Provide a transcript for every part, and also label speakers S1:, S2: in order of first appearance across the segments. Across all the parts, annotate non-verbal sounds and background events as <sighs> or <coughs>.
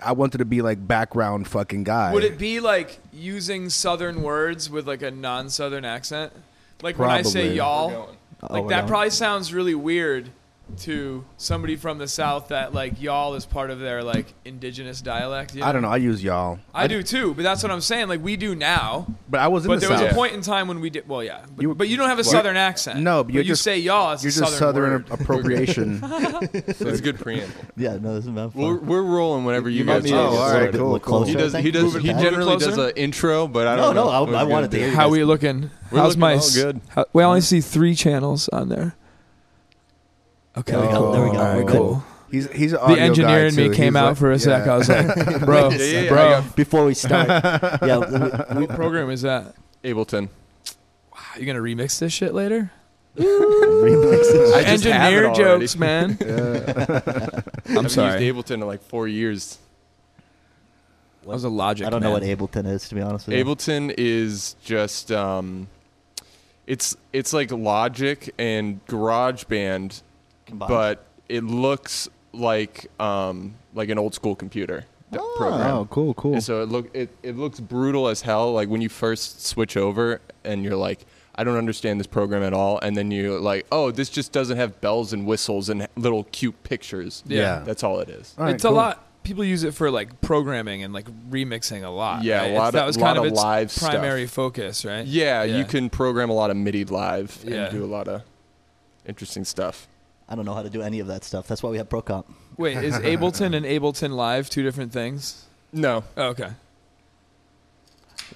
S1: I wanted to be like background fucking guy.
S2: Would it be like using southern words with like a non-southern accent? Like when I
S1: Probably.
S2: say y'all,
S3: Oh,
S2: like
S3: we're
S2: that
S3: going.
S2: probably sounds really weird to somebody from the south that like y'all is part of their like indigenous dialect. you
S1: I don't know. I use y'all,
S2: I do too, but that's what I'm saying. Like we do now,
S1: but I was in
S2: but
S1: the
S2: there was
S1: South.
S2: a point in time when we did. Well, yeah, but
S1: You-
S2: you, but you don't have a
S1: Well,
S2: southern accent.
S1: no, but
S2: but,
S1: you're
S2: you
S1: just-
S2: say y'all. It's
S1: You're
S2: a
S1: just
S2: southern,
S1: southern
S2: word. <laughs>
S1: appropriation.
S4: That's a good preamble.
S3: Yeah, no, this is about fun.
S4: <laughs> We're, we're rolling whenever you,
S3: You
S4: guys
S3: might
S4: are.
S3: need to
S1: Oh,
S3: get
S1: all
S3: a little
S1: right,
S3: bit
S1: cool, cool.
S4: He
S3: closer.
S4: does. He
S3: Thank
S4: does.
S3: you.
S4: He
S3: Thank you.
S4: generally
S2: closer?
S4: does an intro, but I
S3: No,
S4: don't.
S3: no,
S4: know
S3: I, I wanted to hear.
S2: How
S3: this.
S2: we looking?
S4: We're
S2: How's
S4: looking
S2: my
S4: all
S2: s-
S4: good.
S2: how- we only see three channels on there. Okay,
S3: There we go. There we go.
S1: Oh,
S3: We're
S1: alright,
S3: good.
S2: cool.
S1: He's he's an
S2: The
S1: audio
S2: engineer
S1: guy,
S2: in me
S1: too.
S2: came
S1: He's
S2: out
S1: like-
S2: for a sec.
S1: yeah.
S2: I was like, <laughs> bro,
S4: <laughs> Yeah, yeah, yeah, I
S2: bro,
S4: got-
S3: Before
S4: <laughs>
S3: we start, yeah, we-
S2: what program is that?
S4: Ableton.
S2: Wow, <sighs> you gonna remix this shit later?
S3: remixes.
S4: I just have it
S2: engineer
S4: already.
S2: jokes, <laughs>
S4: <laughs>
S2: man.
S4: I'm I've
S2: sorry.
S4: used Ableton in like four years.
S2: I was a logic.
S3: I don't know
S2: man.
S3: what Ableton is to be honest with you.
S4: Ableton is just um, it's it's like Logic and GarageBand,
S3: Combined.
S4: but it looks like um like an old school computer d- program.
S1: Oh, cool, cool.
S4: And so it look it, it looks brutal as hell. Like when you first switch over and you're like, I don't understand this program at all, and then you're like, oh, this just doesn't have bells and whistles and little cute pictures.
S1: Yeah.
S4: That's all it is.
S1: All right,
S2: it's
S1: cool.
S2: a lot. People use it for like programming and like remixing a lot.
S4: Yeah, a
S2: right? It's-
S4: lot of-
S2: that was
S4: lot
S2: kind
S4: of
S2: its
S4: live stuff.
S2: primary focus, right?
S4: Yeah,
S2: Yeah.
S4: you can program a lot of MIDI live
S2: Yeah.
S4: and do a lot of interesting stuff.
S3: I don't know how to do any of that stuff. That's why we have ProComp.
S2: Wait,
S4: <laughs>
S2: is Ableton and Ableton Live two different things?
S4: No,
S2: Oh, okay.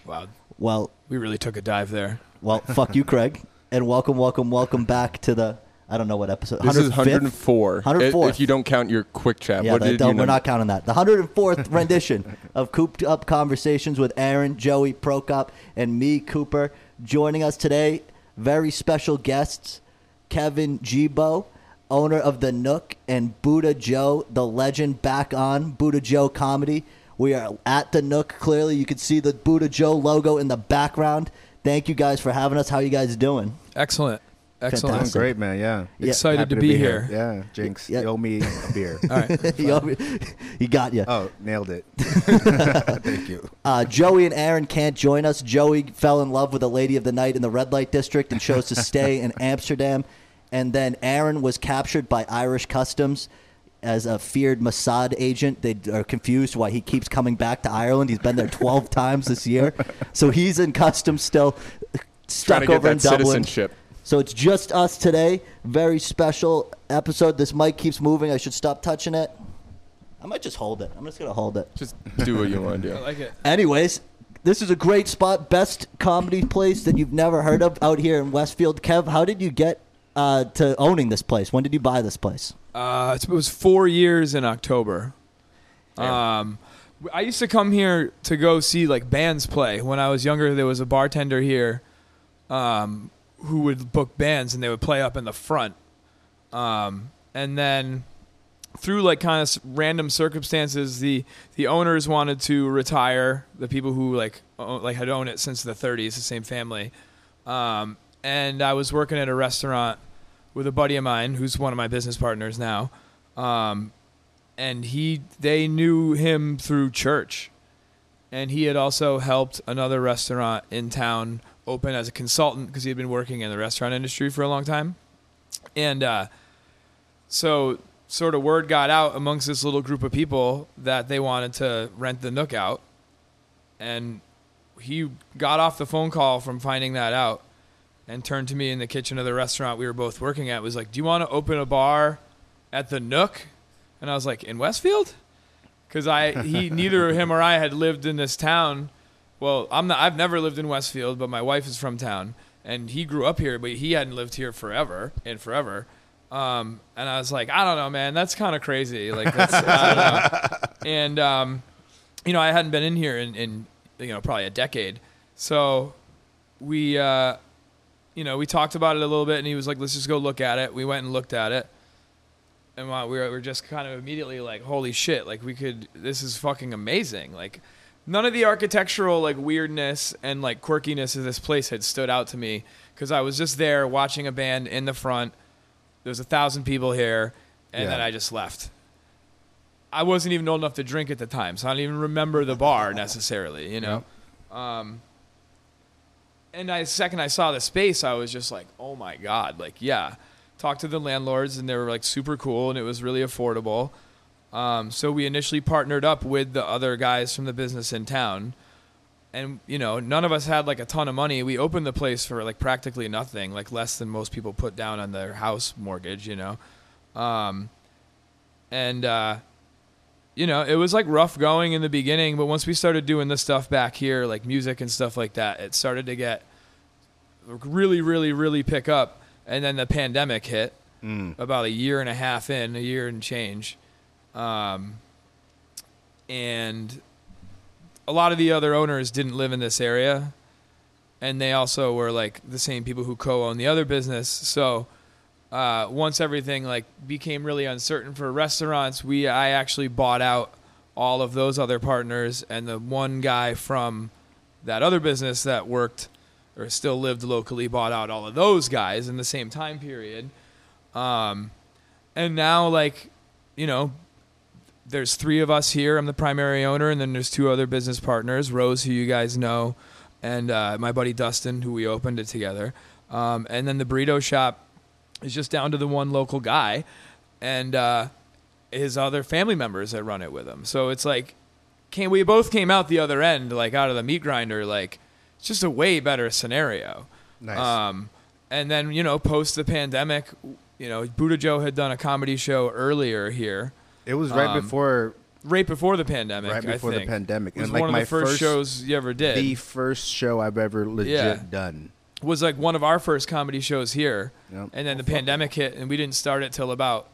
S2: Wow,
S3: Well,
S2: we really took a dive there.
S3: well, fuck you, Craig, and welcome, welcome, welcome back to the I don't know what episode.
S4: this is
S3: 105th?
S4: 104. If-
S3: 104th.
S4: If you don't count your quick chat,
S3: Yeah,
S4: what
S3: that-
S4: did you
S3: don't- we're
S4: know?
S3: not counting that.
S4: <laughs>
S3: The 104th rendition of Cooped Up Conversations with Aaron, Joey, Prokop, and me, Cooper. Joining us today, very special guests, Kevin Gibo, owner of The Nook, and Buddha Joe, the legend back on Buddha Joe Comedy. We are at The Nook, clearly. You can see the Buddha Joe logo in the background. Thank you guys for having us. How you guys doing?
S2: Excellent, excellent.
S1: Doing great, man. Yeah.
S3: Yeah.
S2: Excited
S1: Happy
S2: to be, here.
S1: Yeah, Jinx,
S3: Yeah.
S1: you owe <laughs> me a beer.
S2: All
S3: <laughs>
S2: right.
S3: he got you.
S1: Oh, nailed
S2: <laughs>
S1: it. Thank you.
S3: Uh, Joey and Aaron can't join us. Joey fell in love with a lady of the night in the red light district and chose to
S4: <laughs>
S3: stay in Amsterdam. And then Aaron was captured by Irish customs as a feared Mossad agent. They are confused why he keeps coming back to Ireland. He's been
S4: <laughs>
S3: there 12 times this year. So he's in customs still, uh,
S4: Trying
S3: stuck
S4: to get
S3: over in
S4: that
S3: Dublin.
S4: citizenship.
S3: So it's just us today. Very special episode. This mic keeps moving. I should stop touching it. I might just hold it. I'm just going to hold it.
S4: Just do what you want to
S2: <laughs>
S4: do.
S2: I like it.
S3: Anyways, this is a great spot, best comedy place that you've never heard of out here in Westfield. Kev, how did you get uh, to owning this place? When did you buy this place?
S2: Uh, it was four years in October. Um, I used to come here to go see like bands play. When I was younger, there was a bartender here um, who would book bands and they would play up in the front. Um, and then through like kind of random circumstances, the the owners wanted to retire. The people who like o- like had owned it since the 30s, the same family. Um, and I was working at a restaurant with a buddy of mine who's one of my business partners now. Um, and he they knew him through church. And he had also helped another restaurant in town open as a consultant because he had been working in the restaurant industry for a long time. And uh, so sort of word got out amongst this little group of people that they wanted to rent the nook out. And he got off the phone call from finding that out and turned to me in the kitchen of the restaurant we were both working at was like, "Do you want to open a bar at the Nook?" And I was like, "In Westfield?" Cuz I he neither him or I had lived in this town. Well, I'm not I've never lived in Westfield, but my wife is from town and he grew up here, but he hadn't lived here forever and forever. Um, and I was like, I don't know, man, that's kind of crazy. Like, that's, I don't know. And um, you know, I hadn't been in here in, in you know probably a decade. So we, uh, you know, we talked about it a little bit, and he was like, "Let's just go look at it." We went and looked at it, and while we were, we were just kind of immediately like, "Holy shit! Like we could. This is fucking amazing!" Like none of the architectural like weirdness and like quirkiness of this place had stood out to me because I was just there watching a band in the front. There was a thousand people here, and
S1: Yeah.
S2: then I just left. I wasn't even old enough to drink at the time, so I don't even remember the bar necessarily, you know. Um, and I, the second I saw the space, I was just like, "Oh my god!" Like, yeah. Talked to the landlords, and they were like super cool, and it was really affordable. Um, so we initially partnered up with the other guys from the business in town, and you know, none of us had like a ton of money. We opened the place for like practically nothing, like less than most people put down on their house mortgage, you know. Um, and uh, you know, it was like rough going in the beginning, but once we started doing this stuff back here, like music and stuff like that, it started to get really, really, really pick up. And then the pandemic hit about a year and a half in, a year and change. Um, and a lot of the other owners didn't live in this area. And they also were like the same people who co own the other business. So, uh, once everything like became really uncertain for restaurants, we I actually bought out all of those other partners and the one guy from that other business that worked or still lived locally bought out all of those guys in the same time period. Um, and now like you know there's three of us here. I'm the primary owner, and then there's two other business partners, Rose, who you guys know, and uh, my buddy Dustin, who we opened it together. Um, and then the burrito shop is just down to the one local guy, and uh, his other family members that run it with him. So it's like, came we both came out the other end, like out of the meat grinder, like it's just a way better scenario.
S1: Nice.
S2: Um, and then you know, post the pandemic, you know, Buddha Joe had done a comedy show earlier here
S1: It was right
S2: um,
S1: before
S2: right before the pandemic.
S1: Right before
S2: I
S1: the
S2: think.
S1: pandemic.
S2: It was
S1: And, like,
S2: one of
S1: my
S2: the first,
S1: first-
S2: shows you ever did.
S1: the first show I've ever legit
S2: Yeah.
S1: done.
S2: was like one of our first comedy shows here,
S1: Yep. Oh,
S2: and then the pandemic hit, and we didn't start it till about.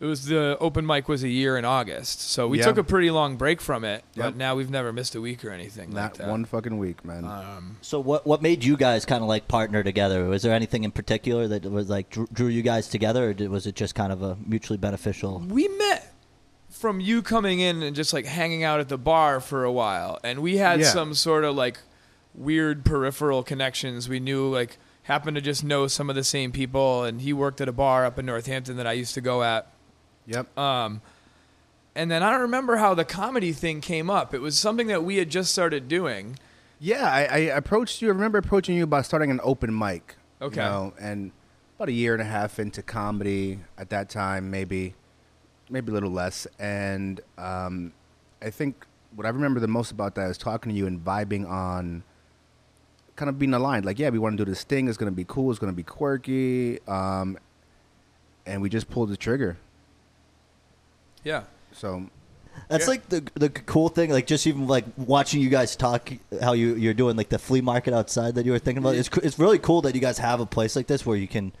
S2: It was the open mic was a year in August, so we
S1: Yeah.
S2: took a pretty long break from it.
S1: Yep.
S2: But now we've never missed a week or anything like
S1: Not
S2: that.
S1: one fucking week, man.
S3: So what what made you guys kind of like partner together? Was there anything in particular that was like drew, drew you guys together, or did, was it just kind of a mutually beneficial?
S2: we met from you coming in and just like hanging out at the bar for a while and we had
S1: Yeah.
S2: some sort of like weird peripheral connections we knew like happened to just know some of the same people and he worked at a bar up in northampton that i used to go at
S1: yep.
S2: and then i don't remember how the comedy thing came up it was something that we had just started doing
S1: Yeah, I, I approached you. I remember approaching you about starting an open mic. you
S2: Okay.
S1: know, and about a year and a half into comedy at that time, maybe, maybe a little less. And um, I think what I remember the most about that is talking to you and vibing on, kind of being aligned. Like, yeah, we want to do this thing. It's going to be cool. It's going to be quirky. Um, and we just pulled the trigger.
S2: yeah
S1: So
S3: That's
S2: Yeah.
S3: like the the cool thing, like just even like watching you guys talk, how you you're doing like the flea market outside that you were thinking about. It's cr- it's really cool that you guys have a place like this where you can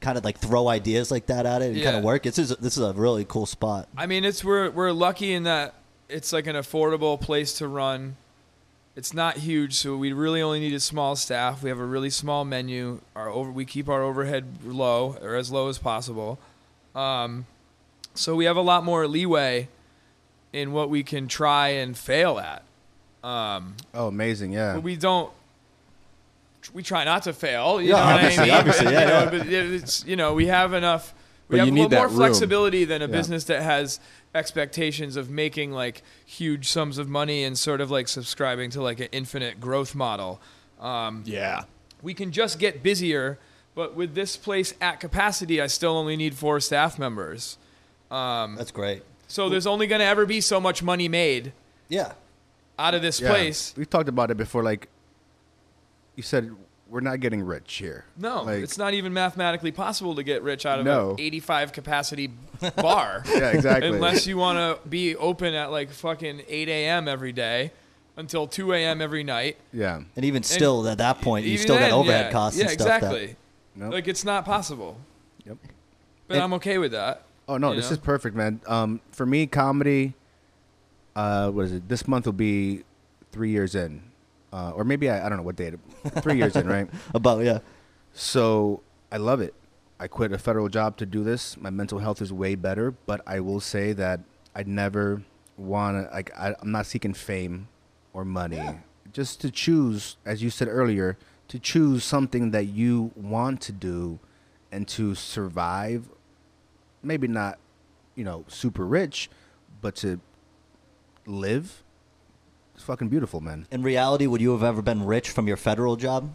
S3: kind of like throw ideas like that at it and kind
S2: Yeah.
S3: of work. This is this is a really cool spot.
S2: I mean, it's we're we're lucky in that it's like an affordable place to run. It's not huge, so we really only need a small staff. We have a really small menu. Our over we keep our overhead low or as low as possible. Um, so we have a lot more leeway in what we can try and fail at. Um,
S1: Oh, amazing! Yeah,
S2: but we don't. We try not to fail. You
S3: Yeah,
S2: know what
S3: obviously,
S2: I mean?
S3: obviously,
S2: But,
S3: yeah,
S2: <laughs> you know,
S3: yeah.
S2: but it- it's, you know, we have enough. We
S4: But
S2: have
S4: you
S2: a
S4: need
S2: little more
S4: that room.
S2: flexibility than a
S1: Yeah.
S2: business that has expectations of making like huge sums of money and sort of like subscribing to like an infinite growth model. Um,
S4: Yeah.
S2: we can just get busier, but with this place at capacity, I still only need four staff members. Um,
S3: That's great.
S2: So there's only going to ever be so much money made
S3: Yeah.
S2: out of this
S1: Yeah.
S2: place.
S1: We talked about it before. Like you said, we're not getting rich here.
S2: No,
S1: like,
S2: it's not even mathematically possible to get rich out of
S1: No.
S2: an 85 capacity bar.
S1: <laughs> Yeah, exactly.
S2: Unless you want to be open at like fucking 8 a.m. every day until 2 a.m. every night.
S1: yeah,
S3: And even still, at that point, you
S2: Even
S3: still
S2: then,
S3: got overhead
S2: yeah,
S3: costs
S2: Yeah,
S3: and stuff. that-
S2: exactly.
S1: Nope.
S2: Like it's not possible.
S1: yep.
S2: But
S3: And-
S2: I'm okay with that.
S1: Oh no,
S2: you
S1: this
S2: know?
S1: is perfect, man. Um, for me, comedy. Uh, what is it? This month will be three years in, uh, or maybe I, I don't know what date. Three years in,
S2: <laughs>
S1: right?
S3: about yeah.
S1: So I love it. I quit a federal job to do this. My mental health is way better, but I will say that I never want to. Like I, I'm not seeking fame or money.
S3: Yeah.
S1: Just to choose, as you said earlier, to choose something that you want to do and to survive. Maybe not, you know, super rich, but to live. It's fucking beautiful, man.
S3: In reality, would you have ever been rich from your federal job?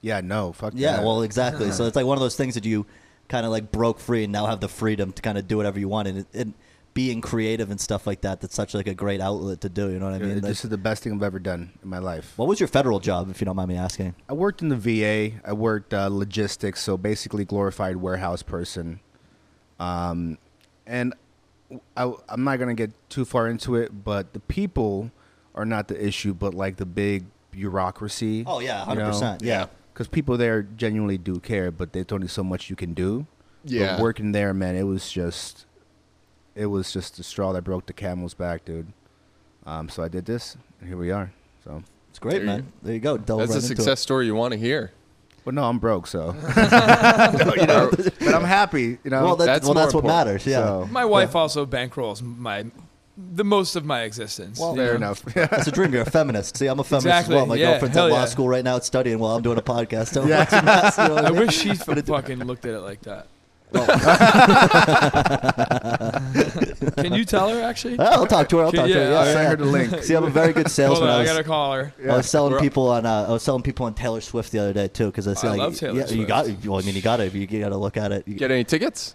S1: Yeah, no, fuck
S3: Yeah,
S1: that.
S3: well, exactly. so it's like one of those things that you kind of like broke free and now have the freedom to kind of do whatever you want and, and being creative and stuff like that. That's such like a great outlet to do. You know what I
S1: Yeah,
S3: mean? Like,
S1: this is the best thing I've ever done in my life.
S3: what was your federal job, if you don't mind me asking?
S1: I worked in the VA. I worked uh, logistics, so basically glorified warehouse person. Um, and I, I'm not gonna get too far into it, but the people are not the issue, but like the big bureaucracy.
S3: Oh, yeah, 100%, yeah.
S1: Because people there genuinely do care, but there's only so much you can do.
S4: Yeah.
S1: But working there, man, it was just, it was just the straw that broke the camel's back, dude. Um, so I did this, and here we are. So,
S3: It's great,
S4: There you-
S3: man. there you go. Delve
S4: That's
S3: right
S4: a
S3: into it.
S4: success story you want to hear.
S1: but no, I'm broke, so. <laughs>
S4: No, you know,
S1: but I'm happy, you know.
S3: Well, that,
S4: That's
S3: well,
S4: more
S3: that's what
S4: important.
S3: matters. Yeah,
S1: So-
S2: My wife also bankrolls my the most of my existence.
S1: Well,
S2: you
S1: fair
S2: know?
S1: enough.
S3: <laughs>
S1: <laughs>
S3: that's a dream. You're a feminist. See, I'm a feminist
S2: Exactly,
S3: as well. My
S2: yeah,
S3: girlfriend's at
S2: hell
S3: law
S2: yeah.
S3: school right now, studying while I'm doing a podcast. Don't watch the mask, you know what
S2: <laughs> I
S3: I mean?
S2: wish she
S3: <laughs>
S2: fucking looked at it like that. Can you tell her
S3: <laughs>
S2: actually?
S3: I'll talk to her. I'll
S2: Okay,
S3: talk to
S2: yeah,
S3: her. Yeah,
S2: I'll
S3: yeah,
S1: send her
S3: yeah.
S1: the link.
S3: See, I'm a very good
S2: Hold
S3: salesman.
S2: on,
S3: I
S2: I
S3: was-
S2: gotta call her.
S3: I was selling people on uh, I was selling people on Taylor Swift the other day too because I see
S2: I
S3: like
S2: love Taylor
S3: yeah you
S2: Swift.
S3: got well I mean you got to you got to look at it. You- <laughs>
S4: Get any tickets?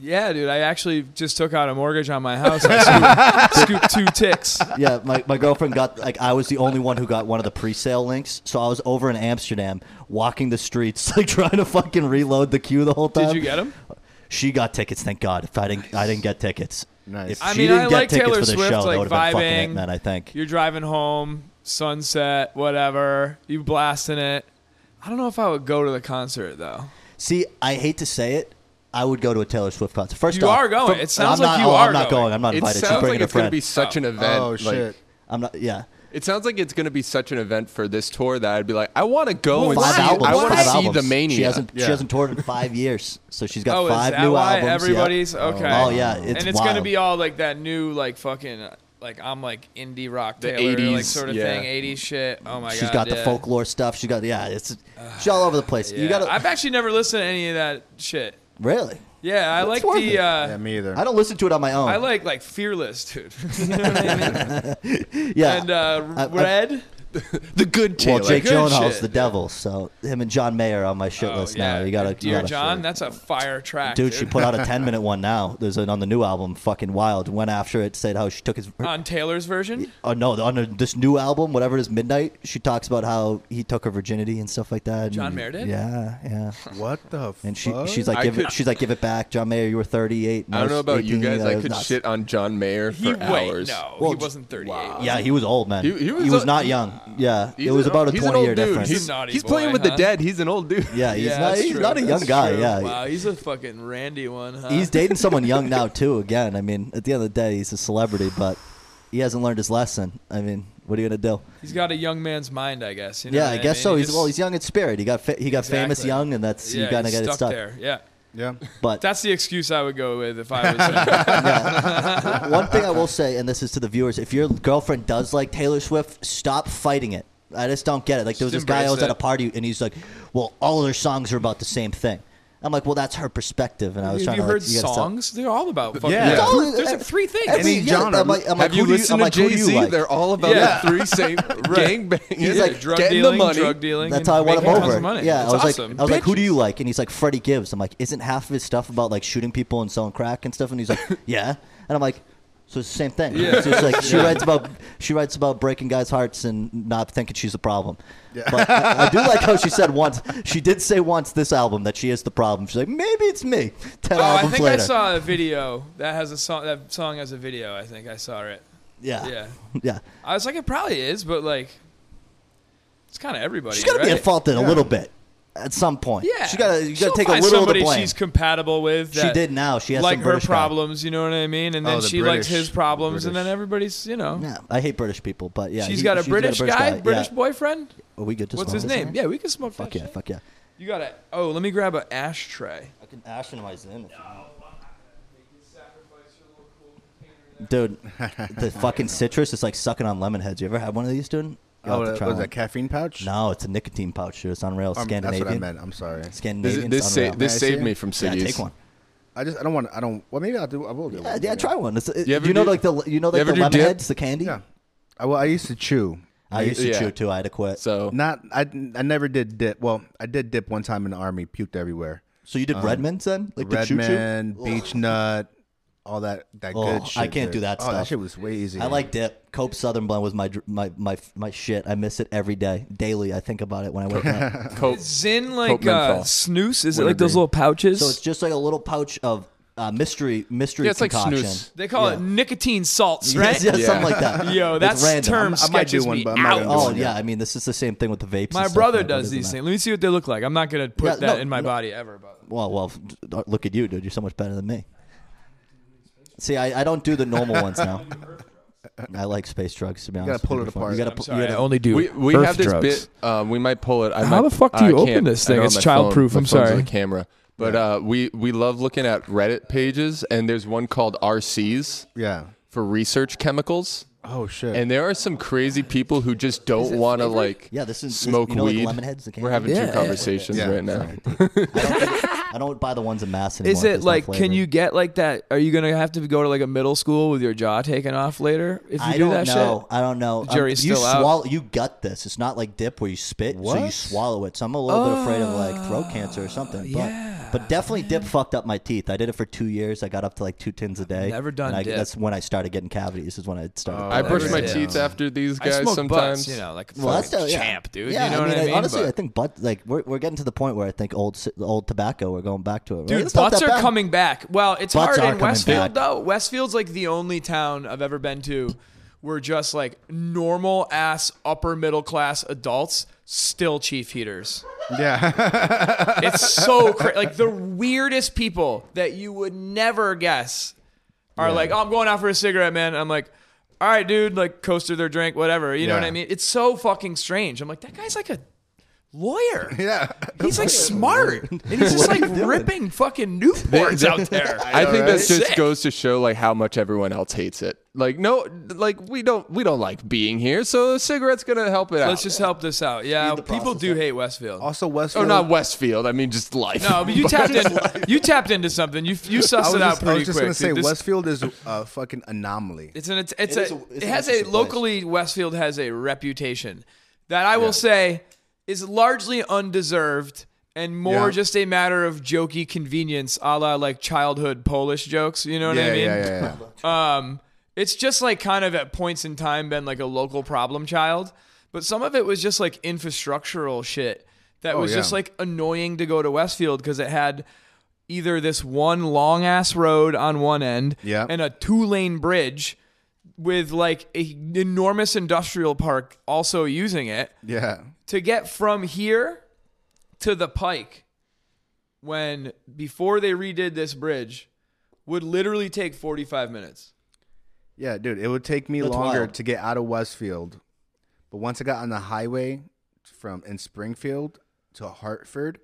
S2: Yeah, dude, I actually just took out a mortgage on my house. <laughs> I scooped, scooped two ticks.
S3: yeah, my, my girlfriend got like I was the only one who got one of the pre-sale links, so I was over in Amsterdam walking the streets <laughs> like trying to fucking reload the queue the whole time.
S2: Did you get them?
S3: She got tickets, thank God. If I didn't I didn't get tickets.
S1: Nice.
S3: If
S2: I
S3: she
S2: mean,
S3: didn't
S2: I
S3: get
S2: like
S3: tickets
S2: Taylor
S3: for the
S2: Swift,
S3: show, that
S2: like
S3: would have been
S2: vibing.
S3: fucking it, man. I think.
S2: You're driving home, sunset, whatever. You blasting it. I don't know if I would go to the concert though.
S3: See, I hate to say it. I would go to a Taylor Swift concert. First
S2: You
S3: off,
S2: are going.
S3: from-
S2: It sounds
S3: I'm
S2: like
S3: not,
S2: you
S3: oh,
S2: are
S3: I'm not
S2: going.
S3: going. I'm not
S4: It
S3: invited. She's
S4: sounds like
S3: bringing a
S4: it's going to
S3: friend.
S4: be such an event.
S1: oh
S4: like-
S1: shit!
S3: I'm not. Yeah.
S4: It sounds like it's going to be such an event for this tour that I'd be like, I want to go
S2: Well,
S4: and
S2: Oh, why?
S3: five
S4: see,
S3: albums.
S4: I want to
S3: five
S4: see
S3: albums.
S4: the mania.
S3: She hasn't
S1: Yeah.
S3: she hasn't toured in five years, so she's got
S2: oh,
S3: five
S2: is that
S3: new
S2: why
S3: albums. yeah.
S2: everybody's okay?
S3: Oh yeah, it's
S2: and it's
S3: wild.
S2: gonna be oh all like that new, like fucking, uh, like I'm like indie rock
S4: The
S2: Taylor, like
S4: 80s,
S2: sort of
S4: yeah.
S2: thing, '80s shit. Oh my god,
S3: She's got
S2: yeah.
S3: the folklore stuff. She got yeah. It's she's all over the place.
S2: Yeah.
S3: You gotta
S2: I've actually never listened to any of that shit.
S3: really.
S2: Yeah, I
S3: It's
S2: like
S3: worth it.
S2: the.
S1: <laughs>
S2: Uh,
S1: yeah, me either.
S3: I don't listen to it on my own.
S2: I like like Fearless, dude. <laughs> you know what I mean?
S3: yeah.
S2: And uh,
S3: I- I-
S2: Red.
S4: the good
S3: well,
S4: Taylor.
S3: Jake
S2: good
S3: Gyllenhaal's
S2: shit.
S3: the devil, so him and John Mayer are on my shit
S2: Oh,
S3: list
S2: yeah.
S3: now. You gotta, you
S2: Dear
S3: gotta
S2: John, that's a fire track,
S3: Dude,
S2: dude.
S3: she put out a ten minute one now. There's an on the new album, fucking wild. Went after it, said how she took his.
S2: on Taylor's version.
S3: oh no, on her- this new album, whatever it is, Midnight. She talks about how he took her virginity and stuff like that. and-
S2: John Mayer did?
S3: Yeah,
S2: <laughs>
S3: yeah.
S1: what the?
S3: And she
S1: fuck?
S3: she's like
S4: I
S3: give it
S4: could-
S3: she's like give it back, John Mayer. You were 38. and
S4: I don't know
S3: was
S4: about you
S3: 18,
S4: guys.
S3: uh, it
S4: I
S3: was
S4: could
S3: nuts.
S4: shit on John Mayer for
S2: He wait,
S4: hours.
S2: no,
S3: Well,
S2: he
S3: j-
S2: wasn't 38.
S3: Yeah, he was old man.
S4: He- he was a-
S3: not young. Yeah,
S4: He's
S3: it was
S4: an-
S3: about a
S4: he's an
S3: 20 year
S4: old dude.
S3: difference.
S4: He's,
S2: He's a naughty
S4: he's playing
S2: boy,
S4: with the
S2: huh?
S4: dead. He's an old dude.
S3: <laughs> yeah, he's
S2: Yeah,
S3: not
S2: that's
S3: he's
S2: true.
S3: not a young
S2: That's
S3: guy.
S2: true.
S3: Yeah,
S2: Wow, he's a fucking randy one, huh?
S3: he's dating someone
S4: <laughs>
S3: young now too. Again, I mean, at the end of the day, he's a celebrity, but he hasn't learned his lesson. I mean, what are you gonna do?
S2: He's got a young man's mind, I guess. You know
S3: yeah,
S2: what
S3: I guess
S2: mean?
S3: so.
S2: He
S3: He's
S2: just-
S3: well, he's young in spirit. He got fa- he got famous
S2: Exactly.
S3: young, and that's
S2: yeah,
S3: you gotta
S2: he's
S3: get it
S2: stuck
S3: stuck.
S2: there. Yeah,
S1: yeah. Oh,
S2: <laughs>
S3: But
S2: that's the excuse I would go with if
S3: <laughs>
S2: I was. uh, him.
S3: One thing I will say, and this is to the viewers: if your girlfriend does like Taylor Swift, stop fighting it. I just don't get it. Like there was
S2: Just
S3: this guy I
S2: embrace
S3: was at
S2: it.
S3: a party, and he's like, "Well, all of their songs are about the same thing." I'm like, "Well, that's her perspective," and I was
S2: Have
S3: trying
S2: you
S3: to
S2: heard
S3: like, you gotta stop.
S2: songs? They're all about fucking.
S1: Yeah. It's
S3: all-
S2: There's like three things.
S3: Every-
S1: Any genre.
S3: I'm like, I'm like,
S4: Have you
S3: who do
S4: listened
S3: I'm like,
S4: to
S3: who
S4: Jay
S3: do you
S4: Z?
S3: like?
S4: They're all about
S2: Yeah.
S4: the three same
S2: <laughs>
S4: gang bang.
S2: Yeah,
S4: He's like,
S2: drug
S4: getting
S2: dealing,
S4: the money.
S2: drug dealing. and
S3: That's how I won him
S2: making tons of
S3: over.
S2: money.
S3: Yeah,
S2: It's
S3: I was
S2: awesome.
S3: like, I was like, who do you
S2: Bitches.
S3: like? And he's like, Freddie Gibbs. I'm like, isn't half of his stuff about like shooting people and selling crack and stuff?
S2: <laughs>
S3: And he's like, yeah. And I'm like, so it's the same thing.
S2: Yeah.
S3: It's just like she writes about she writes about breaking guys' hearts and not thinking she's the problem.
S1: Yeah.
S3: But I, I do like how she said once. She did say once this album that she is the problem. She's like, maybe it's me. Ten
S2: Oh, I
S3: albums
S2: think
S3: later.
S2: I saw a video that has a song. That song has a video. I think I saw it.
S3: yeah.
S2: Yeah,
S3: <laughs> Yeah.
S2: I was like, it probably is, but like, it's kind of everybody.
S3: She's gotta
S2: right?
S3: be at fault in a little bit. At some point.
S2: Yeah,
S3: She gotta you
S2: She'll
S3: gotta take a
S2: find
S3: little of
S2: somebody
S3: the blame.
S2: she's compatible with.
S3: she
S2: that
S3: did now. She has
S2: like
S3: some
S2: her
S3: British guy.
S2: problems. You know what I mean? And then
S1: Oh, the
S2: she likes
S1: British-
S2: his problems, and
S1: British.
S2: then everybody's you know.
S3: Yeah, I hate British people, but yeah,
S2: she's
S3: he-
S2: got a
S3: she's
S2: British guy, British
S3: yeah.
S2: boyfriend.
S3: Are we good to
S2: What's
S3: smoke
S2: his
S3: this
S2: name?
S3: now?
S2: Yeah, we can smoke
S3: Fuck
S2: that
S3: yeah,
S2: shit.
S3: fuck yeah.
S2: You got it. Oh, let me grab an ashtray.
S3: I can ash in my Zen.
S2: Sacrifice your little cool container
S3: dude. The fucking citrus is like sucking on lemon heads. You ever had one of these, dude? You'll
S1: Oh,
S3: have to
S1: that-
S3: try
S1: was
S3: one.
S1: that caffeine pouch?
S3: No, it's a nicotine pouch, dude. It's unreal.
S1: Um,
S3: Scandinavian.
S1: That's what I meant. I'm sorry.
S4: This,
S3: Scandinavian.
S4: this, sa-
S1: May I
S4: this
S1: see
S4: saved
S1: it?
S4: me from
S3: yeah,
S4: cities.
S3: take one.
S1: I just I don't want I don't. Well, maybe I'll do. I will do.
S3: Yeah,
S1: one.
S3: yeah, try one. It's, uh,
S4: You
S3: you,
S4: ever
S3: know,
S4: do-
S3: like the you know,
S4: you
S3: like
S4: ever
S3: the
S4: do
S3: lemon
S4: dip?
S3: heads, the candy.
S1: Yeah. I, well, I used to chew.
S3: I used to
S4: Yeah.
S3: chew too. I had to quit. So,
S4: So
S1: Not I. I never did dip. Well, I did dip one time in the army. Puked everywhere.
S3: you
S4: uh,
S3: did Redmond's then, like the choo choo.
S1: Redman, beach nut, all that that
S3: Ugh,
S1: good shit.
S3: I can't do
S1: dude.
S3: that
S1: Oh, that
S3: stuff.
S1: shit was way easier.
S3: I like dip. Cope Southern Blend was my dr- my my my shit. I miss it every day, daily. I think about it when I
S1: <laughs>
S3: wake up.
S4: Coke.
S2: Is in like
S4: menthol.
S2: uh, snooze? Is it like those little pouches?
S3: So it's just like a little pouch of uh, mystery mystery
S4: Yeah, it's like
S3: concoction. <laughs>
S4: snus.
S2: they call it nicotine salts, right?
S3: Yes, yes,
S4: Yeah.
S3: something like
S2: <laughs>
S3: that.
S2: Yo,
S3: It's
S2: that's
S3: random.
S2: term
S1: I might do
S2: sketches
S1: one,
S2: me
S1: but I'm not
S2: out.
S1: gonna do
S3: Oh
S1: one.
S3: yeah, I mean this is the same thing with the vapes.
S2: My
S3: and stuff,
S2: brother
S3: right? It
S2: does
S3: doesn't
S2: these
S3: matter.
S2: things. Let me see what they look like. I'm not gonna put
S3: Yeah,
S2: that
S3: no,
S2: in my
S3: no.
S2: body ever. But
S3: Well, well, f- look at you, dude. You're so much better than me. See, I, I don't do the normal
S1: <laughs>
S3: ones now. I like space drugs. To be honest,
S1: gotta pull
S3: with
S1: it
S3: they're fun.
S1: apart.
S3: You gotta,
S1: I'm
S3: pu-
S2: sorry,
S3: you
S2: I
S3: gotta-
S2: only do.
S4: We, we
S2: earth
S4: have this
S2: drugs.
S4: bit. Um, we might pull it. I
S2: How
S4: might-
S2: the fuck do
S4: I
S2: you open
S4: can't-
S2: this
S4: I don't
S2: thing?
S4: have
S2: It's
S4: my phone.
S2: childproof,
S4: My
S2: I'm
S4: phone's on
S2: sorry.
S4: The camera, but uh, we we love looking at Reddit pages, and there's one called RCs
S1: Yeah.
S4: for research chemicals,
S1: Oh shit.
S4: and there are some crazy people who just don't want to like
S3: Yeah, this is this-
S4: smoke
S3: you know, like
S4: weed.
S3: lemon heads, the candy?
S4: We're having
S2: Yeah,
S4: two
S2: yeah.
S4: conversations
S1: Yeah.
S4: right now.
S3: I don't buy the ones in mass
S2: <laughs>
S3: anymore.
S2: Is
S3: if
S2: it
S3: there's no
S2: like? Can
S3: flavor.
S2: you get like that? Are you gonna have to go to like a middle school with your jaw taken off later if you
S3: I
S2: do
S3: don't
S2: that
S3: know.
S2: shit?
S3: I don't know. Um,
S2: The jury's
S3: you
S2: still out.
S3: swallow. You gut this. It's not like dip where you spit. So you
S1: What?
S3: swallow it. So I'm a little bit afraid of like throat cancer or something. But
S2: Oh, yeah.
S3: but definitely dip fucked up my teeth. I did it for two years. I got up to like two tins a day.
S2: never done
S3: and I,
S2: dip.
S3: That's when I started getting cavities. Is when I started.
S1: Oh,
S4: I brush
S2: that's
S4: my
S2: right.
S4: teeth after these
S2: I
S4: guys
S2: smoke
S4: sometimes.
S2: butts, you know, like
S3: Well, that's
S2: fucking
S3: the- yeah.
S2: champ, dude.
S3: Yeah,
S2: you know
S3: I mean,
S2: what I mean?
S3: honestly,
S2: But-
S3: I think but like we're, we're getting to the point where I think old si- old tobacco. We're going back to it. Right?
S2: Dude,
S3: It's not
S2: butts
S3: that
S2: are
S3: bad.
S2: coming back. Well, it's
S3: Butts are
S2: hard in
S3: coming
S2: Westfield
S3: back.
S2: though. Westfield's like the only town I've ever been to where just like normal ass upper middle class adults still chief heaters.
S1: <laughs> yeah.
S2: It's
S3: <laughs>
S2: so crazy. Like the weirdest people that you would never guess are like, "Oh, I'm going out for a cigarette, man." I'm like, "All right, dude." Like coaster their drink, whatever. You know what
S1: Yeah.
S2: I mean? It's so fucking strange. I'm like, that guy's like a lawyer.
S1: <laughs> yeah.
S2: He's like smart, and
S1: <laughs>
S2: he's just like ripping fucking Newports out there.
S4: <laughs> I think that
S2: Alright.
S4: just
S2: Sick.
S4: goes to show like how much everyone else hates it. Like no, like we don't we don't like being here, so a cigarette's gonna help it
S2: Let's
S4: out.
S2: just help this out. Yeah,
S3: the
S2: people
S3: process
S2: do hate Westfield.
S1: Also
S4: or
S1: Westfield.
S4: Oh, not Westfield. I mean, just life. <laughs>
S2: no, but you tapped in. You tapped into something. You you
S1: I
S2: sussed
S1: was
S2: it out
S1: just, I
S2: pretty
S1: was just
S2: quick.
S1: gonna say
S2: dude. This-
S1: Westfield is a fucking anomaly.
S2: It's an. It's, it's
S3: It is
S2: a,
S3: a- it's
S2: It
S3: an
S2: has a
S3: interesting place.
S2: locally. Westfield has a reputation that I will say is largely undeserved and more
S1: Yeah.
S2: just a matter of jokey convenience, a la like childhood Polish jokes. You know what
S1: yeah,
S2: I mean?
S1: yeah, yeah, yeah.
S2: Um, it's just like kind of at points in time been like a local problem child, but some of it was just like infrastructural shit that was just
S1: Oh, yeah.
S2: like annoying to go to Westfield because it had either this one long ass road on one end
S1: Yeah.
S2: and a two lane bridge with like an enormous industrial park also using it
S1: yeah.
S2: to get from here to the pike when before they redid this bridge would literally take 45 minutes
S1: Yeah, dude, it would take me
S3: That's
S1: longer
S3: wild.
S1: to get out of Westfield, but once I got on the highway from in Springfield to Hartford,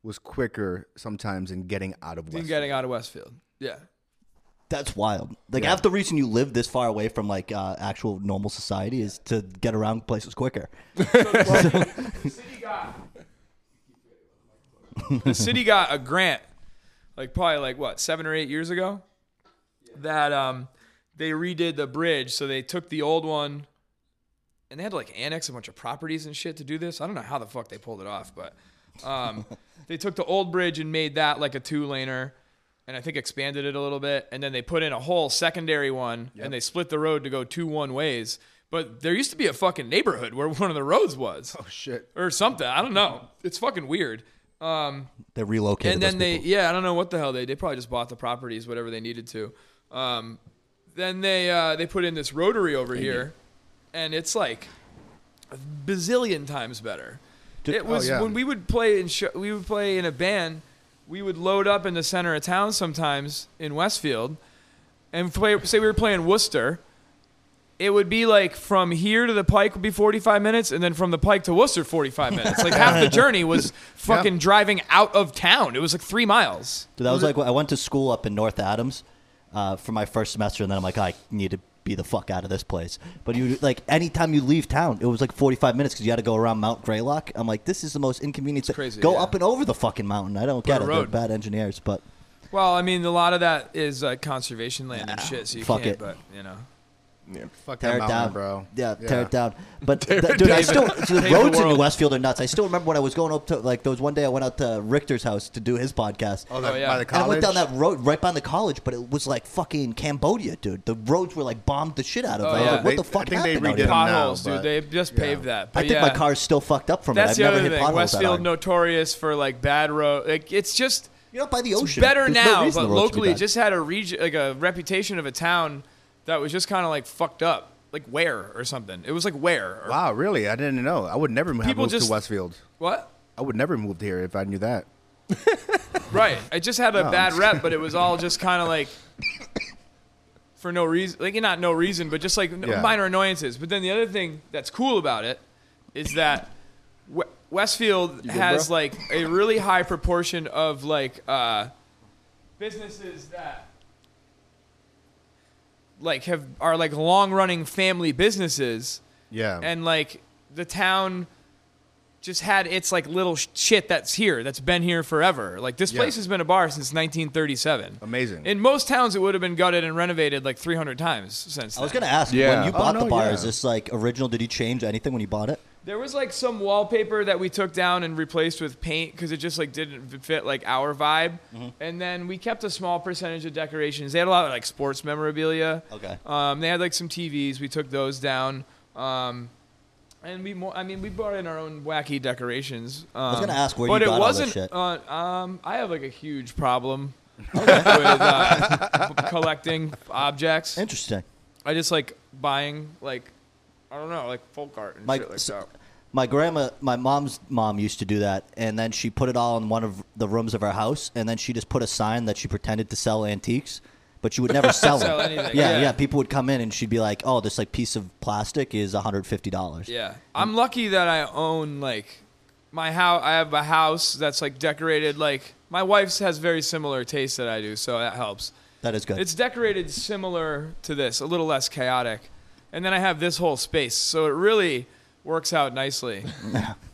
S1: was quicker sometimes in getting out of
S2: than
S1: Westfield.
S2: getting out of Westfield. Yeah.
S3: That's wild. Like half the reason you live this far away from like uh, actual normal society is to get around places quicker.
S2: <laughs> the city got a grant, like probably like what seven or eight years ago, that um they redid the bridge. So they took the old one, and they had to like annex a bunch of properties and shit to do this. I don't know how the fuck they pulled it off, but um <laughs> they took the old bridge and made that like a two laner. And I think expanded it a little bit, and then they put in a whole secondary one, and they split the road to go two one ways. But there used to be a fucking neighborhood where <laughs> one of the roads was
S1: Oh shit.
S2: or something. I don't know. It's fucking weird. Um,
S3: They relocated.
S2: and then
S3: those
S2: they,
S3: people.
S2: yeah, I don't know what the hell they. They probably just bought the properties, whatever they needed to. Um, then they uh, they put in this rotary over here, and it's like a bazillion times better. It
S3: oh,
S2: was
S1: yeah.
S2: when we would play in show, we would play in a band. We would load up in the center of town sometimes in Westfield, and play, say we were playing Worcester. It would be like from here to the Pike would be 45 minutes, and then from the Pike to Worcester
S3: <laughs>
S2: 45 minutes. Like half the journey was fucking driving out of town. It was like three miles.
S3: Dude, that was like when I went to school up in North Adams, uh, for my first semester, and then I'm like, I need to be the fuck out of this place. But you like anytime you leave town, it was like 45 minutes because you had to go around Mount Greylock. I'm like, this is the most inconvenient. thing.
S2: crazy,
S3: go
S2: yeah.
S3: up and over the fucking mountain. I don't get
S2: a
S3: it.
S2: road.
S3: They're bad engineers, but
S2: Well, I mean, a lot of that is uh, conservation land and shit, so you
S3: fuck
S2: can't.
S3: it.
S2: But you know,
S4: Yeah.
S1: Fuck
S3: tear
S1: that
S3: it
S1: mountain,
S3: down,
S1: bro.
S3: Yeah, tear it down. But
S4: Tear
S3: th-
S4: it
S3: dude,
S4: down.
S3: I still so the
S2: Pave the
S3: roads in New
S2: world.
S3: Westfield are nuts. I still remember when I was going up to like there was one day I went out to Richter's house to do his podcast.
S1: Oh, that,
S2: Oh, yeah.
S1: by the
S3: And I
S1: college.
S3: went down that road right by the college, but it was like fucking Cambodia, dude. The roads were like bombed the shit out of.
S2: Oh,
S3: I was
S2: yeah.
S3: like, what
S1: They-
S3: the
S1: I
S3: fuck
S1: think they
S3: happened? out
S1: redid
S3: here?
S1: it. now,
S2: potholes,
S1: but-
S2: dude. They just
S1: yeah.
S2: paved that.
S3: I
S2: But
S3: think
S2: yeah.
S3: my car's still fucked up from it. I've
S2: That's the
S3: never
S2: other
S3: hit
S2: thing.
S3: potholes that
S2: Westfield
S3: hard.
S2: notorious for like bad road. Like it's just
S3: You're not by the
S2: it's
S3: ocean.
S2: better
S3: There's no
S2: now,
S3: reason
S2: but
S3: the roads should be
S2: locally it
S3: bad.
S2: just had a region like a reputation of a town that was just kind of like fucked up, like Ware or something. It was like Ware. Or,
S1: Wow, really? I didn't know. I would never have
S2: People
S1: moved
S2: just-
S1: to Westfield.
S2: What?
S1: I would never moved here if I knew that.
S2: Right. It just had a
S1: No,
S2: bad
S1: I'm
S2: rep, but it was all just kind of like for no reason, like not no reason, but just like n-
S1: Yeah.
S2: minor annoyances. But then the other thing that's cool about it is that we- Westfield has
S4: bro?
S2: like a really high proportion of like uh, businesses that like have are like long running family businesses
S1: Yeah.
S2: and like the town just had its like little sh- shit that's here that's been here forever like this
S1: Yeah.
S2: place has been a bar since 1937
S1: Amazing.
S2: in most towns it would have been gutted and renovated like 300 times since
S3: I was
S2: then.
S3: gonna ask
S4: Yeah.
S3: when you
S4: Oh,
S3: bought the
S1: no,
S3: bar.
S1: yeah.
S3: Is this like original? Did you change anything when you bought it?
S2: there was like some wallpaper that we took down and replaced with paint because it just like didn't fit like our vibe
S3: Mm-hmm.
S2: and then we kept a small percentage of decorations they had a lot of like sports memorabilia
S3: Okay.
S2: um, they had like some tvs we took those down um, and we more i mean we brought in our own wacky decorations um, i
S3: was gonna ask where
S2: but
S3: you
S2: it
S3: got all this
S2: wasn't
S3: shit.
S2: Uh, um, i have like a huge
S3: <laughs>
S2: problem with uh, b- collecting objects
S3: Interesting.
S2: I just like buying like I don't know, like folk art and
S3: My-
S2: shit like
S3: so-
S2: that.
S3: My grandma, my mom's mom used to do that, and then she put it all in one of the rooms of her house, and then she just put a sign that she pretended to sell antiques, but she would
S2: <laughs>
S3: never sell,
S2: Sell
S3: them.
S2: anything,
S3: Yeah,
S2: yeah.
S3: yeah, People would come in, and she'd be like, "Oh, this like piece of plastic is one hundred fifty dollars."
S2: Yeah. I'm lucky that I own like my house I have a house that's like decorated like my wife's has very similar taste that I do, so that helps.
S3: that is good.
S2: It's decorated similar to this, a little less chaotic. And then I have this whole space, so it really works out
S1: <laughs>
S2: nicely.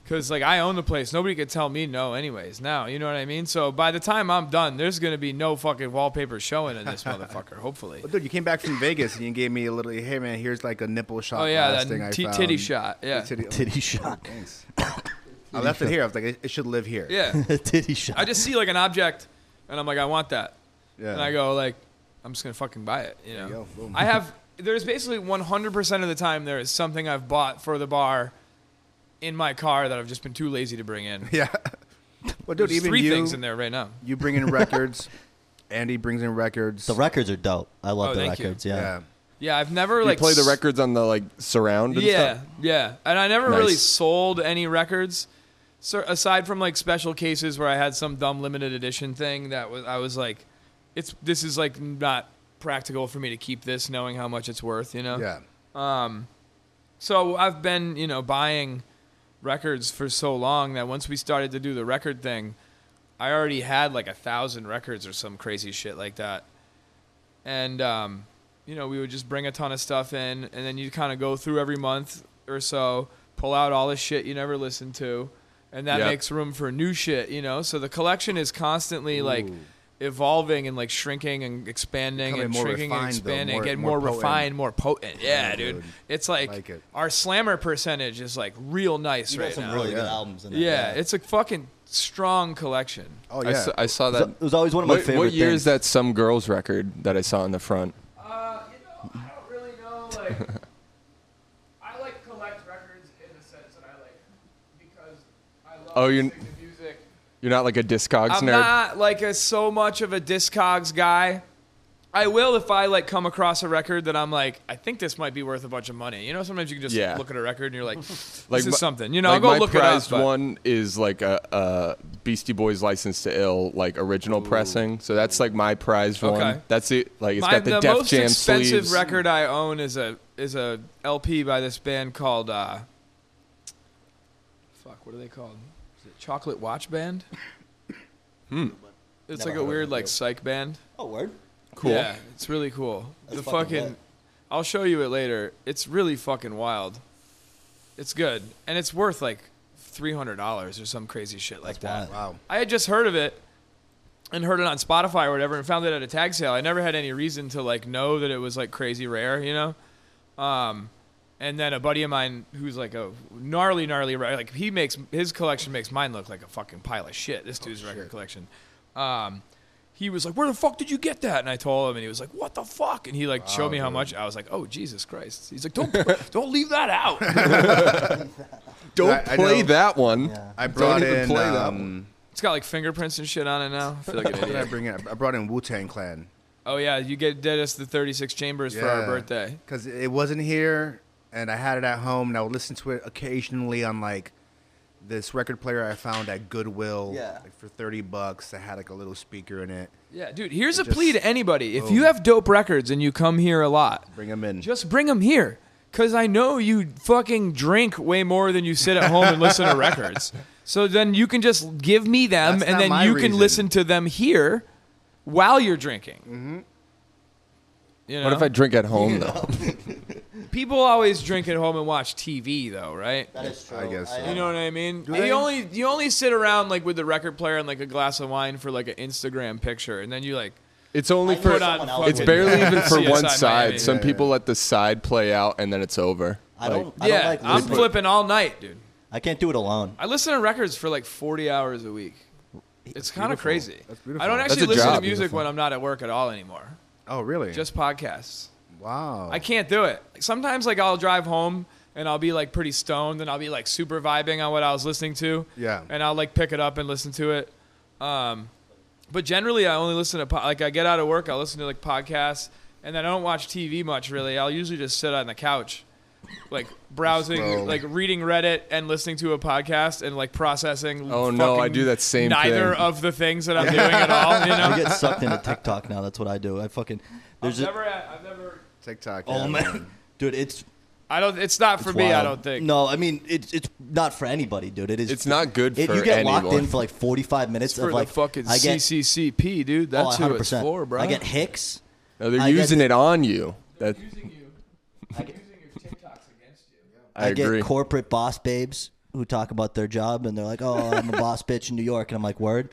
S2: Cuz like I own the place. Nobody could tell me no anyways. Now, you know what I mean? So by the time I'm done, there's going to be no fucking wallpaper showing
S1: <laughs>
S2: in this motherfucker, hopefully.
S1: But dude, you came back from Vegas and you gave me a little. Hey man, here's like a nipple shot.
S2: Oh yeah,
S1: glass
S2: that
S1: thing I
S2: t-
S1: found.
S2: titty shot. Yeah,
S1: Titty-
S3: <laughs>
S2: <laughs>
S3: titty shot. <laughs>
S1: Thanks. I left it here. I was like, it, it should live here. <laughs>
S2: yeah.
S3: titty shot.
S2: I just see like an object, and I'm like, I want that,
S1: Yeah.
S2: and I go like, I'm just gonna fucking buy it. You know,
S1: you go, boom.
S2: I have. There's basically 100% of the time there is something I've bought for the bar in my car that I've just been too lazy to bring in.
S1: Yeah. <laughs> Well, dude,
S2: There's
S1: even
S2: three
S1: you,
S2: things in there right now.
S1: you bring <laughs> in records. Andy brings in records.
S3: the records are dope. I love
S2: Oh,
S3: the
S2: thank you.
S3: records.
S1: yeah.
S3: Yeah.
S2: Yeah, I've never
S4: You
S2: like
S4: play the
S2: s-
S4: records on the like surround and
S2: Yeah,
S4: stuff.
S2: yeah, and I never really
S4: Nice.
S2: sold any records, so aside from like special cases where I had some dumb limited edition thing that was I was like, it's this is like not practical for me to keep this, knowing how much it's worth, you know.
S1: Yeah.
S2: So I've been you know buying records for so long that once we started to do the record thing, I already had like a thousand records or some crazy shit like that, and um, you know we would just bring a ton of stuff in, and then you kind of go through every month or so, pull out all the shit you never listened to, and that
S4: Yeah.
S2: makes room for new shit, you know. So the collection is constantly like evolving and like shrinking and expanding
S1: Becoming
S2: and
S1: more
S2: shrinking and
S1: refined, though,
S2: expanding,
S1: more-
S2: get
S1: more
S2: more,
S1: potent.
S2: refined, more potent. Yeah, dude.
S1: dude.
S2: It's like,
S1: Like it.
S2: our slammer percentage is like real nice
S3: You got
S2: right
S3: some
S2: now. Oh,
S3: really good
S1: yeah.
S3: albums in there.
S2: yeah, it's a fucking strong collection.
S1: Oh
S4: I,
S1: yeah.
S4: s- I saw
S3: It
S4: that.
S3: was- it was always one of my
S4: what,
S3: favorite.
S4: what year
S3: things.
S4: is that? Some girls record that I saw in the front.
S2: Uh, you know, I don't really know. Like, <laughs> I like collect records in the sense that I like because I love
S4: Oh, you-
S2: listening to music.
S4: You're not like a discogs
S2: I'm
S4: nerd.
S2: not like a so much of a discogs guy. I will if I like come across a record that I'm like, I think this might be worth a bunch of money. You know, sometimes you can just
S4: Yeah.
S2: look at a record and you're
S4: <laughs>
S2: like, this
S4: Like
S2: is
S4: my-
S2: something. You know,
S4: like
S2: I'll go
S4: my
S2: look it up.
S4: prized
S2: but-
S4: one is like a, a Beastie Boys "License to Ill" like original pressing. So that's like my prized
S2: Okay.
S4: one. That's it. Like it's
S2: My-
S4: got the, Def
S2: most
S4: Jam
S2: expensive
S4: sleeves.
S2: record I own is a is a LP by this band called uh, fuck, what are they called? Is it Chocolate
S4: <laughs>
S2: Watch Band? It's
S3: Never
S2: like
S4: Hmm.
S3: heard
S2: a
S3: of
S2: weird
S3: it.
S2: like psych band.
S3: Oh, word.
S4: Cool.
S2: Yeah, it's really cool. the
S3: fucking
S2: fucking,
S3: lit.
S2: I'll show you it later. It's really fucking wild. It's good, and it's worth like three hundred dollars or some crazy shit like
S3: That's
S2: that.
S1: wild. Wow.
S2: I had just heard of it, and heard it on Spotify or whatever, and found it at a tag sale. I never had any reason to like know that it was like crazy rare, you know. Um, and then a buddy of mine who's like a gnarly, gnarly re- like he makes his collection makes mine look like a fucking pile of shit. This dude's record collection. Um, he was like, "Where the fuck did you get that?" And I told him, and he was like, "What the fuck?" And he like showed me how much. I was like, "Oh Jesus Christ!" He's like, "Don't <laughs> don't leave that out."
S4: Don't
S1: I- I
S4: play
S1: know-
S4: that one.
S3: Yeah.
S1: I
S4: Don't
S1: brought
S4: even
S1: in.
S4: play that
S1: um,
S2: it's got like fingerprints and shit on it now. I
S1: <laughs>
S2: feel like an
S1: what did I
S2: idiot.
S1: bring in? I brought in Wu Tang Clan.
S2: Oh yeah, you get did us the 36 chambers for our birthday.
S1: Because it wasn't here, and I had it at home, and I would listen to it occasionally on like this record player I found at Goodwill
S3: Yeah.
S1: like, for 30 bucks. that had like a little speaker in it.
S2: Yeah, dude. Here's a
S1: just-
S2: plea to anybody: if
S1: Oh.
S2: you have dope records and you come here a lot,
S1: Bring them in.
S2: just bring them here. Cause I know you fucking drink way more than you sit at home and
S1: <laughs>
S2: listen to records. So then you can just give me them,
S1: That's
S2: and
S1: not
S2: then
S1: my
S2: you can
S1: reason.
S2: listen to them here while you're drinking. Mm-hmm. You know?
S4: What if I drink at home though?
S2: People always drink at home and watch TV, though, right?
S3: That is true.
S1: I guess so.
S2: You know what I mean?
S1: they?
S2: You only you only sit around like with the record player and like a glass of wine for like an Instagram picture, and then you like
S4: It's only
S3: I
S4: for.
S3: know
S2: put on.
S3: someone else
S2: fucking-
S4: It's barely
S2: <laughs>
S4: even for
S2: CSI
S4: one
S2: Miami.
S4: side. Some
S1: Yeah,
S4: people let the side play out and then it's over.
S3: I
S4: Like,
S3: don't. I don't
S2: Yeah,
S3: like
S2: I'm
S3: listening.
S2: flipping all night, dude.
S3: I can't do it alone.
S2: I listen to records for like 40 hours a week. It's kind of
S1: beautiful.
S2: crazy.
S1: That's beautiful.
S2: I don't
S1: That's
S2: actually
S4: a
S2: listen to
S4: job.
S2: music
S4: Beautiful.
S2: when I'm not at work at all anymore.
S1: Oh, really?
S2: Just podcasts.
S1: wow.
S2: I can't do it. Sometimes like I'll drive home and I'll be like pretty stoned and I'll be like super vibing on what I was listening to.
S1: Yeah.
S2: And I'll like pick it up and listen to it. Um, but generally I only listen to po- like I get out of work, I'll listen to like podcasts and then I don't watch TV much really. I'll usually just sit on the couch like browsing,
S1: Scroll.
S2: like reading Reddit and listening to a podcast and like processing.
S4: Oh, no, I
S2: fucking
S4: do that same
S2: Neither
S4: thing.
S2: of the things that I'm doing at all. You
S4: <laughs>
S2: know,
S3: I get sucked into TikTok now. That's what I do. I fucking. There's
S2: I've
S3: a,
S2: never, I've never.
S1: TikTok.
S3: oh
S1: yeah, <laughs>
S3: man, dude, it's
S2: I don't. It's not for
S3: it's
S2: me. I
S3: wild.
S2: don't think.
S3: No, I mean it's it's not for anybody, dude. It is.
S4: It's not good
S3: It,
S4: for
S3: you get
S4: anyone.
S3: locked in for like 45 minutes
S2: It's for
S3: of like
S2: the fucking
S3: I get
S2: CCCP, dude.
S3: oh,
S2: That's who it's
S3: 100%.
S2: for, bro.
S3: I get hicks.
S4: No, they're
S3: I get-
S4: using it on you. That
S2: using you.
S3: I get-
S2: using your TikToks against you.
S4: I,
S3: I, get
S4: agree.
S3: corporate boss babes who talk about their job and they're like, "Oh,
S2: <laughs>
S3: I'm a boss bitch in New York," and I'm like, "Word,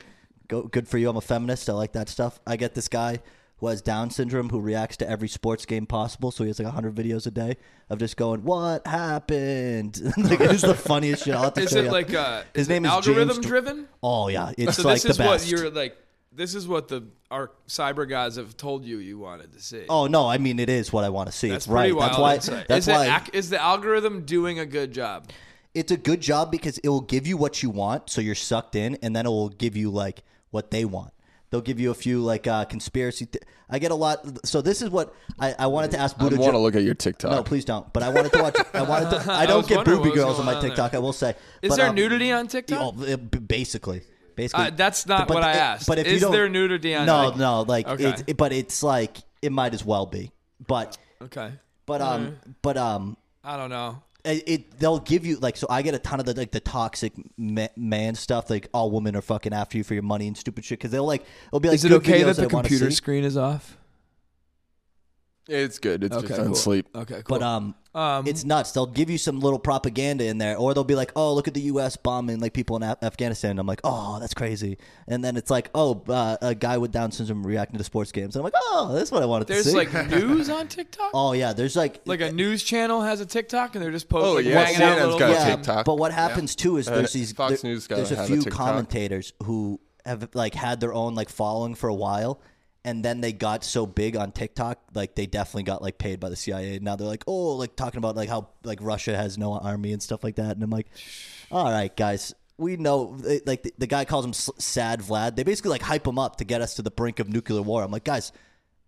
S3: go good for you. I'm a feminist. I like that stuff." I get this guy who has Down syndrome who reacts to every sports game possible, so he has like 100 videos a day of just going, "What happened?" <laughs> like it's the funniest shit. I'll have to
S2: Is
S3: show
S2: it
S3: you.
S2: like uh,
S3: His
S2: is it
S3: name is James
S2: algorithm
S3: Dr-
S2: driven?
S3: Oh yeah, it's
S2: So
S3: like
S2: this
S3: the
S2: is
S3: best.
S2: what you're like. This is what the our cyber guys have told you you wanted to see.
S3: oh no, I mean it is what I want to see.
S2: that's
S3: it's right.
S2: pretty wild.
S3: that's why.
S2: insight.
S3: That's
S2: is
S3: why.
S2: It, ac- is the algorithm doing a good job?
S3: it's a good job because it will give you what you want, so you're sucked in, and then it will give you like what they want. They'll give you a few like uh, conspiracy. Th- I get a lot. So this is what I, I wanted to ask
S4: I
S3: Buddha.
S4: want to look at your TikTok.
S3: no, please don't. But I wanted to watch. I
S2: <laughs>
S3: wanted to. I don't
S2: was
S3: get
S2: wondering
S3: booby
S2: what was
S3: girls on
S2: going on
S3: my
S2: there.
S3: TikTok. I will say.
S2: Is
S3: But,
S2: there
S3: um,
S2: nudity on TikTok?
S3: Oh, b- b- basically, basically.
S2: Uh, that's not
S3: But
S2: what I
S3: it-
S2: asked.
S3: But if you
S2: is
S3: don't,
S2: there nudity on?
S3: no,
S2: like-
S3: no, like
S2: Okay.
S3: it's. It, but it's like it might as well be. But
S2: Okay.
S3: but um
S2: Mm.
S3: but um
S2: I don't know.
S3: it, it they'll give you like so I get a ton of the like the toxic ma- man stuff like all women are fucking after you for your money and stupid shit because they'll like it'll be like
S2: Is it
S3: good
S2: okay that
S3: videos
S2: the
S3: I wanna
S2: computer
S3: see,
S2: screen is off?
S4: It's good. It's
S2: Okay.
S4: just on
S2: cool.
S4: sleep.
S2: Okay. Cool.
S3: but um
S2: um,
S3: it's nuts they'll give you some little propaganda in there or they'll be like oh look at the U.S. bombing like people in Af- Afghanistan and I'm like oh that's crazy and then it's like oh uh, a guy with Down syndrome reacting to sports games and I'm like oh that's what I wanted to
S2: there's
S3: see
S2: like news
S3: <laughs>
S2: on TikTok.
S3: oh yeah there's like
S2: like a news channel has a TikTok and they're just posting.
S4: Oh,
S2: like,
S4: yeah,
S2: hanging out
S4: CNN's
S2: little,
S4: got a
S2: um,
S4: TikTok. Uh,
S3: But what happens too is there's these
S4: Fox
S3: there-
S4: News gotta
S3: there's a
S4: have a
S3: few
S4: TikTok.
S3: commentators who have like had their own like following for a while, and then they got so big on TikTok, like they definitely got like paid by the CIA. Now they're like, oh, like talking about like how like Russia has no army and stuff like that, and I'm like, all right, guys. We know, they- like the, the guy calls him S- Sad Vlad. They basically like hype him up to get us to the brink of nuclear war. I'm like, guys,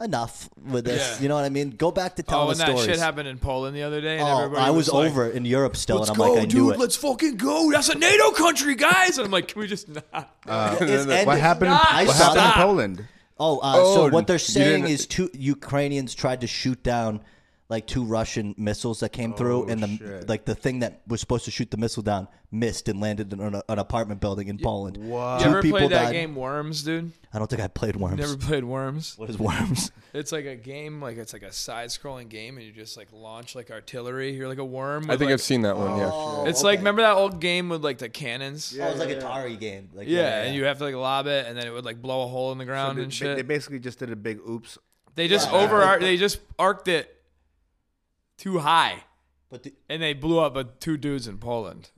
S3: enough with this.
S2: Yeah.
S3: You know what I mean? Go back to telling
S2: Oh, and
S3: the
S2: that
S3: stories.
S2: shit happened in Poland the other day. And
S3: oh,
S2: everybody
S3: I was,
S2: like,
S3: over in Europe still,
S2: Let's
S3: and I'm
S2: go,
S3: like, I
S2: dude.
S3: knew it.
S2: Let's fucking go. That's a NATO country, guys. And I'm like, can we just not?
S4: Uh, <laughs>
S3: It's ended.
S1: What happened? In,
S2: Stop!
S1: what happened
S2: Stop!
S1: in Poland?
S3: Oh, uh, so
S4: Oh,
S3: what they're
S4: you
S3: saying
S4: didn't-
S3: is two Ukrainians tried to shoot down like two Russian missiles that came through,
S1: Oh,
S3: and the
S1: shit.
S3: like the thing that was supposed to shoot the missile down missed and landed in an, an apartment building in Poland.
S1: Wow.
S2: You ever played that game Worms, dude?
S3: I don't think I played
S2: <laughs>
S3: Worms.
S2: Never played Worms.
S3: What is Worms?
S2: It's like a game, like it's like a side-scrolling game, and you just like launch like artillery. You're like a worm.
S4: I
S2: with,
S4: think
S2: like-
S4: I've seen that one. Yeah.
S2: It's like remember that old game with like the cannons.
S3: Oh, it was like Atari game. Like,
S2: Yeah, and you have to like lob it, and then it would like blow a hole in the ground
S1: they,
S2: and shit.
S1: they
S2: They,
S1: basically just did a big oops.
S2: just
S3: Yeah.
S2: over, they just arced it too high,
S3: But the,
S2: and they blew up uh, two dudes in Poland.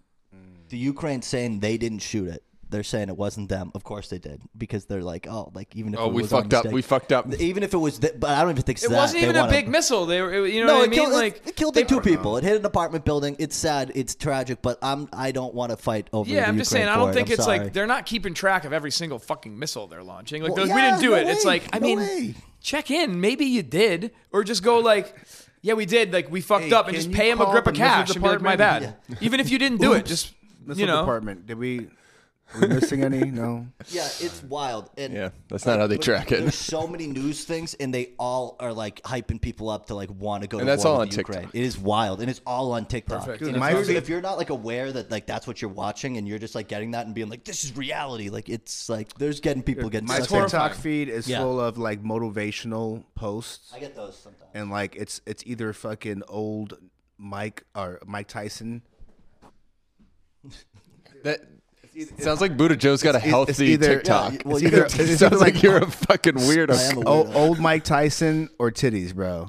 S3: the Ukraine's saying they didn't shoot it. They're saying it wasn't them. Of course they did, because they're like, oh, like even if
S4: Oh,
S3: it
S4: we
S3: was our
S4: fucked up.
S3: mistake- E
S4: We fucked up.
S3: Even if it was, th- but I don't even think it's
S2: It
S3: that.
S2: wasn't
S3: They
S2: even a
S3: wanna-
S2: big missile. They were, it- you know
S3: No,
S2: what I
S3: it
S2: mean?
S3: killed, it-
S2: like
S3: it, killed the two people. It hit an apartment building. It's sad. It's tragic. But I'm. I don't want to fight over.
S2: Yeah,
S3: the
S2: I'm just saying. I
S3: Ukraine
S2: don't
S3: for it.
S2: think
S3: I'm
S2: it's
S3: sorry.
S2: like they're not keeping track of every single fucking missile they're launching. Like,
S3: Well,
S2: they're like, we didn't
S3: yeah,
S2: do
S3: no
S2: it. It's
S3: way,
S2: like I
S3: no
S2: mean,
S3: way.
S2: check in. Maybe you did, or just go like, yeah, we did. Like we fucked
S1: Hey,
S2: up, and
S1: can
S2: just
S1: you
S2: pay him a
S1: call
S2: grip
S1: the
S2: of cash
S1: missile
S2: and be like, my bad.
S1: department?
S2: Even if you didn't do it, just
S1: Missile
S2: you know.
S1: department. Did we? Are we missing any? No.
S3: Yeah, it's wild. And
S4: Yeah, that's not how they
S3: but
S4: track it.
S3: There's so many news things, and they all are like hyping people up to like want to go.
S4: And
S3: to
S4: that's
S3: war
S4: all
S3: with
S4: on
S3: the
S4: TikTok.
S3: Ukraine. It is wild, and it's all on TikTok.
S2: Perfect.
S3: And
S1: Dude,
S3: if
S1: my
S3: you're-
S1: feed-
S3: if you're not like aware that like that's what you're watching, and you're just like getting that and being like, "This is reality," like it's like there's getting people getting.
S1: My
S3: sucked in.
S1: TikTok
S2: horrifying.
S1: feed is
S3: Yeah.
S1: full of like motivational posts
S3: I get those
S4: <laughs>
S3: sometimes.
S1: and like it's it's either fucking old Mike or Mike Tyson.
S4: That sounds like Buddha Joe's got a healthy
S1: it's either-
S4: TikTok. <laughs>
S3: yeah, well,
S1: It's either,
S3: it's
S1: it's either
S4: sounds like,
S1: like
S4: you're a fucking
S3: I am a
S4: weirdo.
S1: old, old Mike Tyson or titties, bro.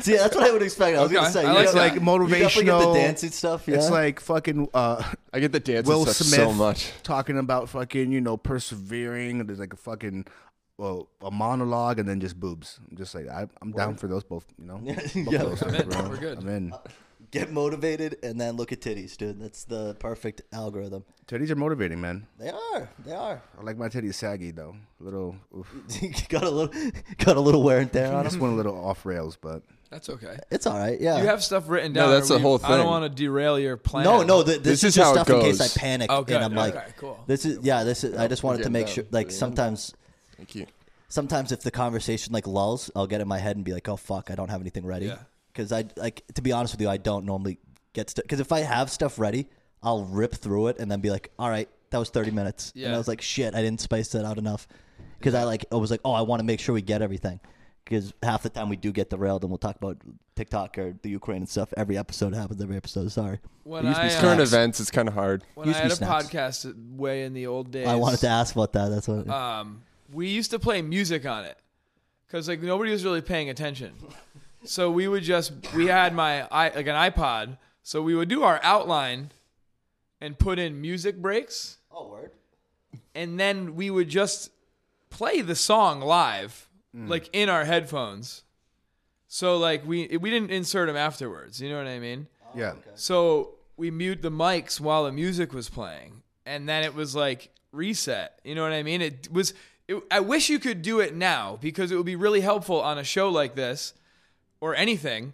S3: See, that's what I would expect. I was
S2: Okay.
S3: gonna say
S2: I
S3: you
S2: like
S3: know,
S1: It's like
S2: Yeah.
S1: motivational.
S3: You definitely get the dancing stuff. Yeah?
S1: It's like fucking uh,
S4: I get the dance
S1: Will
S4: stuff
S1: Smith
S4: uh, so much.
S1: talking about fucking you know persevering. There's like a fucking well a monologue and then just boobs. I'm just like I, I'm down for those both.
S2: <laughs>
S1: You know, Both
S3: Yeah.
S1: those
S3: I'm
S1: things,
S2: in.
S1: bro.
S2: We're good.
S1: I'm in.
S3: get motivated and then look at titties, dude. That's the perfect algorithm.
S1: Titties are motivating, man.
S3: They are. They are. <laughs>
S1: I like my titties saggy though. A little,
S2: <laughs>
S1: oof.
S3: got a little, <laughs> got a little wear and tear
S1: I
S3: on them.
S1: just went a little off rails, but
S2: That's okay.
S3: It's all right. Yeah.
S2: You have stuff written down.
S4: that's
S2: or
S4: the
S2: we-
S4: whole
S2: I don't
S4: thing.
S2: want to derail your plan.
S3: no, no. Th- this,
S4: This
S3: is
S4: is
S3: just
S4: how it
S3: stuff in case
S4: goes.
S3: I panic
S2: Oh, good.
S3: and I'm like,
S2: Okay, cool.
S3: this is yeah. This is. I just wanted to
S4: Yeah,
S3: make
S4: no,
S3: sure. Like
S4: yeah.
S3: sometimes,
S4: Thank you.
S3: sometimes if the conversation like lulls, I'll get in my head and be like, oh fuck, I don't have anything ready.
S2: Yeah.
S3: Because I like to be honest with you, I don't normally get stuff. Because if I have stuff ready, I'll rip through it and then be like, all right, that was thirty minutes. And
S2: Yeah.
S3: I was like, shit, I didn't space that out enough. Because I like, I was like, oh, I want to make sure we get everything. Because half the time we do get derailed, and we'll talk about TikTok or the Ukraine and stuff. Every episode happens. Every episode. Sorry.
S2: When
S3: It used to be
S2: I, uh,
S4: Current
S3: snacks.
S4: events, it's kind of hard.
S2: When I
S3: Used to
S2: had
S3: be
S2: a
S3: snaps.
S2: podcast way in the old days,
S3: I wanted to ask about that. That's what.
S2: um, we used to play music on it because like nobody was really paying attention. So we would just we had my i like an iPod, so we would do our outline and put in music breaks,
S3: oh, word.
S2: and then we would just play the song live, like in our headphones. So like we we didn't insert them afterwards. You know what I mean?
S1: yeah.
S2: So we mute the mics while the music was playing, and then it was like reset. You know what I mean? It was. It, I wish you could do it now because it would be really helpful on a show like this or anything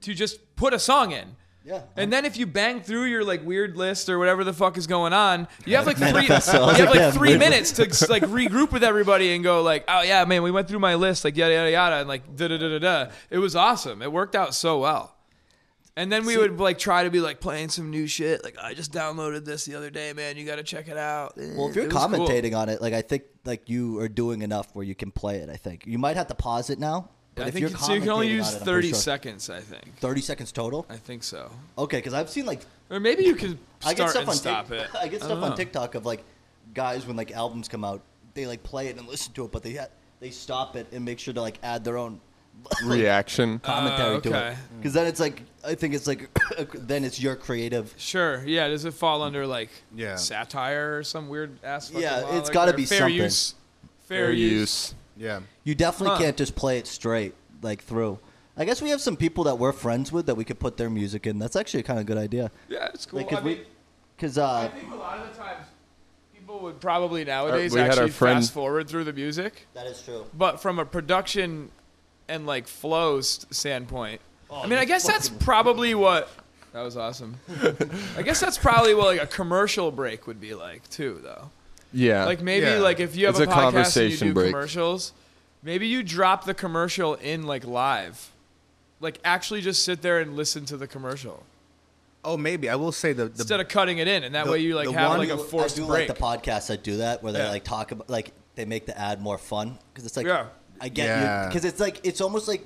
S2: to just put a song in.
S3: Yeah.
S2: And then if you bang through your like weird list or whatever the fuck is going on, you
S3: <laughs>
S2: have like three, you
S3: Manifesto. I was
S2: have
S3: like,
S2: like
S3: "Damn,
S2: three
S3: weird
S2: minutes to like regroup with everybody and go like, oh yeah, man, we went through my list like yada yada yada and like da da da da da. It was awesome. It worked out so well. And then we would like try to be like playing some new shit. Like I just downloaded this the other day, man. You got to check it out.
S3: Well, if you're commentating on it, like I think like you are doing enough where you can play it. I think you might have to pause it now. But
S2: I
S3: if
S2: think
S3: you're
S2: you, so you can only
S3: commentating
S2: use
S3: on it, I'm pretty
S2: 30
S3: sure-
S2: seconds, I think.
S3: Thirty seconds total.
S2: I think so.
S3: Okay, because I've seen like
S2: Or maybe you can
S3: I
S2: start
S3: get stuff
S2: and
S3: on
S2: stop
S3: Tik-
S2: it.
S3: <laughs> I get stuff
S2: don't
S3: on
S2: know.
S3: TikTok of like guys when like albums come out, they like play it and listen to it, but they ha- they stop it and make sure to like add their own <laughs> like,
S4: Reaction.
S2: Uh,
S3: commentary to it.
S2: okay.
S3: Because then it's like <coughs> I think it's like then it's your creative.
S2: Sure. Yeah. Does it fall under like
S1: Yeah.
S2: satire or some weird ass? fucking
S3: Hmm. Yeah,
S2: law?
S3: it's
S2: Like,
S3: gotta
S2: or
S3: be
S2: fair
S3: something.
S2: Use, fair,
S4: Fair
S2: use.
S4: use.
S1: Yeah.
S3: You definitely
S2: Huh.
S3: can't just play it straight like through. I guess we have some people that we're friends with that we could put their music in. That's actually a kind of good idea.
S2: Yeah, it's cool.
S3: Like,
S2: I,
S3: if we-
S2: mean,
S3: Because
S2: I
S3: uh,
S2: think a lot of the times people would probably nowadays
S4: we had our
S2: actually
S4: friend-
S2: fast forward through the music,
S3: that is true.
S2: but from a production and like flow st- standpoint,
S1: Oh,
S2: I mean, I
S3: you
S2: guess that's probably what. That
S1: <laughs>
S2: was awesome. I guess that's probably what like a commercial break would be like too, though.
S4: Yeah.
S2: Like maybe
S1: Yeah.
S2: like if you have
S4: It's
S2: a,
S4: a
S2: podcast and you
S4: conversation
S2: do
S4: break.
S2: commercials, maybe you drop the commercial in like live. Like actually just sit there and listen to the commercial
S1: Oh, maybe I will say the the
S2: instead of cutting it in, and that
S1: the-
S2: way you like
S1: the
S2: have
S1: one-
S2: like a
S1: I
S2: forced
S3: I do
S2: break.
S3: like the podcasts that do that where they
S2: Yeah.
S3: like talk about like they make the ad more fun because it's like
S2: Yeah.
S3: I get you
S1: Yeah.
S3: because it's like it's almost like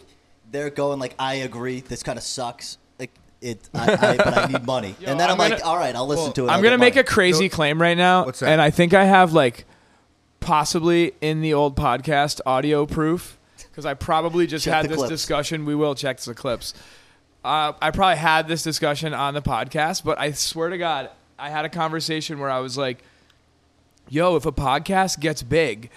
S3: they're going like I agree this kind of sucks like it I, I, but I need money
S2: <laughs> Yo,
S3: and then
S2: I'm
S3: I'm,
S2: gonna-
S3: like all right I'll listen
S1: Well,
S3: to it
S2: I'm
S3: I'll
S2: gonna
S3: get
S2: make a
S3: money."
S2: crazy claim right now,
S1: What's that?
S2: and I think I have like possibly in the old podcast audio proof because I probably just
S3: Check
S2: had
S3: the
S2: this
S3: clips.
S2: discussion. We will check the clips. Uh, I probably had this discussion on the podcast, but I swear to God, I had a conversation where I was like, "Yo, if a podcast gets big."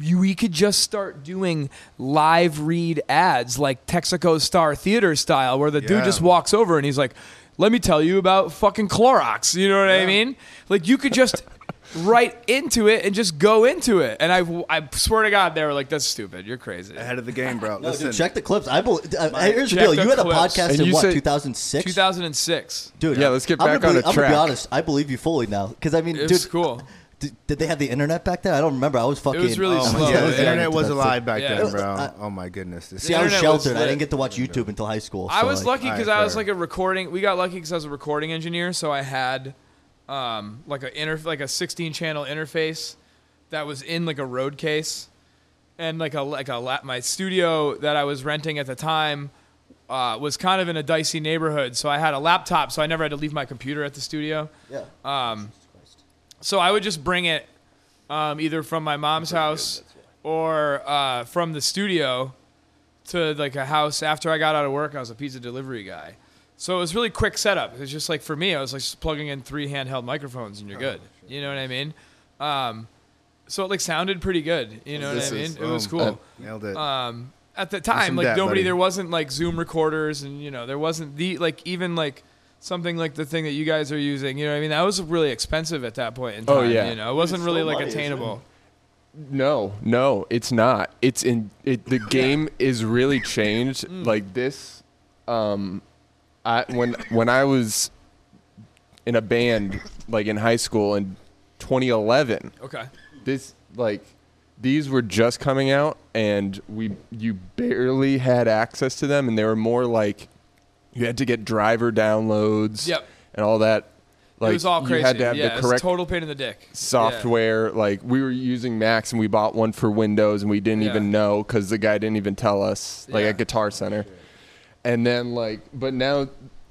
S2: you- we could just start doing live read ads like Texaco Star Theater style, where the dude
S1: Yeah.
S2: just walks over and he's like, "Let me tell you about fucking Clorox." You know what I mean? Like you could just write into it and just go into it. And I, I swear to God, they were like, "That's stupid. You're crazy."
S1: ahead of the game,
S2: <laughs>
S1: bro.
S3: No,
S1: Listen, <laughs>
S3: dude, check the clips I believe uh, here's the
S2: check
S3: deal
S2: the
S3: you had a
S2: clips.
S3: podcast
S4: And
S3: in
S4: you
S3: what
S4: said-
S3: 2006
S2: 2006.
S3: dude
S4: Yeah, let's get
S3: I'm gonna
S4: back on
S3: believe-
S4: a
S3: I'm gonna
S4: track.
S3: be honest I believe you fully now because I mean
S2: It
S3: dude
S2: was cool.
S3: Did, did they have the internet back then? I don't remember. I was fucking.
S2: really
S1: oh my
S2: slow,
S1: God,
S2: yeah.
S1: the internet was alive back
S2: Yeah.
S1: then, bro.
S3: Uh,
S1: Oh my goodness, this
S3: See, I was
S2: internet was
S3: sheltered. I
S2: lit.
S3: didn't get to watch YouTube until high school.
S2: I
S3: so,
S2: was
S3: like,
S2: lucky
S1: Alright,
S2: because I was
S1: fair.
S2: like a recording. We got lucky because I was a recording engineer, so I had um, like a inter like a 16 channel interface that was in like a road case, and like a like a lap. My studio that I was renting at the time uh, was kind of in a dicey neighborhood, so I had a laptop, so I never had to leave my computer at the studio.
S3: Yeah.
S2: Uh, Um, So I would just bring it um, either from my mom's house or uh, from the studio to like a house. After I got out of work, I was a pizza delivery guy. So it was really quick setup. It was just like for me, I was like just plugging in three handheld microphones
S4: Oh,
S2: and you're good. You know what I mean? Um, so it like sounded pretty good. You know
S4: This
S2: what I mean?
S4: is-
S2: it was
S4: um,
S2: cool.
S4: uh,
S1: nailed it.
S2: um, at the time,
S1: some
S2: like
S1: depth,
S2: nobody,
S1: buddy.
S2: there wasn't like Zoom recorders, and you know, there wasn't the like even like something like the thing that you guys are using. You know, what I mean, that was really expensive at that point in time.
S4: Oh, yeah.
S2: you know, it wasn't really
S4: still
S2: like
S4: money, isn't it?
S2: attainable.
S4: No, no, it's not. It's in
S2: <laughs>
S4: it. The game is really changed.
S2: Mm.
S4: Like this, um, I when when I was in a band like in high school in 2011,
S2: Okay,
S4: this like these were just coming out and we you barely had access to them and they were more like you had to get driver downloads
S2: Yep.
S4: and all that like
S2: it was all crazy.
S4: you had to have
S2: yeah, it
S4: the
S2: was
S4: correct
S2: total pain in the dick. Yeah.
S4: software. Like we were using Macs and we bought one for Windows and we didn't
S2: Yeah.
S4: even know because the guy didn't even tell us. Like
S2: Yeah. Oh,
S4: at Guitar Center, and then like, but now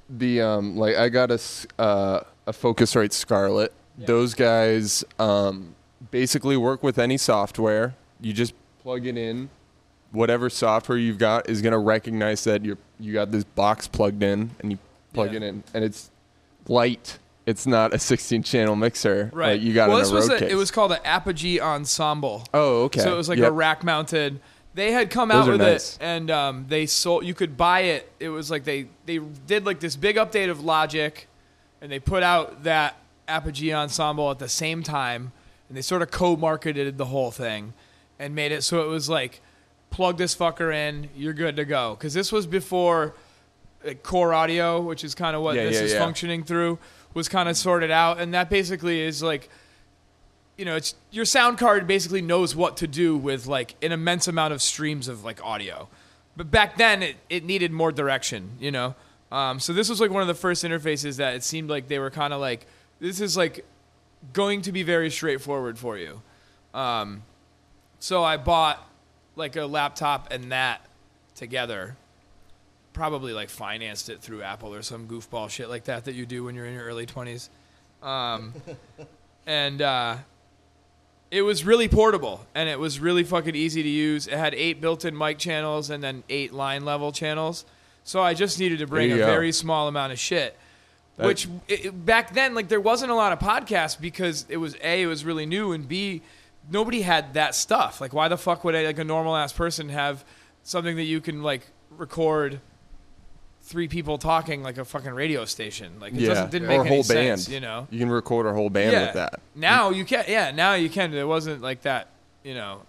S4: the um like I got a s- uh, a Focusrite Scarlet. Those guys um basically work with any software. You just plug it in. Whatever software you've got is gonna recognize that you you got this box plugged in and you plug
S2: Yeah.
S4: it in and it's light. It's not a <laughs> 16 channel mixer.
S2: Right,
S4: Like you got
S2: well,
S4: in
S2: this
S4: a road
S2: was
S4: case.
S2: it was called the Apogee Ensemble.
S4: Oh, okay.
S2: So it was like a
S4: Yep.
S2: rack mounted. They had come
S4: Those
S2: out
S4: are
S2: with
S4: nice.
S2: it, and um, they sold. You could buy it. It was like they they did like this big update of Logic, and they put out that Apogee Ensemble at the same time, and they sort of co-marketed the whole thing, and made it so it was like, plug this fucker in, you're good to go. Because this was before like uh, core audio, which is kind of what
S4: Yeah,
S2: this
S4: yeah,
S2: is
S4: yeah.
S2: functioning through, was kind of sorted out, and that basically is like, you know, it's your sound card basically knows what to do with like an immense amount of streams of like audio, but back then it, it needed more direction, you know. Um, so this was like one of the first interfaces that it seemed like they were kind of like, this is like going to be very straightforward for you. Um, so I bought like a laptop and that together probably like financed it through Apple or some goofball shit like that that you do when you're in your early 20s.
S4: <laughs>
S2: Um, and uh, it was really portable and it was really fucking easy to use. It had eight built in mic channels and then eight line level channels. So I just needed to bring a
S4: you go.
S2: very small amount of shit.
S4: That-
S2: which it, it- back then, like, there wasn't a lot of podcasts because it was A, it was really new, and B, nobody had that stuff. Like, why the fuck would a, like, a normal ass person have something that you can, like, record three people talking like a fucking radio station. Like it doesn't, didn't make
S4: or a whole
S2: any
S4: band.
S2: sense, you know.
S4: you can record a whole band with that.
S2: Now you can. Yeah, now you can. It wasn't like that, you know.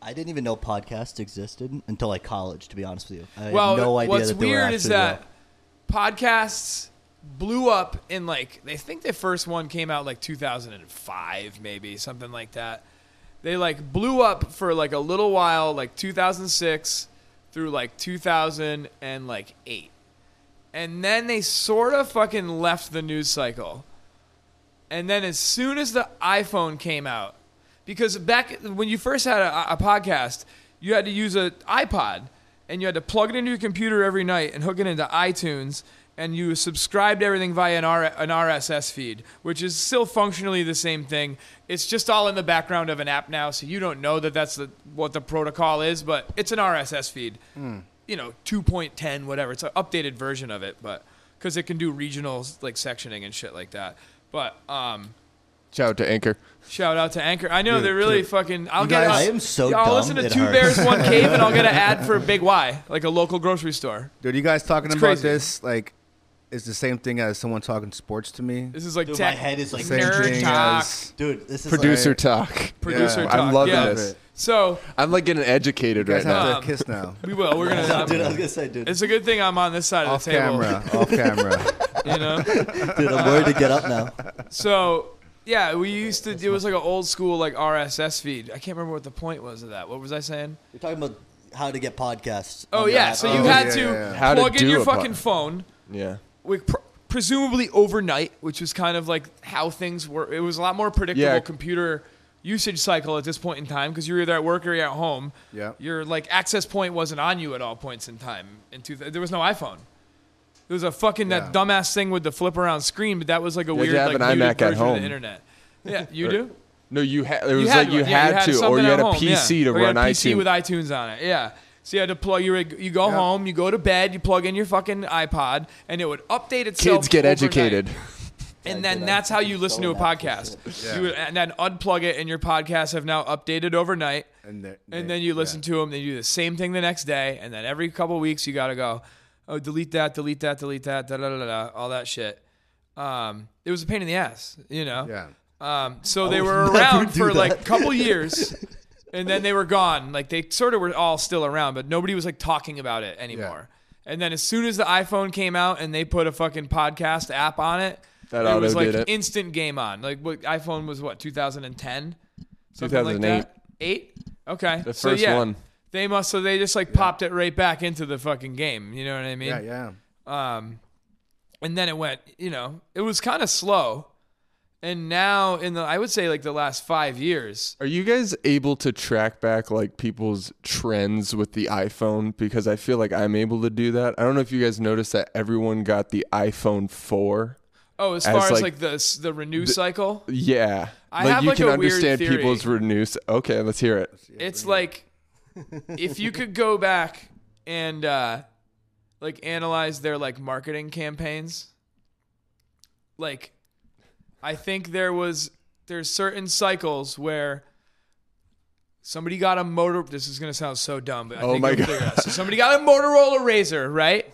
S3: I didn't even know podcasts existed until like college. To be honest with you, I
S2: well,
S3: had no idea
S2: what's
S3: that they were
S2: weird is
S3: actually
S2: that
S3: real.
S2: podcasts blew up in like they think the first one came out like 2005 maybe something like that. They like blew up for like a little while like 2006 through like 2000 and like 8. And then they sort of fucking left the news cycle. And then as soon as the iPhone came out, because back when you first had a, a podcast, you had to use an iPod and you had to plug it into your computer every night and hook it into iTunes and you subscribed everything via an, R- an RSS feed, which is still functionally the same thing. It's just all in the background of an app now, so you don't know that that's the, what the protocol is, but it's an RSS feed. You know, 2.10, whatever. It's an updated version of it, but because it can do regional like sectioning and shit like that. But um,
S4: Shout out to Anchor.
S2: shout out to Anchor. I know they're really fucking. I'll get.
S3: guys-
S2: a-
S3: I am so
S2: I'll
S3: dumb,
S2: listen to
S3: it
S2: Two
S3: hurts.
S2: Bears One Cave, and I'll get an
S3: <laughs>
S2: ad for Big Y, like a local grocery store.
S1: Dude, you guys talking
S2: It's
S1: about
S2: crazy.
S1: this like it's the same thing as someone talking sports to me.
S2: This is like
S3: Dude, my
S2: tech.
S3: head is, like,
S1: Same
S2: nerd
S1: thing
S2: talk.
S1: as
S3: Dude, this is
S4: Producer
S1: Right.
S4: talk. <laughs>
S2: producer
S1: Yeah.
S2: talk.
S4: I'm loving
S2: yeah.
S4: this.
S2: So
S4: I'm like getting educated
S1: you guys
S4: right
S1: have
S2: Um,
S4: now.
S1: to kiss <laughs> now.
S2: we will. We're gonna.
S3: Like, <laughs> dude, I was
S2: I'm-
S3: gonna say, dude,
S2: it's a good thing I'm on this side
S1: off
S2: of the table.
S1: camera. Off camera. <laughs>
S2: <laughs> You know.
S3: dude, I'm worried to get up now.
S2: <laughs> So yeah, we used to. It was like an old school like RSS feed. I can't remember what the point was of that. What was I saying?
S3: You're talking about how to get podcasts.
S2: Oh
S3: on your
S2: yeah.
S3: app.
S2: So you
S1: Oh,
S2: had
S1: yeah,
S2: to
S1: yeah, yeah.
S4: How to
S2: plug in
S4: do
S2: your
S4: a pod-
S2: fucking phone.
S4: Yeah.
S2: with pr- presumably overnight, which was kind of like how things were. It was a lot more predictable
S4: Yeah.
S2: computer usage cycle at this point in time because you were either at work or you're at home.
S1: Yeah.
S2: Your like access point wasn't on you at all points in time. In two, there was no iPhone. There was a fucking that
S1: Yeah.
S2: dumbass thing with the flip around screen, but that was like a
S4: you
S2: weird
S4: have
S2: like
S4: an
S2: muted
S4: iMac at
S2: version of
S4: home.
S2: the internet. Yeah, you
S4: Or-
S2: do.
S4: No, you had. It
S2: You
S4: was
S2: had
S4: like you
S2: one. Yeah,
S4: had to, or
S2: something
S4: you
S2: at
S4: had a
S2: home, yeah.
S4: PC to
S2: Or you
S4: run
S2: had a PC
S4: iTunes.
S2: with iTunes on it. Yeah. So you had to plug your. You go
S1: Yeah.
S2: home, you go to bed, you plug in your fucking iPod, and it would update itself.
S4: Kids get
S2: overnight.
S4: educated.
S2: And
S3: Yeah, I
S2: then
S3: did.
S2: that's
S3: I
S2: how
S3: fucking
S2: you listen to a
S3: stole that for
S2: podcast. You would, and then unplug it, and your podcasts have now updated overnight.
S1: And, the-
S2: And
S1: the-
S2: then you listen
S1: yeah.
S2: to them. They do the same thing the next day, and then every couple weeks you gotta go, oh, delete that, delete that, delete that, da da da da, all that shit. Um, it was a pain in the ass, you know.
S1: Yeah.
S2: Um, so they
S3: would
S2: were
S3: never
S2: around
S3: do
S2: for
S3: that.
S2: like a couple
S4: <laughs>
S2: years, and then they were gone. Like they sort of were all still around, but nobody was like talking about it anymore. And then as soon as the iPhone came out and they put a fucking podcast app on it,
S4: That
S2: it was
S4: auto
S2: like
S4: did it.
S2: instant game on. Like what iPhone was what 2010, Something like
S4: 2008.
S2: that? Eight. Okay.
S4: The
S2: so,
S4: first
S2: yeah,
S4: one.
S2: They must. So they just like popped it right back into the fucking game. You know what I mean?
S1: Yeah, yeah.
S2: Um, and then it went, you know, it was kind of slow. And now in the, I would say like the last five years,
S4: Are you guys able to track back like people's trends with the iPhone? Because I feel like I'm able to do that. I don't know if you guys noticed that everyone got the iPhone 4.
S2: oh, as
S4: As,
S2: far as
S4: like,
S2: like, the s the renew cycle,
S4: Yeah.
S2: I
S4: like
S2: have,
S4: you
S2: like,
S4: can
S2: a weird
S4: understand
S2: theory.
S4: people's renews. Okay, let's hear it.
S2: it's like if you could go back and uh, like analyze their like marketing campaigns, like I think there was there's certain cycles where somebody got a motor. This is gonna sound so dumb, but I
S4: Oh
S2: think
S4: my
S2: you'll
S4: God.
S2: figure it out. So somebody got a Motorola Razor, right?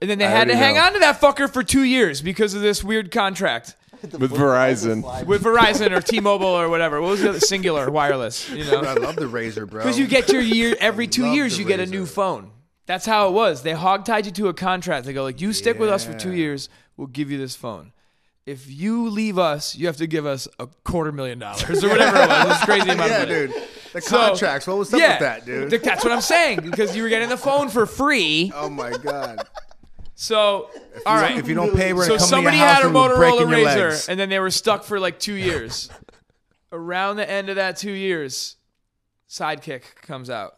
S2: And then they
S4: I
S2: had to
S4: already
S2: hang
S4: know.
S2: on to that fucker for two years because of this weird contract
S4: With Verizon.
S2: with Verizon or T-Mobile or whatever. What was the other? Singular wireless? You know, <laughs>
S1: Dude, I love the razor, bro.
S2: because you get your year every two
S1: Um, Love
S2: years,
S1: the
S2: you get a new
S1: razor.
S2: phone. That's how it was. They hogtied you to a contract. They go like, "You stick with us for two
S1: Yeah.
S2: years, we'll give you this phone. If you leave us, you have to give us a quarter million dollars or whatever it was. It's crazy
S1: <laughs> <laughs>
S2: amount
S1: yeah,
S2: of money.
S1: dude. The
S2: So-
S1: contracts. What was up
S2: yeah,
S1: with that, dude?
S2: th- That's what I'm saying because you were getting the phone for free.
S1: oh my god.
S2: So, all right.
S1: If you don't pay, we're
S2: so
S1: gonna come
S2: somebody
S1: to your house
S2: had a
S1: and we're breaking
S2: Motorola
S1: your
S2: Razor,
S1: legs.
S2: and then they were stuck for like two years. Around the end of that two years, Sidekick comes out,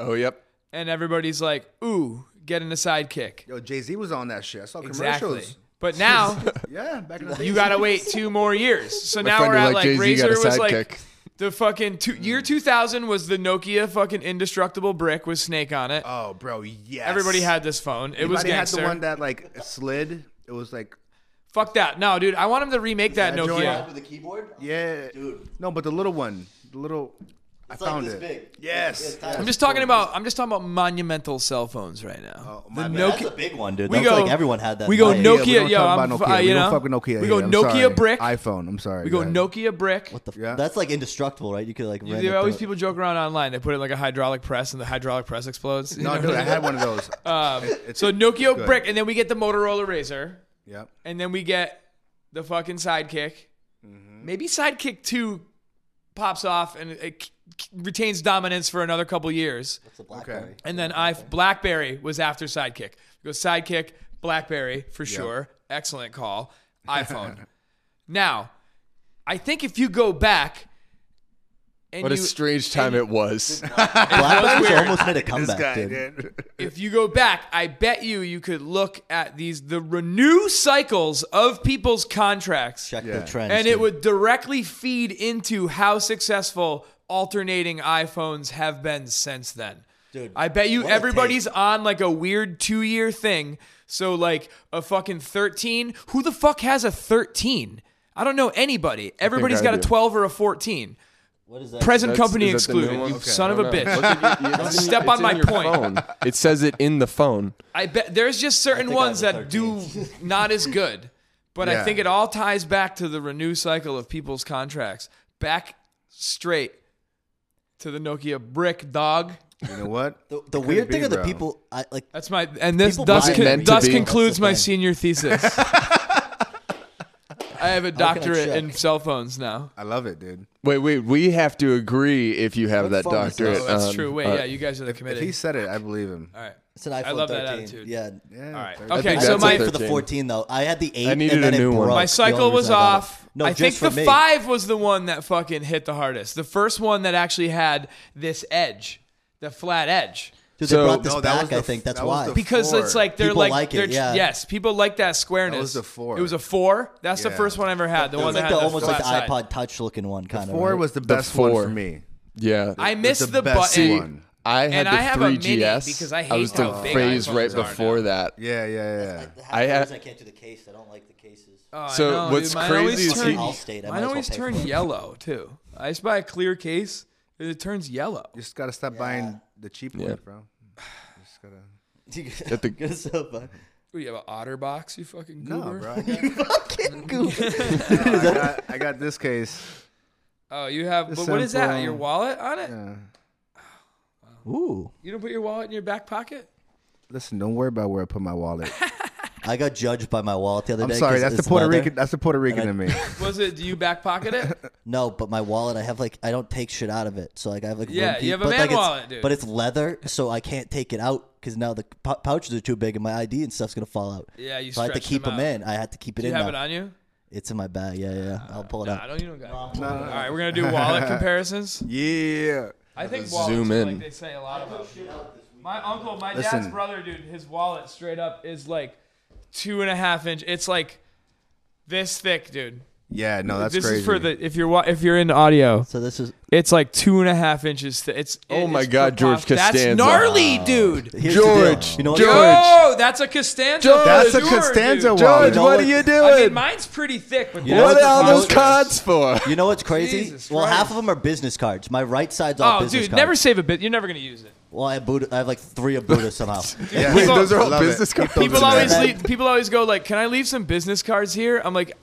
S4: Oh, yep.
S2: and everybody's like, "Ooh, getting a Sidekick."
S1: Yo, Jay Z was on that shit. I saw
S2: Exactly.
S1: commercials.
S2: But now
S1: Yeah, back in the day.
S2: you gotta wait two more years. So
S4: My
S2: now
S4: friend
S2: we're
S4: was
S2: at
S4: like,
S2: like,
S4: Jay-Z
S2: Razor
S4: got a
S2: was
S4: sidekick.
S2: like the fucking two, year 2000 was the Nokia fucking indestructible brick with Snake on it.
S1: Oh, bro, yes.
S2: Everybody had this phone. It was
S1: Everybody had
S2: gangster.
S1: the one that like slid. It was like,
S2: Fuck that. No, dude, I want him to remake that,
S1: that
S2: Nokia.
S1: joint?
S3: with the keyboard.
S1: yeah,
S3: Dude.
S1: No, but the little one, the little. I
S3: It's like
S1: found
S3: this
S1: it.
S3: big.
S1: Yes.
S3: It's tiny.
S2: I'm just talking about I'm just talking about monumental cell phones right now.
S1: my
S2: The
S1: bad.
S3: That's a
S2: Nokia-
S3: big one, dude.
S2: we
S3: That's
S2: go-
S3: like everyone had that.
S2: we go
S3: in
S2: Nokia-
S3: my
S1: Yeah,
S3: age.
S1: we don't
S2: yo,
S1: talk
S2: I'm
S1: about
S2: f-
S1: Nokia.
S2: uh,
S1: we
S2: you
S1: don't
S2: know,
S1: fuck with Nokia.
S2: we
S1: here.
S2: go
S1: I'm
S2: Nokia
S1: sorry.
S2: brick.
S1: iPhone. I'm sorry.
S2: we go
S1: guys.
S2: Nokia brick.
S3: What the f-
S1: Yeah.
S3: That's like indestructible, right? You could like. run
S2: There
S3: it
S2: always
S3: through-
S2: people joke around online. They put it in like a hydraulic press, and the hydraulic press explodes. You
S1: No,
S2: know?
S1: dude, I had one of those.
S2: Um,
S1: It- it's-
S2: so Nokia
S1: good.
S2: brick, and then we get the Motorola Razor,
S1: Yep.
S2: and then we get
S4: Mm-hmm.
S2: the fucking Sidekick. Maybe Sidekick Two pops off, and it retains dominance for another couple years.
S3: It's a blackberry.
S2: And then I BlackBerry was after Sidekick. Go Sidekick, BlackBerry for sure. Excellent
S4: <laughs>
S2: call. iPhone. now, I think if you go back, and
S4: What a
S2: you-
S4: strange time
S2: <laughs>
S4: it was.
S3: Blackberry's almost made a comeback, dude.
S2: if you go back, I bet you you could look at these the renew cycles of people's contracts,
S3: Check
S1: Yeah.
S3: the trends.
S2: and it
S3: dude.
S2: would directly feed into how successful alternating iPhones have been since then.
S3: Dude,
S2: I bet you
S3: what a
S2: everybody's on like a weird two year thing. So like a fucking thirteen. Who the fuck has a thirteen? I don't know anybody. Everybody's
S4: I
S2: got a
S4: do.
S2: twelve or a fourteen.
S3: What is that?
S2: Present
S4: That's-
S2: company
S4: is that the new
S2: excluded.
S4: one?
S2: You
S4: Okay.
S2: son of
S4: I
S2: a
S4: don't know.
S2: bitch.
S4: Look at
S2: <laughs>
S4: you- it's in-
S2: Step
S4: it's
S2: on
S4: in
S2: my
S4: your
S2: point.
S4: phone. It says it in the phone.
S2: I bet there's just certain
S3: think I
S2: ones
S3: have a
S2: that do not as good, but I
S1: Yeah.
S2: think it all ties back to the renew cycle of people's contracts. Back straight to the Nokia brick dog.
S1: You know what?
S3: The, the
S1: Could
S3: weird
S1: be,
S3: thing are the
S1: bro.
S3: people. I like.
S2: That's my and this
S3: People
S2: thus
S3: buy
S2: con-
S4: it meant to
S2: thus
S4: be.
S2: concludes my
S3: That's the thing.
S2: senior thesis. I have a doctorate in
S3: check?
S2: cell phones now.
S1: I love it, dude.
S4: Wait, wait. We have to agree if you have that
S3: What phone is this?
S4: doctorate.
S2: Oh, that's
S4: on-
S2: true. Wait,
S4: uh,
S2: yeah, you guys are the
S1: If he
S2: committee.
S1: said it, I believe him.
S2: All right.
S3: It's an iPhone
S2: I love
S3: 13.
S2: that attitude.
S3: Yeah.
S1: Yeah,
S2: All right.
S1: there-
S2: Okay,
S4: think
S2: so
S4: that's
S2: my
S4: a
S3: for the
S4: 13.
S3: 14 though. I had the eight.
S4: I needed
S3: and then
S4: a new
S3: it
S4: one.
S3: broke.
S4: My
S2: My
S3: That's the only
S2: cycle was
S3: reason I got it.
S2: off.
S3: No,
S2: I
S3: just
S2: think
S3: for
S2: the
S3: me.
S2: five was the one that fucking hit the hardest. The first one that actually had this edge, the flat edge.
S3: Dude,
S4: So-
S3: they brought this
S1: No, that was
S3: back.
S1: the
S3: I
S1: f-
S3: think that's
S1: that was
S3: why.
S1: the f-
S2: Because
S1: Four.
S2: it's like they're
S3: People
S2: like,
S3: like it,
S2: they're tr-
S3: yeah.
S2: yes, people like that squareness.
S1: That was the four.
S2: It was a four. That's the
S1: Yeah.
S2: first one I ever had. The
S3: It
S2: one
S3: was
S2: that
S3: like
S2: had
S3: the,
S2: the
S3: almost like the
S2: flat side.
S3: iPod Touch looking one kind
S1: Four
S3: of.
S1: was the best one
S4: four.
S1: for me.
S4: Yeah.
S2: I
S1: It's
S2: missed
S1: the
S2: the
S1: best
S2: button.
S1: one.
S4: I had
S2: And
S4: the
S2: I have a
S4: 3GS.
S2: mini because I hate
S4: was the
S2: how big
S4: phase
S2: iPhones
S4: right
S2: are now.
S4: before that.
S1: Yeah, yeah, yeah.
S4: I had- reason
S3: I can't do the case. I don't like the cases.
S2: Oh, I
S4: So
S2: know,
S4: what's
S2: dude, mine
S4: crazy
S2: always
S4: is
S2: turn-
S4: he-
S3: Allstate, I might
S2: Mine
S3: as well
S2: always
S3: pay for
S2: turn
S3: it.
S2: yellow too. I just buy a clear case and it turns yellow.
S1: You just gotta stop buying the cheap
S4: Yeah.
S1: ones, bro. You just gotta.
S4: the-
S2: What, you have an otter box, you fucking
S1: No,
S2: goober?
S1: bro. I got, I got, I got this case.
S2: Oh, you have.
S1: Just
S2: But what is
S1: simple.
S2: that? Your wallet on it?
S1: Uh,
S3: Ooh,
S2: You don't put your wallet in your back pocket?
S1: listen, don't worry about where I put my wallet.
S3: I got judged by my wallet the other
S1: I'm
S3: day.
S1: sorry.
S3: 'cause
S1: That's the
S3: it's
S1: Puerto
S3: leather.
S1: Rican. That's the Puerto Rican in me.
S2: Was it? Do you back pocket it?
S4: <laughs>
S3: No, but my wallet, I have like I don't take shit out of it, so like I have like
S2: Yeah,
S3: one
S2: you have a
S3: piece- but,
S2: man
S3: like, it's-
S2: wallet, dude.
S3: But it's leather, so I can't take it out because now the pou- pouches are too big and my ID and stuff's gonna fall out.
S2: Yeah, you
S3: So I have to
S2: stretch them
S3: keep them,
S2: out.
S3: in. I had to keep it
S2: Do you
S3: in.
S2: have
S3: now.
S2: it on you?
S3: It's in my bag. Yeah, yeah. yeah. I'll pull it
S2: Nah, Uh, I
S3: out.
S2: don't. You don't got. it. All right, we're gonna do
S1: <laughs>
S2: wallet comparisons.
S1: yeah.
S2: I think
S4: Zoom
S2: wallets are like
S4: in.
S2: they say a lot about. My uncle, my dad's
S1: Listen.
S2: brother, dude, his wallet straight up is like two and a half inch. It's like this thick, dude.
S1: Yeah. No, that's
S2: this
S1: crazy.
S2: is for the if you're wa- if you're into audio,
S3: So this is
S2: it's like two and a half inches. Th- it's
S4: Oh
S2: it
S4: my
S2: is
S4: God,
S2: preposterous.
S4: George
S2: That's
S4: Costanza.
S2: gnarly, dude.
S3: here's the deal.
S4: George,
S3: You know what?
S4: George.
S2: Yo, that's a Costanza. for
S1: That's a
S2: sure,
S1: Costanza wallet.
S2: dude.
S4: George,
S3: know
S4: what are
S3: what-
S4: you
S2: I mean,
S4: doing?
S2: mine's pretty thick, but
S3: know
S2: that's
S4: what
S3: what
S4: are all
S3: the
S4: those
S3: problem
S4: cards for?
S3: You know what's crazy?
S2: Jesus
S3: well, half
S2: Christ.
S3: of them are business cards. My right side's all
S2: Oh,
S3: business
S2: dude,
S3: cards.
S2: never save a bit. You're never gonna use it.
S3: Well, I have, Buddha, I have like three of
S2: <laughs>
S3: Buddha somehow.
S1: <laughs> Yeah.
S4: Wait,
S2: People-
S4: those are all
S1: Love it.
S4: business cards.
S2: People
S1: Those are
S2: always
S3: bad.
S2: leave, people always go like, "Can I leave some business cards here?" I'm like,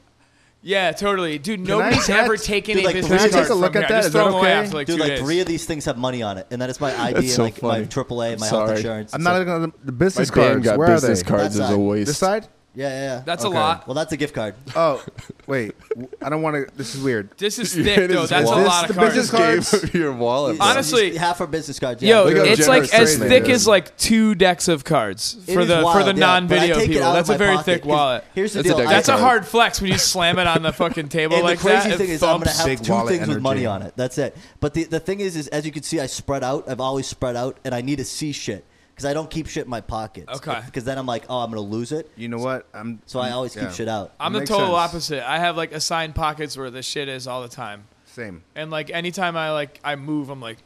S2: "Yeah, totally, dude.
S1: I-
S2: Nobody's
S1: can I-
S2: ever taken
S3: Dude,
S2: a
S3: like,
S2: business
S3: can I
S2: card
S3: take a
S1: look
S2: from
S1: at that?
S2: here. I Just
S1: Is
S2: throw
S1: that
S2: them away
S1: okay?
S2: after like
S3: Dude,
S2: two
S3: like
S2: days.
S3: three of these things have money on it, and then it's my ID and
S4: so
S3: like
S4: funny.
S3: my AAA, and my health
S4: sorry.
S1: <laughs>
S3: insurance.
S1: I'm
S3: and
S1: not
S3: stuff.
S1: even gonna. The
S4: My
S1: business
S4: band
S1: cards.
S4: got
S1: Where are
S4: business
S1: they?
S4: cards
S3: That
S4: as a
S3: side.
S4: waste.
S1: This side.
S3: Yeah, yeah, yeah.
S2: That's
S1: Okay.
S2: a lot.
S3: well, that's a gift card.
S1: Oh, <laughs> wait. W- I don't want to. This is weird.
S2: This is
S4: It
S2: thick, though.
S4: is
S2: That's a
S4: wild.
S2: lot
S1: This
S2: of
S1: is the business
S2: cards.
S1: card. cards.
S4: Gave your wallet.
S2: Honest-
S4: back.
S2: Honestly-
S3: half are business cards. Yeah.
S2: Yo,
S4: Look how
S2: it's like
S4: generous
S2: as
S1: they
S2: thick
S1: are.
S2: as like two decks of cards
S3: It
S2: for
S3: is
S2: the for
S3: wild,
S2: the
S3: yeah,
S2: non-video
S3: but I take it
S2: people.
S3: out of
S2: That's a
S3: my
S2: very
S3: pocket,
S2: thick
S3: 'cause
S2: wallet.
S3: Here's the
S4: That's a
S3: deal.
S4: deck
S3: I-
S2: That's a
S4: card.
S2: hard flex when you slam it on the fucking table
S3: and
S2: like
S3: the crazy
S2: that. It
S3: thing is, I'm gonna
S2: thumps.
S3: have
S1: Big
S3: two
S1: wallet
S3: things with money
S1: energy.
S3: on it. That's it. But the, the thing is, is as you can see, I spread out. I've always spread out, and I need to see shit because I don't keep shit in my pockets.
S2: Okay.
S3: Because then I'm like, oh, I'm gonna lose it.
S1: You know what? I'm.
S3: So I always keep
S1: yeah.
S3: shit out.
S2: I'm the
S1: Makes
S2: total
S1: sense.
S2: opposite. I have like assigned pockets where the shit is all the time.
S1: Same.
S2: And like anytime I like I move, I'm like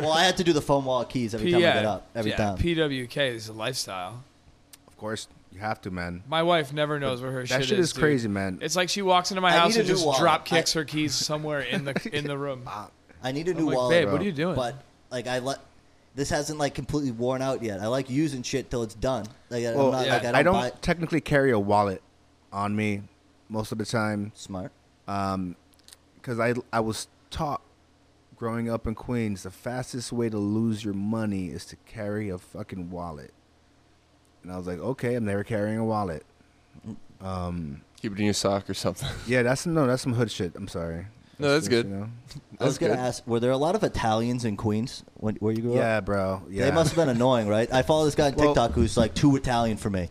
S3: well, I had to do the phone wallet keys every
S2: P-
S3: time
S2: yeah,
S3: I get up. Every
S2: yeah,
S3: time.
S2: PWK is a lifestyle.
S1: Of course, you have to, man.
S2: My wife never knows where her
S1: That
S2: shit,
S1: shit is
S2: dude.
S1: crazy, man.
S2: It's like she walks into my
S3: I
S2: house
S3: need a
S2: and
S3: new
S2: just
S3: wallet.
S2: drop kicks
S3: I-
S2: her keys somewhere in
S3: <laughs>
S2: the in the room.
S3: I need a new
S2: I'm like,
S3: wallet.
S2: babe,
S3: bro.
S2: what are you doing?
S3: But like I let this hasn't like completely worn out yet. I like using shit till it's done. Like, I'm
S1: Well,
S3: not,
S2: yeah,
S3: like, I don't,
S1: I don't
S3: buy
S1: technically carry a wallet on me most of the time
S3: smart.
S1: because I I was taught growing up in Queens the fastest way to lose your money is to carry a fucking wallet, and I was like, okay, I'm never carrying a wallet. Um,
S4: Keep it in your sock or something.
S1: Yeah, that's no, that's some hood shit. I'm sorry.
S4: No, that's
S1: just,
S4: good.
S1: you know?
S3: I
S4: That's
S3: was gonna
S4: good.
S3: ask, were there a lot of Italians in Queens when, where you grew up?
S1: Yeah, bro. Yeah.
S3: They must have been annoying, right? I follow this guy on
S1: Well-
S3: TikTok who's like too Italian for me.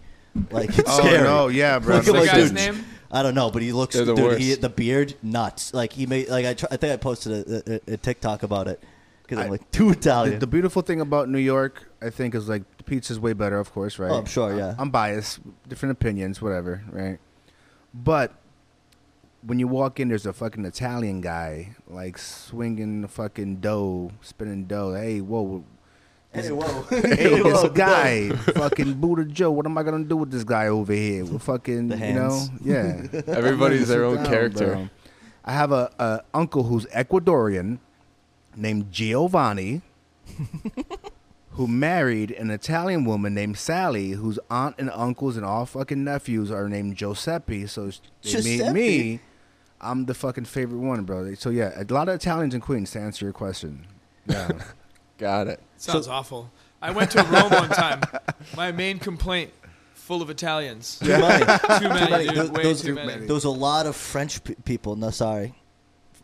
S3: Like it's
S1: Oh
S3: scary.
S1: no, yeah, bro.
S3: Look at
S2: What's
S3: my
S2: the guy's
S3: dude.
S2: name?
S3: I don't know, but he looks
S4: They're the
S3: dude. He,
S4: worst.
S3: the beard nuts. Like he made like I tr- I think I posted a, a, a TikTok about it because
S1: I-
S3: I'm like too
S1: The,
S3: Italian.
S1: the beautiful thing about New York, I think, is like the pizza's way better, of course, right?
S3: Oh, I'm sure, yeah.
S1: I'm biased, different opinions, whatever, right? But when you walk in, there's a fucking Italian guy like swinging the fucking dough, spinning dough. Hey, whoa.
S3: Hey, whoa.
S1: <laughs> Hey,
S3: <laughs> whoa,
S1: this guy, fucking Buddha Joe. What am I gonna do with this guy over here? With fucking,
S3: The
S1: you know,
S3: hands. <laughs>
S1: yeah.
S4: Everybody's their own
S1: Down,
S4: character.
S1: bro. I have a, a uncle who's Ecuadorian named
S3: <laughs>
S1: Giovanni, who married an Italian woman named Sally, whose aunt and uncles and all fucking nephews are named Giuseppe. So s- they meet
S3: Giuseppe?
S1: me. I'm the fucking favorite one, bro. So yeah, a lot of Italians in Queens. To answer your question, yeah.
S4: <laughs> Got it.
S2: Sounds awful. I went to Rome
S3: <laughs>
S2: one time. My main complaint, full of Italians.
S3: Too many.
S2: Too many,
S3: Tho-
S2: dude. Way
S3: those,
S2: too many.
S3: There was a lot of French pe- people. No, sorry,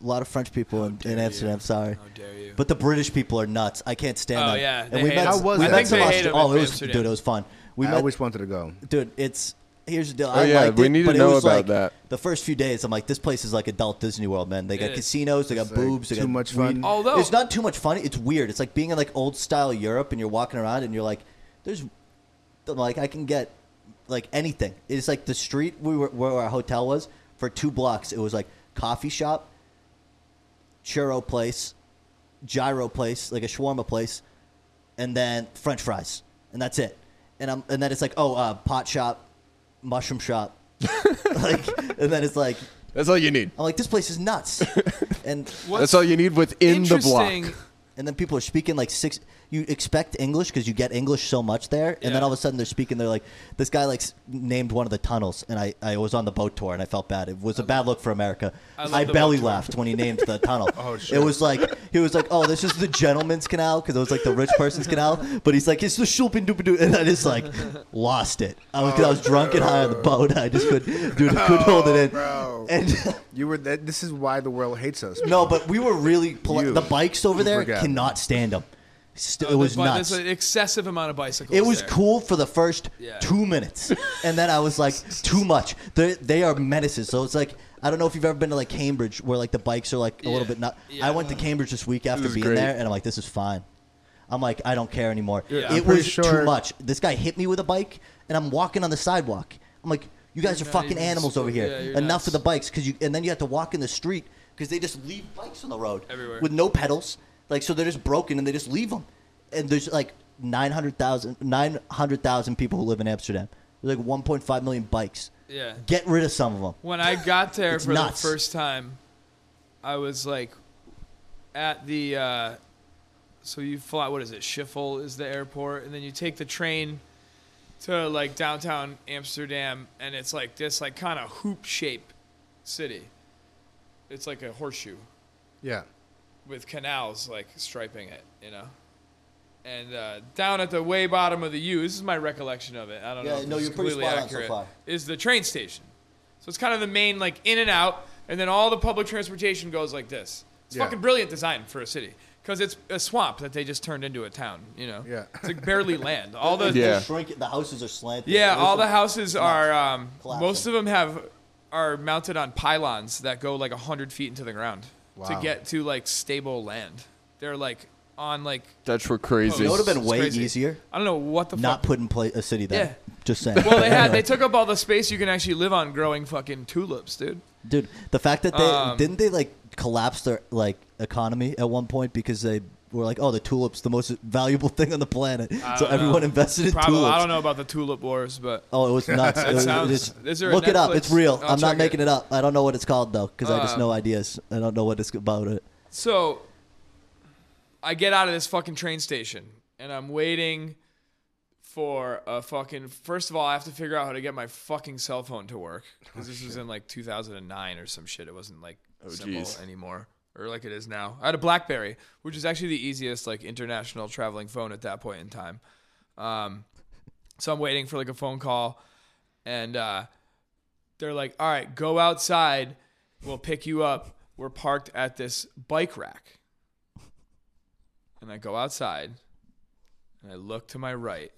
S3: a lot of French people in, in
S2: dare
S3: Amsterdam.
S2: you.
S3: Sorry,
S2: How dare you?
S3: but the British people are nuts. I can't stand
S2: Oh,
S3: them.
S2: yeah,
S3: and
S2: they
S3: we
S2: hate
S3: met.
S1: us. How was
S3: we
S1: it? I
S3: met
S1: think
S3: some
S1: they
S3: Aust-
S1: hate
S2: 'em
S3: Oh,
S2: in
S3: it was
S2: Amsterdam.
S3: dude. It was fun. <laughs> We
S1: I
S3: met,
S1: always wanted to go.
S3: dude. It's here's the deal.
S4: Oh,
S3: I
S4: yeah,
S3: liked
S4: we
S3: it,
S4: need to
S3: but it
S4: know
S3: was
S4: about
S3: like,
S4: that.
S3: The first few days, I'm like, this place is like adult Disney World, man. They got
S2: is.
S3: casinos, they got
S1: It's, like,
S3: boobs, they
S1: too
S3: got
S1: much
S3: weed.
S1: fun.
S2: Although-
S3: it's not too much fun. It's weird. It's like being in like old style Europe, and you're walking around, and you're like, there's I'm like I can get like anything. It's like the street we were where our hotel was for two blocks. It was like coffee shop, churro place, gyro place, like a shawarma place, and then French fries, and that's it. And I'm and then it's like oh uh, pot shop,
S1: <laughs>
S3: mushroom shop, like and then it's like
S4: That's all you need.
S3: I'm like this place
S1: <laughs>
S3: is nuts, and
S4: That's all you need within the
S2: Interesting.
S4: block.
S3: and then people are speaking like six. You expect English because you get English so much there, and then
S2: Yeah.
S3: all of a sudden they're speaking. They're like, "This guy like s- named one of the tunnels," and I, I was on the boat tour and I felt bad. It was a bad look for America.
S2: I love
S3: I,
S2: the
S3: belly
S2: boat tour.
S3: laughed when he named the
S2: <laughs>
S3: tunnel.
S1: Oh,
S3: It
S1: shit.
S3: was like he was like, "Oh, this is the gentleman's canal," because it was like the rich
S2: <laughs>
S3: person's canal. But he's like, "It's the shulpin doo doo," and I just like lost it. I was, 'cause
S2: Oh,
S3: I was drunk and high on the boat. I just could, dude,
S2: <laughs>
S3: I couldn't hold it in.
S1: bro.
S3: And
S1: You were. That, this is why the world hates us.
S3: no, but we were really polite.
S1: You-
S3: The bikes over
S1: you
S3: there
S1: forgot.
S3: cannot stand them. St-
S2: Oh,
S3: it was
S2: there's-
S3: nuts.
S2: There's an excessive amount of bicycles.
S3: It was
S2: there.
S3: cool for the first
S2: Yeah.
S3: two minutes, and then
S2: <laughs>
S3: I was like, too much. They they are menaces. So it's like I don't know if you've ever been to like Cambridge, where like the bikes are like a
S2: Yeah.
S3: little bit not.
S2: Yeah. uh,
S3: I went to Cambridge this week after
S4: This is
S3: being
S4: great.
S3: there, and I'm like, this is fine. I'm like, I don't care anymore.
S2: Yeah, I'm
S3: it
S1: pretty
S3: was
S1: sure-
S3: too much. This guy hit me with a bike, and I'm walking on the sidewalk. I'm like, you guys are
S2: not
S3: fucking
S2: even
S3: animals over
S2: supposed-
S3: here.
S2: yeah, you're
S3: Enough
S2: nuts.
S3: of the bikes, because you. And then you have to walk in the street because they just leave bikes on the road
S2: Everywhere.
S3: with no pedals. Like so, they're just broken and they just leave them. And there's like 900,000 900,000 people who live in Amsterdam. There's like 1.5 million bikes.
S2: Yeah.
S3: Get rid of some of them.
S2: When I got there
S3: It's
S2: for
S3: nuts.
S2: the first time, I was like at the uh, so you fly what is it? Schiphol is the airport, and then you take the train to like downtown Amsterdam, and it's like this like kind of hoop shape city. It's like a horseshoe
S1: Yeah.
S2: with canals like striping it, you know. And uh, down at the way bottom of the U, this is my recollection of it. I don't
S3: Yeah,
S2: know. if
S3: no,
S2: this is
S3: you're pretty
S2: completely
S3: spot on so
S2: accurate,
S3: far.
S2: Is the train station, so it's kind of the main like in and out, and then all the public transportation goes like this. It's
S1: Yeah.
S2: fucking brilliant design for a city because it's a swamp that they just turned into a town. You know,
S1: Yeah.
S2: it's like barely land. All the
S4: Yeah.
S3: They're shrink- the houses are slanted.
S2: yeah,
S3: There's
S2: all
S3: some-
S2: the houses are. Um,
S3: Collapsing.
S2: most of them have are mounted on pylons that go like hundred feet into the ground to
S1: Wow.
S2: get to like stable land. They're like on like
S4: Dutch were crazy.
S3: You know what would have been
S2: It's
S3: way
S2: crazy.
S3: easier?
S2: I don't know what the
S3: Not
S2: fuck.
S3: put in place a city there.
S2: Yeah.
S3: Just saying.
S2: well, they
S3: <laughs>
S2: had they took up all the space you can actually live on growing fucking tulips, dude.
S3: Dude, the fact that they
S2: Um,
S3: didn't they like collapse their like economy at one point because they were like, oh, the tulips the most valuable thing on the planet, so
S2: don't know.
S3: everyone invested in
S2: Um, Probably
S3: tulips.
S2: I don't know about the tulip wars, but
S3: Oh, it
S2: <laughs>
S3: was nuts. It was- it
S2: sounds- <laughs>
S3: was-
S2: is there a
S3: look it up.
S2: Netflix?
S3: It's real.
S2: I'll
S3: I'm
S2: check
S3: not
S2: it.
S3: making it. up. I don't know what it's called though, because I just
S2: Um,
S3: know ideas. I don't know what it's about. It.
S2: So I get out of this fucking train station and I'm waiting for a fucking. First of all, I have to figure out how to get my fucking cell phone to work because this was in like 2009 or some shit. It wasn't like simple
S4: geez.
S2: anymore or like it is now. I had a BlackBerry, which is actually the easiest like international traveling phone at that point in time. Um, so I'm waiting for like a phone call and uh, they're like, all right, go outside. We'll pick you up. were parked at this bike rack. And I go outside and I look to my right.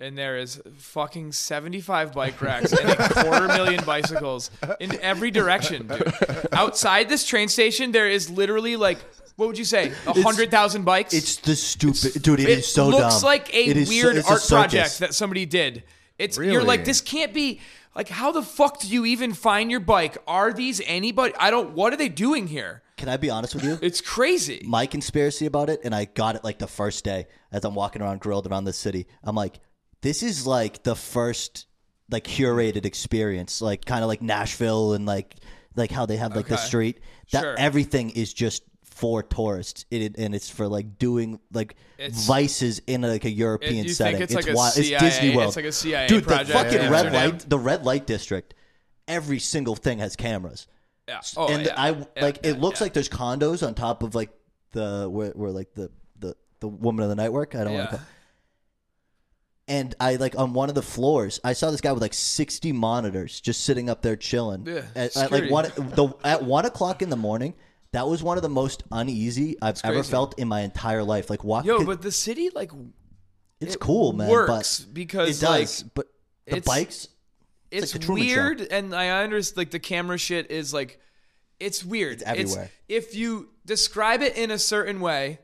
S2: And there is fucking 75 bike racks and a quarter million bicycles in every direction, dude. Outside this train station, there is literally like, what would you say, 100,000 bikes?
S3: It's the stupid dude. it is so
S2: looks
S3: dumb.
S2: like a
S3: It is so-
S2: weird
S3: it's a
S2: art project
S3: circus.
S2: that somebody did. It's you're
S1: Really?
S2: like this can't be like how the fuck do you even find your bike? Are these anybody? I don't. What are they doing here?
S3: Can I be
S2: <laughs>
S3: honest with you?
S2: It's crazy.
S3: my conspiracy about it, and I got it like the first day as I'm walking around grilled around the city. I'm like, this is like the first like curated experience, like kind of like Nashville and like like how they have like the
S2: Okay.
S3: street. That
S2: Sure.
S3: everything is just for tourists, it, it- and it's for like doing like
S2: It's-
S3: vices in like a European
S2: you think
S3: setting.
S2: it's like a
S3: wild.
S2: CIA
S3: it's Disney World.
S2: it's like a CIA
S3: dude. the
S2: project
S3: fucking
S2: in
S3: red
S2: Amsterdam.
S3: light, the red light district. Every single thing has cameras
S2: Yeah. Oh,
S3: and
S2: yeah.
S3: I
S2: Yeah,
S3: like
S2: yeah,
S3: it looks
S2: yeah.
S3: like there's condos on top of like the where, where like the the the woman of the night work. I don't want
S2: Yeah.
S3: to call. And I like on one of the floors, I saw this guy with like sixty monitors just sitting up there chilling.
S2: Yeah,
S3: at, at, like
S2: security.
S3: one the at one o'clock in the morning. That was one of the most uneasy I've ever
S2: crazy.
S3: felt in my entire life. Like walk,
S2: Yo, but the city like
S3: it's cool, man.
S2: works
S3: but
S2: because,
S3: it does.
S2: like,
S3: but the
S2: it's-
S3: bikes,
S2: it's
S3: the Truman Show.
S2: weird, and I understand like the camera shit is like it's weird. It's
S3: everywhere.
S2: if you describe it in a certain way,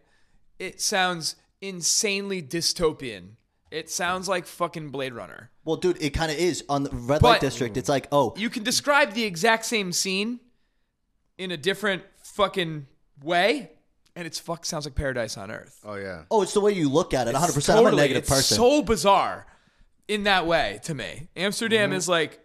S2: it sounds insanely dystopian. It sounds like fucking Blade Runner.
S3: well, dude, it kind of is on the red light
S2: But-
S3: district. It's like, oh,
S2: You can describe the exact same scene in a different fucking way, and it's fuck sounds like Paradise on Earth.
S1: Oh yeah.
S3: oh, it's the way you look at it. One hundred percent. I'm
S2: totally,
S3: a negative
S2: it's
S3: person.
S2: so bizarre in that way to me. Amsterdam
S3: Mm-hmm.
S2: is like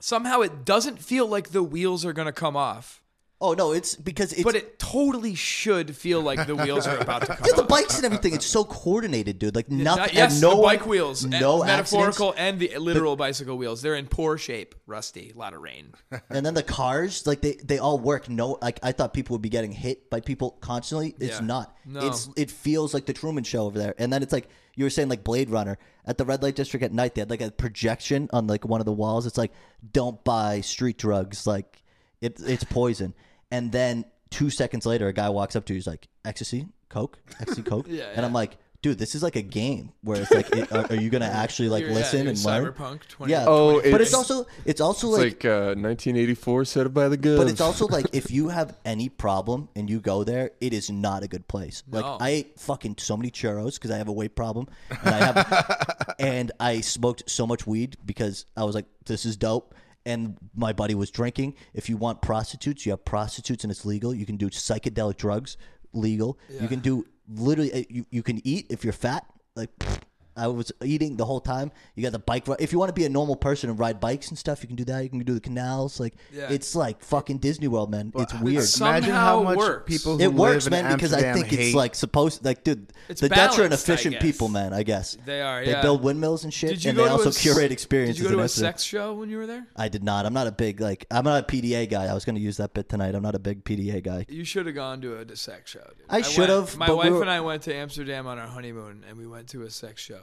S2: somehow it doesn't feel like the wheels are gonna come off,
S3: Oh no, it's because it's
S2: but it totally should feel like the wheels are about
S3: <laughs>
S2: to come
S3: Dude, the
S2: off.
S3: bikes and everything. It's so coordinated, dude. Like nothing.
S2: Not- yes,
S3: and no
S2: the bike
S3: one-
S2: wheels, and
S3: no
S2: metaphorical
S3: accidents.
S2: and the literal bicycle wheels. They're in poor shape, rusty, a lot of rain.
S3: And then the cars, like they, they all work. No, like I thought people would be getting hit by people constantly. It's
S2: Yeah.
S3: not.
S2: No.
S3: It's it feels like the Truman Show over there. And then it's like you were saying, like Blade Runner at the red light district at night. They had like a projection on like one of the walls. It's like don't buy street drugs. Like it, it's poison. And then two seconds later, a guy walks up to you. He's like ecstasy, coke,
S2: <laughs>
S3: ecstasy, coke. yeah, And I'm like. Dude, this is like a game where it's like, it, are, are
S2: <laughs>
S3: you gonna actually like
S2: You're- yeah,
S3: listen
S2: you're
S3: and learn?
S2: Cyberpunk 20
S3: Yeah.
S4: Oh,
S3: but it's
S4: it's-
S3: also it's also
S4: It's
S3: like
S4: like uh, 1984 set up by the good.
S3: but it's also like <laughs> if you have any problem and you go there, it is not a good place.
S2: No.
S3: Like I ate fucking so many churros because I have a weight problem, and I <laughs> have, and I smoked so much weed because I was like, this is dope. And my buddy was drinking. If you want prostitutes, you have prostitutes, and it's legal. You can do psychedelic drugs, legal. You can do literally. uh, You you can eat if you're fat. Like pfft, I was eating the whole time. You got the bike ride. If you want to be a normal person and ride bikes and stuff, you can do that. You can do the canals. Like
S2: Yeah.
S3: it's it's like fucking Disney World, man. It's weird.
S2: it's-
S1: Imagine
S2: somehow
S1: how much
S2: works.
S1: people who
S3: It works,
S1: live in
S3: man, because I
S1: Amsterdam
S3: think it's
S1: hate-
S3: like supposed like dude,
S2: It's
S3: the Dutch are an
S2: balanced, I
S3: efficient
S2: guess.
S3: people, man. I guess
S2: They are,
S3: They
S2: yeah.
S3: build windmills and shit, and they
S2: to
S3: also
S2: a s-
S3: curate experiences.
S2: Did you go
S3: in
S2: to a
S3: Amsterdam.
S2: sex show when you were there?
S3: I did not. I'm not a big like. I'm not a PDA guy. I was going to use that bit tonight. I'm not a big PDA guy.
S2: You should have gone to a sex show. Dude.
S3: I should
S2: went-
S3: have,
S2: My
S3: but we
S2: wife
S3: were-
S2: and I went to Amsterdam on our honeymoon, and we went to a sex show,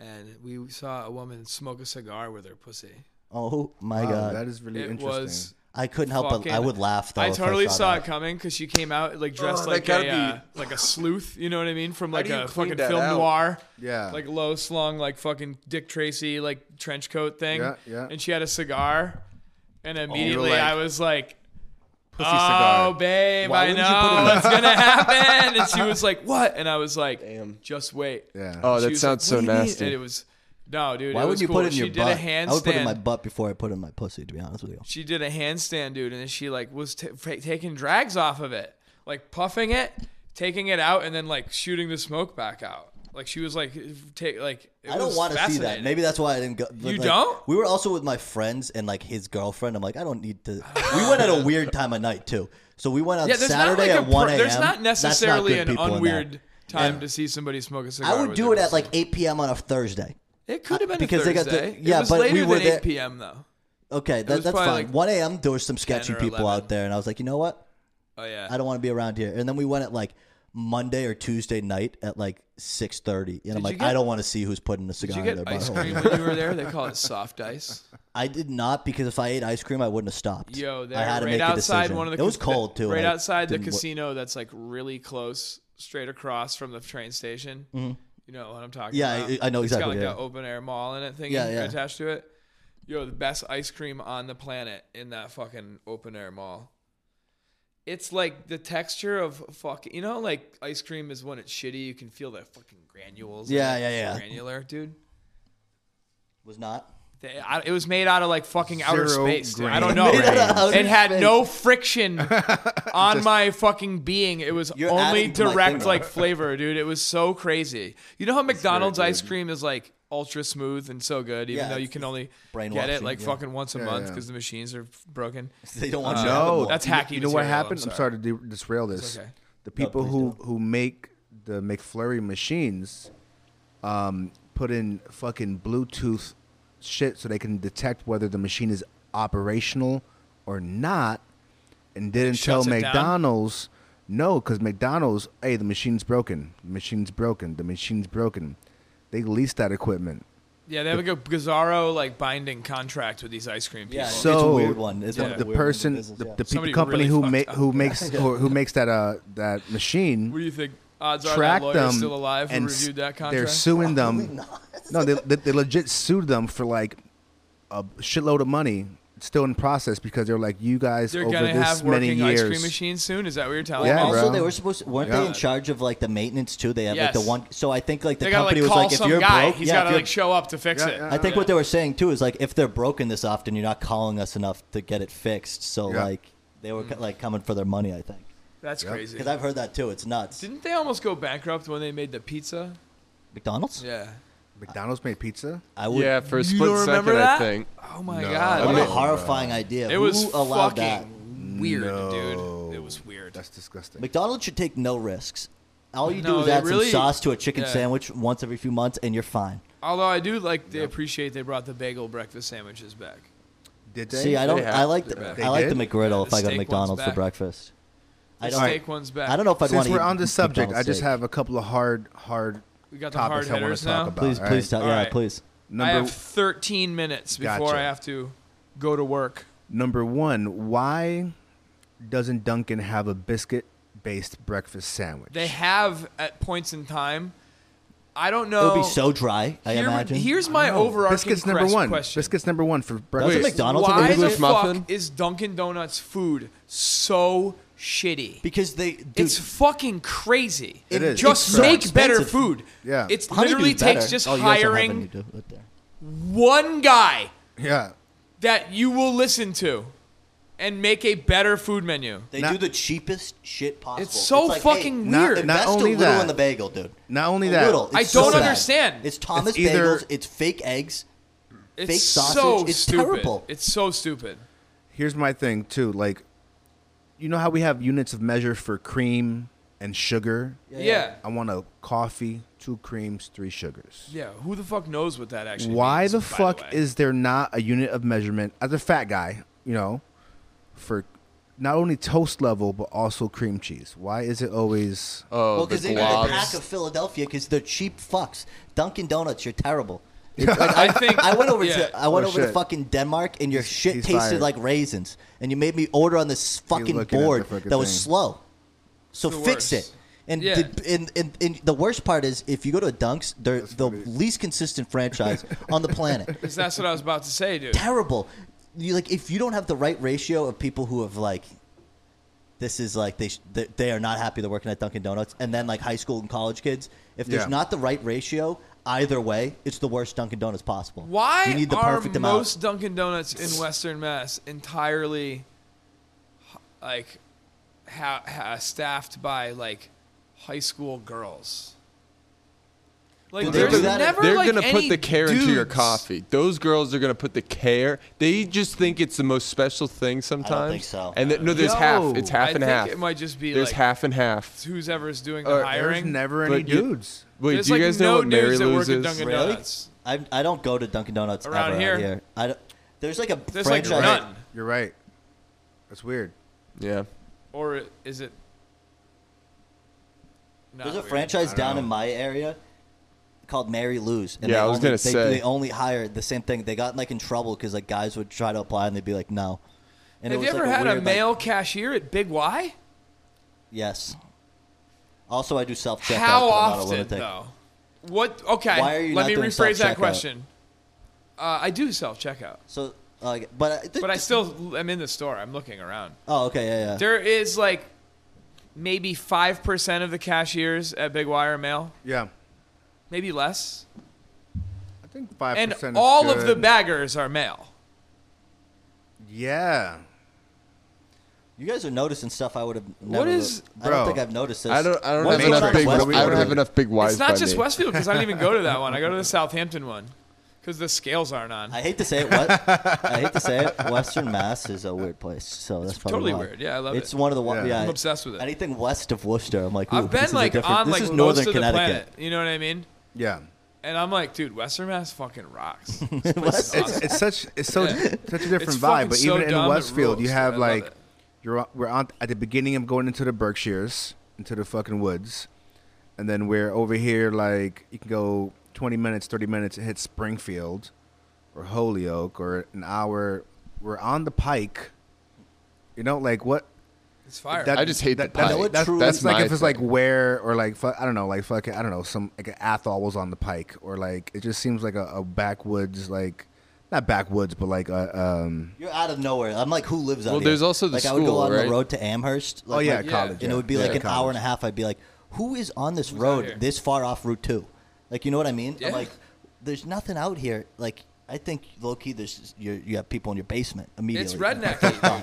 S2: and we saw a woman smoke a cigar with her pussy.
S3: Oh my
S1: Wow,
S3: god,
S1: that is really
S2: it
S1: interesting.
S2: was.
S3: I couldn't help but
S2: fucking-
S3: I would laugh though.
S2: I
S3: if
S2: totally
S3: saw,
S2: saw
S3: that.
S2: it coming because she came out like dressed
S4: Oh, that
S2: like a
S4: gotta be-
S2: uh, like a sleuth. You know what I mean? From like
S4: do you
S2: a
S4: clean
S2: fucking
S4: that
S2: film
S4: out?
S2: noir.
S1: Yeah.
S2: Like low slung, like fucking Dick Tracy, like trench coat thing.
S1: Yeah, yeah.
S2: And she had a cigar, and
S3: Oh,
S2: immediately
S1: like,
S2: I was like.
S1: Pussy
S2: Oh,
S1: cigar.
S2: babe,
S3: Why
S2: I
S3: would you put
S2: know it's
S3: <laughs>
S2: gonna happen. And she was like, "What?" And I was like,
S4: Damn.
S2: just wait."
S1: Yeah.
S4: Oh,
S2: She
S4: that
S2: was
S4: sounds
S2: like,
S4: so
S2: "What do you mean?"
S4: nasty.
S2: And it was no, dude.
S3: Why
S2: it
S3: would
S2: was
S3: you
S2: cool.
S3: put it in
S2: she
S3: your
S2: did
S3: butt?
S2: a handstand.
S3: I would put it in my butt before I put it in my pussy. To be honest with you,
S2: She did a handstand, dude, and then she like was t- fa taking drags off of it, like puffing it, taking it out, and then like shooting the smoke back out. Like she was like take like. It
S3: I don't
S2: was
S3: want to see that.
S2: fascinating.
S3: Maybe that's why I didn't go.
S2: You
S3: like,
S2: don't?
S3: We were also with my friends and like his girlfriend. I'm like, I don't need
S2: <sighs>
S3: to. We went at a weird time of night too. So we went on
S2: Yeah, there's not
S3: Saturday
S2: like
S3: at
S2: a
S3: one
S2: per-
S3: a.m.
S2: There's not
S3: That's
S2: necessarily
S3: good
S2: an
S3: people in that.
S2: unweird time to see somebody smoke a cigar.
S3: I would
S2: with
S3: do
S2: their
S3: it at
S2: pussy.
S3: like 8 p.m. on a Thursday.
S2: It could have been
S3: because
S2: a
S3: they
S2: Thursday.
S3: got the- yeah,
S2: it was
S3: but we
S2: later
S3: were
S2: than
S3: there-
S2: 8 p.m. though.
S3: Okay,
S2: was
S3: that, that's
S2: probably
S3: fine.
S2: like
S3: 1 a.m. There were some sketchy
S2: or
S3: people
S2: 11.
S3: out there, and I was like, you know what?
S2: Oh yeah.
S3: I don't want to be around here. And then we went at like Monday or Tuesday night at like 6:30, and I'm
S2: you
S3: like,
S2: get-
S3: I don't want to see who's putting a
S2: Did
S3: cigar
S2: you
S3: in
S2: get
S3: their
S2: ice
S3: butthole. <laughs>
S2: cream when you were there? They call it soft ice.
S3: I did not because if I ate ice cream, I wouldn't have stopped.
S2: Yo, there,
S3: I had to
S2: right
S3: make a
S2: outside
S3: decision.
S2: one of the
S3: it was
S2: cas-
S3: cold too.
S2: Right
S3: and I
S2: outside the
S3: didn't wa-
S2: casino, that's like really close, straight across from the train station. You know what I'm talking
S3: Mm-hmm. Yeah,
S2: about?
S3: I- I know exactly,
S2: It's got
S3: yeah.
S2: like that open air mall in it thing
S3: Yeah, yeah.
S2: attached to it. Yo, the best ice cream on the planet in that fucking open air mall. It's like the texture of fucking, you know, like ice cream is when it's shitty. You can feel the fucking granules. in
S3: Yeah,
S2: it.
S3: yeah,
S2: It's
S3: yeah.
S2: Granular, dude.
S3: Was not. <laughs>
S2: They, I, it was made out of like fucking outer
S1: Zero
S2: space. dude. I
S1: grain.
S2: don't know.
S1: Made out
S3: of outer
S2: It had
S3: space.
S1: <laughs>
S2: no friction on my fucking being. It was
S3: You're
S2: only
S3: adding to my
S2: direct
S3: thing,
S2: like flavor, dude. It was so crazy. You know how McDonald's ice cream is like ultra smooth and so good, even
S3: Yeah,
S2: though you
S3: it's-
S2: can only get it
S3: brainwashing,
S2: like
S3: yeah.
S2: fucking once a month
S1: yeah.
S2: because the machines are f- broken.
S3: They don't want you. to have it
S1: No,
S3: more.
S2: that's
S1: Uh, you-
S2: hacky
S1: You know what
S2: material,
S1: happened?
S2: I'm
S1: I'm sorry to de- disrail this.
S2: okay.
S1: The people
S3: please
S1: who who make the McFlurry machines, um, put in fucking Bluetooth shit so they can detect whether the machine is operational or not, and didn't tell
S2: shuts it down?
S1: McDonald's. No, because McDonald's, hey, the machine's broken. The machine's broken. The machine's broken. They leased that equipment.
S2: Yeah, they have like a bizarro like binding contract with these ice cream people.
S3: Yeah,
S1: So-
S3: it's a weird one. It's one of
S1: the
S3: the weird ones in
S1: person,
S3: business,
S1: the,
S3: yeah.
S1: the pe-
S2: Somebody
S1: company
S2: really
S1: who
S2: fucked
S1: ma-
S2: up.
S1: who makes
S2: <laughs>
S1: who, who makes that uh that machine
S2: what do you think? Odds are that
S1: track
S2: lawyer's
S1: them
S2: still alive who
S1: and s-
S2: reviewed that contract.
S1: They're suing them. No, they, they they legit sued them for like a shitload of money. It's still in process because they're like, you guys
S2: They're
S1: over
S2: gonna
S1: this
S2: have
S1: many
S2: working
S1: years.
S2: ice cream machines soon. Is that what you're telling
S1: Yeah,
S2: me?
S1: bro.
S3: also, they were supposed to, weren't they
S1: Yeah.
S3: in charge of like the maintenance too? They have like
S2: Yes.
S3: the one. So I think like the
S2: they gotta
S3: company
S2: like call
S3: was like, if
S2: some
S3: you're
S2: guy,
S3: broke,
S2: he's
S3: yeah, if
S2: gotta
S3: you're-
S2: like show up to fix
S1: Yeah,
S2: it.
S1: yeah.
S3: I think what they were saying too is like if they're broken this often, you're not calling us enough to get it fixed. So
S1: Yeah.
S3: like they were co- like coming for their money, I think.
S2: That's crazy.
S3: Because I've heard that too. It's nuts.
S2: Didn't they almost go bankrupt when they made the pizza?
S3: McDonald's.
S2: Yeah.
S1: McDonald's made pizza.
S3: I would.
S4: Yeah, for a
S2: You
S4: split
S2: don't
S4: second,
S2: remember
S4: I
S2: that?
S4: think.
S2: Oh my
S1: No.
S2: god.
S3: What
S4: I
S3: a
S4: mean-
S3: horrifying idea.
S2: it was
S3: Who allowed
S2: fucking
S3: that?
S2: weird,
S1: No.
S2: dude. It was weird.
S1: That's disgusting.
S3: McDonald's should take no risks. All you
S2: No,
S3: do is
S2: they
S3: add
S2: really-
S3: some sauce to a chicken
S2: yeah.
S3: sandwich once every few months, and you're fine.
S2: Although I do like they appreciate they brought the bagel breakfast sandwiches back.
S1: Did they?
S3: See, I don't.
S4: have
S3: I like
S2: to
S3: the
S2: back.
S1: They
S3: I like the
S1: did?
S3: McGriddle
S2: Yeah,
S3: if
S2: the
S3: I got
S2: steak one's
S3: McDonald's for
S2: back.
S3: breakfast.
S2: The
S3: I don't,
S2: steak one's back.
S3: I don't know if I'd
S1: Since
S3: want to.
S1: we're on the subject, I just have a couple of hard, hard
S2: We got the
S1: topics I want
S2: hard-hitters
S1: to talk
S2: now?
S1: about.
S3: Please,
S1: all
S3: please,
S1: right?
S3: tell,
S2: All
S3: yeah,
S2: right.
S3: please.
S2: I
S1: Number
S2: have 13 minutes before
S1: Gotcha.
S2: I have to go to work.
S1: Number one, why doesn't Duncan have a biscuit-based breakfast sandwich?
S2: They have at points in time. I don't
S3: It
S2: know.
S3: would be so dry. I
S2: Here-
S3: imagine.
S2: Here's my overarching
S1: Biscuits number
S2: quest-
S1: one.
S2: question.
S1: Biscuits number one for breakfast.
S3: Doesn't
S2: Wait,
S3: McDonald's have
S2: why
S4: English
S2: the
S4: muffin?
S2: fuck is Dunkin' Donuts food so shitty?
S3: because they dude,
S2: it's fucking crazy.
S1: It is.
S2: Just
S1: It's so
S2: make better
S3: expensive.
S2: food.
S1: Yeah.
S2: It
S3: Honeydew's
S2: literally
S3: better.
S2: takes just
S3: Oh, you also have
S2: hiring
S3: Honeydew up there.
S2: one guy
S1: yeah.
S2: that you will listen to and make a better food menu.
S3: They
S1: Not-
S3: do the cheapest shit possible.
S2: It's so
S3: like,
S2: fucking
S3: hey,
S1: not-
S2: weird.
S1: not-
S3: invest
S1: only
S3: a little
S1: that-
S3: in the bagel, dude.
S1: Not only
S3: A
S1: that,
S3: little.
S2: I
S3: It's
S2: don't
S3: so bad.
S2: understand.
S3: It's Thomas
S1: It's either-
S3: bagels. It's fake eggs.
S2: it's
S3: fake
S2: so
S3: sausage is
S2: stupid.
S3: terrible.
S2: It's so stupid.
S1: here's my thing too. Like, you know how we have units of measure for cream and sugar.
S2: Yeah.
S3: yeah.
S2: Yeah.
S1: I want a coffee, two creams, three sugars.
S2: Who the fuck knows what that actually
S1: Why
S2: means,
S1: the
S2: by
S1: fuck
S2: way?
S1: is there not a unit of measurement as a fat guy? You know, for not only toast level but also cream cheese. Why is it always?
S4: Oh,
S3: Well,
S4: the
S3: because they got a pack
S4: globs.
S3: of Philadelphia because they're cheap fucks. Dunkin' Donuts, you're terrible.
S2: <laughs>
S3: <laughs>
S2: I think
S3: I went over
S2: <laughs> yeah.
S3: to I went
S1: Oh,
S3: over to
S1: shit.
S3: fucking Denmark, and your shit
S1: he's
S3: tasted
S1: fired.
S3: like raisins, and you made me order on this fucking
S1: looking at
S3: board
S1: the fucking
S3: that was
S1: thing.
S3: slow. So
S2: the
S3: fix
S2: worst.
S3: it. And,
S2: Yeah.
S3: did, and, and and the worst part is if you go to a Dunks, they're the least consistent franchise on
S1: <laughs>
S3: the planet.
S2: 'Cause that's what I was about to say, dude.
S3: Terrible. You like if you don't have the right ratio of people who have like. This is like they sh- they- they are not happy they're working at Dunkin' Donuts, and then like high school and college kids. If there's
S1: Yeah.
S3: not the right ratio either way, it's the worst Dunkin' Donuts possible.
S2: Why
S3: you need the
S2: are
S3: perfect amount.
S2: most Dunkin' Donuts in Western Mass entirely like ha- ha- staffed by like high school girls? Like
S3: Do they
S2: there's
S3: do that?
S2: never
S4: They're
S2: like,
S4: gonna put
S2: any
S4: the care into your
S2: dudes.
S4: coffee. Those girls are gonna put the care. They just think it's the most special thing sometimes.
S3: so.
S4: And th- no, there's half.
S1: No.
S4: It's half
S2: I
S4: and
S2: think
S4: half.
S2: it might just be
S4: there's
S2: like
S4: half and half.
S2: who's ever's doing
S4: Or
S2: the
S4: there's
S1: There's
S2: hiring.
S1: never any
S4: But you-
S1: dudes.
S4: Wait,
S2: There's
S4: do you
S2: like
S4: guys
S2: no
S4: know what Mary
S2: dudes that
S4: Lou's
S2: work at
S4: is?
S2: Dunkin'
S3: Really?
S2: Donuts.
S3: I, I don't go to Dunkin' Donuts
S2: Around
S3: ever out
S2: here.
S3: here. I don't, there's like a
S2: There's like
S3: franchise.
S2: none.
S1: You're right. That's weird.
S4: Yeah.
S2: Or is it? not
S3: There's a
S2: weird?
S3: franchise down in my area called Mary Lou's. And
S4: Yeah,
S3: they
S4: I was
S3: only-
S4: gonna
S3: they,
S4: say.
S3: they only hired the same thing. They got like in trouble because like guys would try to apply and they'd be like, no. And it
S2: Have you
S3: was,
S2: ever
S3: like,
S2: had a
S3: weird, like-
S2: male cashier at Big Y?
S3: yes. Also, I do self checkout.
S2: How
S3: I'm not a
S2: often
S3: lunatic.
S2: though? What? Okay.
S3: Why are you
S2: let
S3: not
S2: me
S3: doing
S2: rephrase that
S3: self-checkout?
S2: question. Uh, I do self checkout,
S3: So, uh, but I,
S2: but I still am in the store. I'm looking
S3: <laughs>
S2: around.
S3: Oh, okay, yeah, yeah.
S2: There is like maybe five percent of the cashiers at Big Y are male,
S1: Yeah,
S2: maybe less,
S1: I think five
S2: and
S1: percent.
S2: all of the baggers are male.
S1: Yeah,
S3: You guys are noticing stuff I would have. never
S2: What is-
S3: I don't
S1: Bro.
S3: think I've noticed this.
S4: I don't. I don't
S3: What's
S4: have
S1: Matrix
S4: enough big.
S1: West
S4: I don't
S1: Wing?
S4: have enough big wise.
S2: it's not
S4: by
S2: just
S4: me.
S2: Westfield because I don't even go to that one. I go to
S3: <laughs>
S2: the Southampton one because the scales aren't on.
S3: I hate to say it. What I hate to say it. <laughs> Western Mass is a weird place, so that's probably
S2: totally
S3: why.
S2: weird. Yeah, I love
S3: it's
S2: it.
S3: one of the yeah.
S1: Yeah.
S3: yeah
S2: I'm obsessed with it.
S3: Anything west of Worcester, I'm like, ooh,
S2: I've
S3: this
S2: been
S3: is a
S2: like
S3: different-
S2: on
S3: this
S2: like
S3: is
S2: most
S3: northern
S2: of the planet.
S3: Connecticut.
S2: You know what I mean?
S1: yeah.
S2: And I'm like, dude, Western Mass fucking
S3: <laughs>
S2: rocks. This place
S3: West-
S2: sucks.
S1: It's, it's such it's so such a different
S2: It's fucking
S1: vibe. But
S2: so
S1: even
S2: dumb,
S1: in
S2: it
S1: Westfield, you
S2: rules. I
S1: have
S2: love
S1: like
S2: it.
S1: you're we're on at the beginning of going into the Berkshires, into the fucking woods, and then we're over here like you can go 20 minutes, 30 minutes and hit Springfield, or Holyoke, or an hour. We're on the Pike. You know, like what?
S2: It's fire.
S1: that-
S4: I just hate
S1: that-
S4: the pike.
S1: that's-
S4: That's,
S3: that's-
S1: That's like
S4: my
S1: if it's
S4: thing.
S1: like where or like fu- I don't know, like fucking I don't know, some like Athol was on the Pike or like it just seems like a, a backwoods like not backwoods but like a um
S3: You're out of nowhere. I'm like, who lives out
S4: Well,
S3: here?
S4: there's also the
S3: like I would go
S4: school,
S3: out on
S4: right?
S3: the road to Amherst. Like,
S1: oh yeah,
S3: like,
S2: Yeah.
S1: college
S3: and it
S1: yeah.
S3: would be
S1: Yeah,
S3: like an hour
S1: college.
S3: and a half. I'd be like, who is on this
S2: out
S3: road
S2: here?
S3: this far off Route Two? Like, you know what I mean?
S2: Yeah.
S3: I'm like, there's nothing out here. Like, I think low key, there's you're, you have people in your basement
S2: it's
S3: immediately.
S2: rednecky.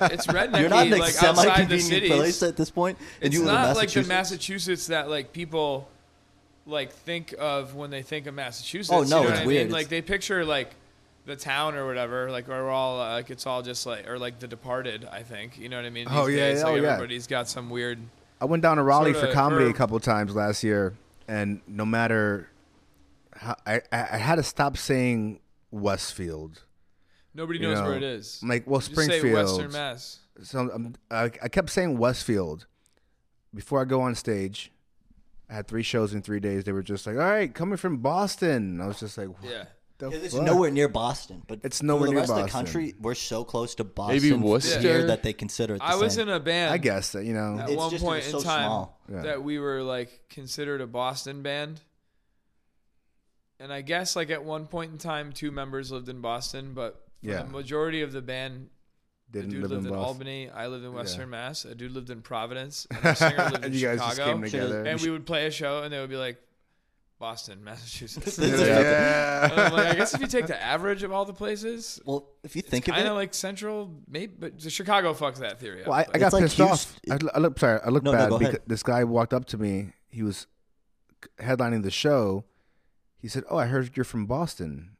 S1: <laughs>
S2: dude. It's rednecky.
S3: <laughs> You're not in a
S2: like outside the
S3: semi-convenient
S2: cities.
S3: place at this point. and
S2: it's
S3: you live in
S2: not like the
S3: Massachusetts?
S2: Massachusetts that like people like think of when they think of Massachusetts.
S3: Oh,
S2: you
S3: no,
S2: know
S3: it's
S2: what I mean?
S3: weird.
S2: Like
S3: It's-
S2: they picture like the town or whatever. Like we're all uh, like it's all just like or like The Departed. I think you know what I mean. These
S1: Oh, yeah,
S2: days,
S1: yeah,
S2: like,
S1: oh, yeah.
S2: everybody's got some weird.
S1: I went down to Raleigh
S2: Sorta
S1: for comedy
S2: herb.
S1: a couple times last year, and no matter how I, I I had to stop saying Westfield.
S2: Nobody
S1: You
S2: knows
S1: know,
S2: where it is.
S1: I'm like, well,
S2: You just say Western
S1: Springfield.
S2: Mass.
S1: So I'm, I, I kept saying Westfield before I go on stage. I had three shows in three days. They were just like, "All right, coming from Boston." I was just like, what
S2: Yeah.
S1: the
S3: It's
S1: fuck?
S3: nowhere near Boston, but
S1: It's
S3: for
S1: nowhere
S3: the
S1: near
S3: rest of the
S1: Boston.
S3: country, we're so close to Boston.
S4: Maybe
S3: here
S4: Worcester?
S3: that they consider it. The
S2: I was
S3: same.
S2: in a band.
S1: I guess that you know.
S2: at
S3: It's
S2: one
S3: just
S2: point
S3: it's
S2: in
S3: so
S2: time
S3: small.
S1: Yeah.
S2: that we were like considered a Boston band. And I guess like at one point in time, two members lived in Boston, but for
S1: Yeah.
S2: the majority of the band,
S1: Didn't
S2: the dude
S1: live in
S2: lived in,
S1: Boston. <laughs>
S2: Albany. I lived in Western Mass. A dude lived in Providence. And our singer lived in
S1: you guys
S2: Chicago.
S1: just came
S3: Should've-
S1: together.
S2: And we would play a show, and they would be like, "Boston, Massachusetts."
S3: This
S2: And
S3: is-
S1: <laughs> yeah.
S2: I'm like, I guess if you take the average of all the places,
S3: Well, if you think of
S2: kind
S3: it,
S2: of like Central, maybe, but Chicago fucks that theory.
S1: <laughs>
S2: up.
S1: Well, I, I
S2: Like,
S1: got
S3: like
S1: pissed
S3: Houston-
S1: off. I, l- I look sorry. I look
S3: No, no,
S1: bad
S3: go
S1: because
S3: ahead.
S1: this guy walked up to me. He was headlining the show. He said, "Oh, I heard you're from Boston.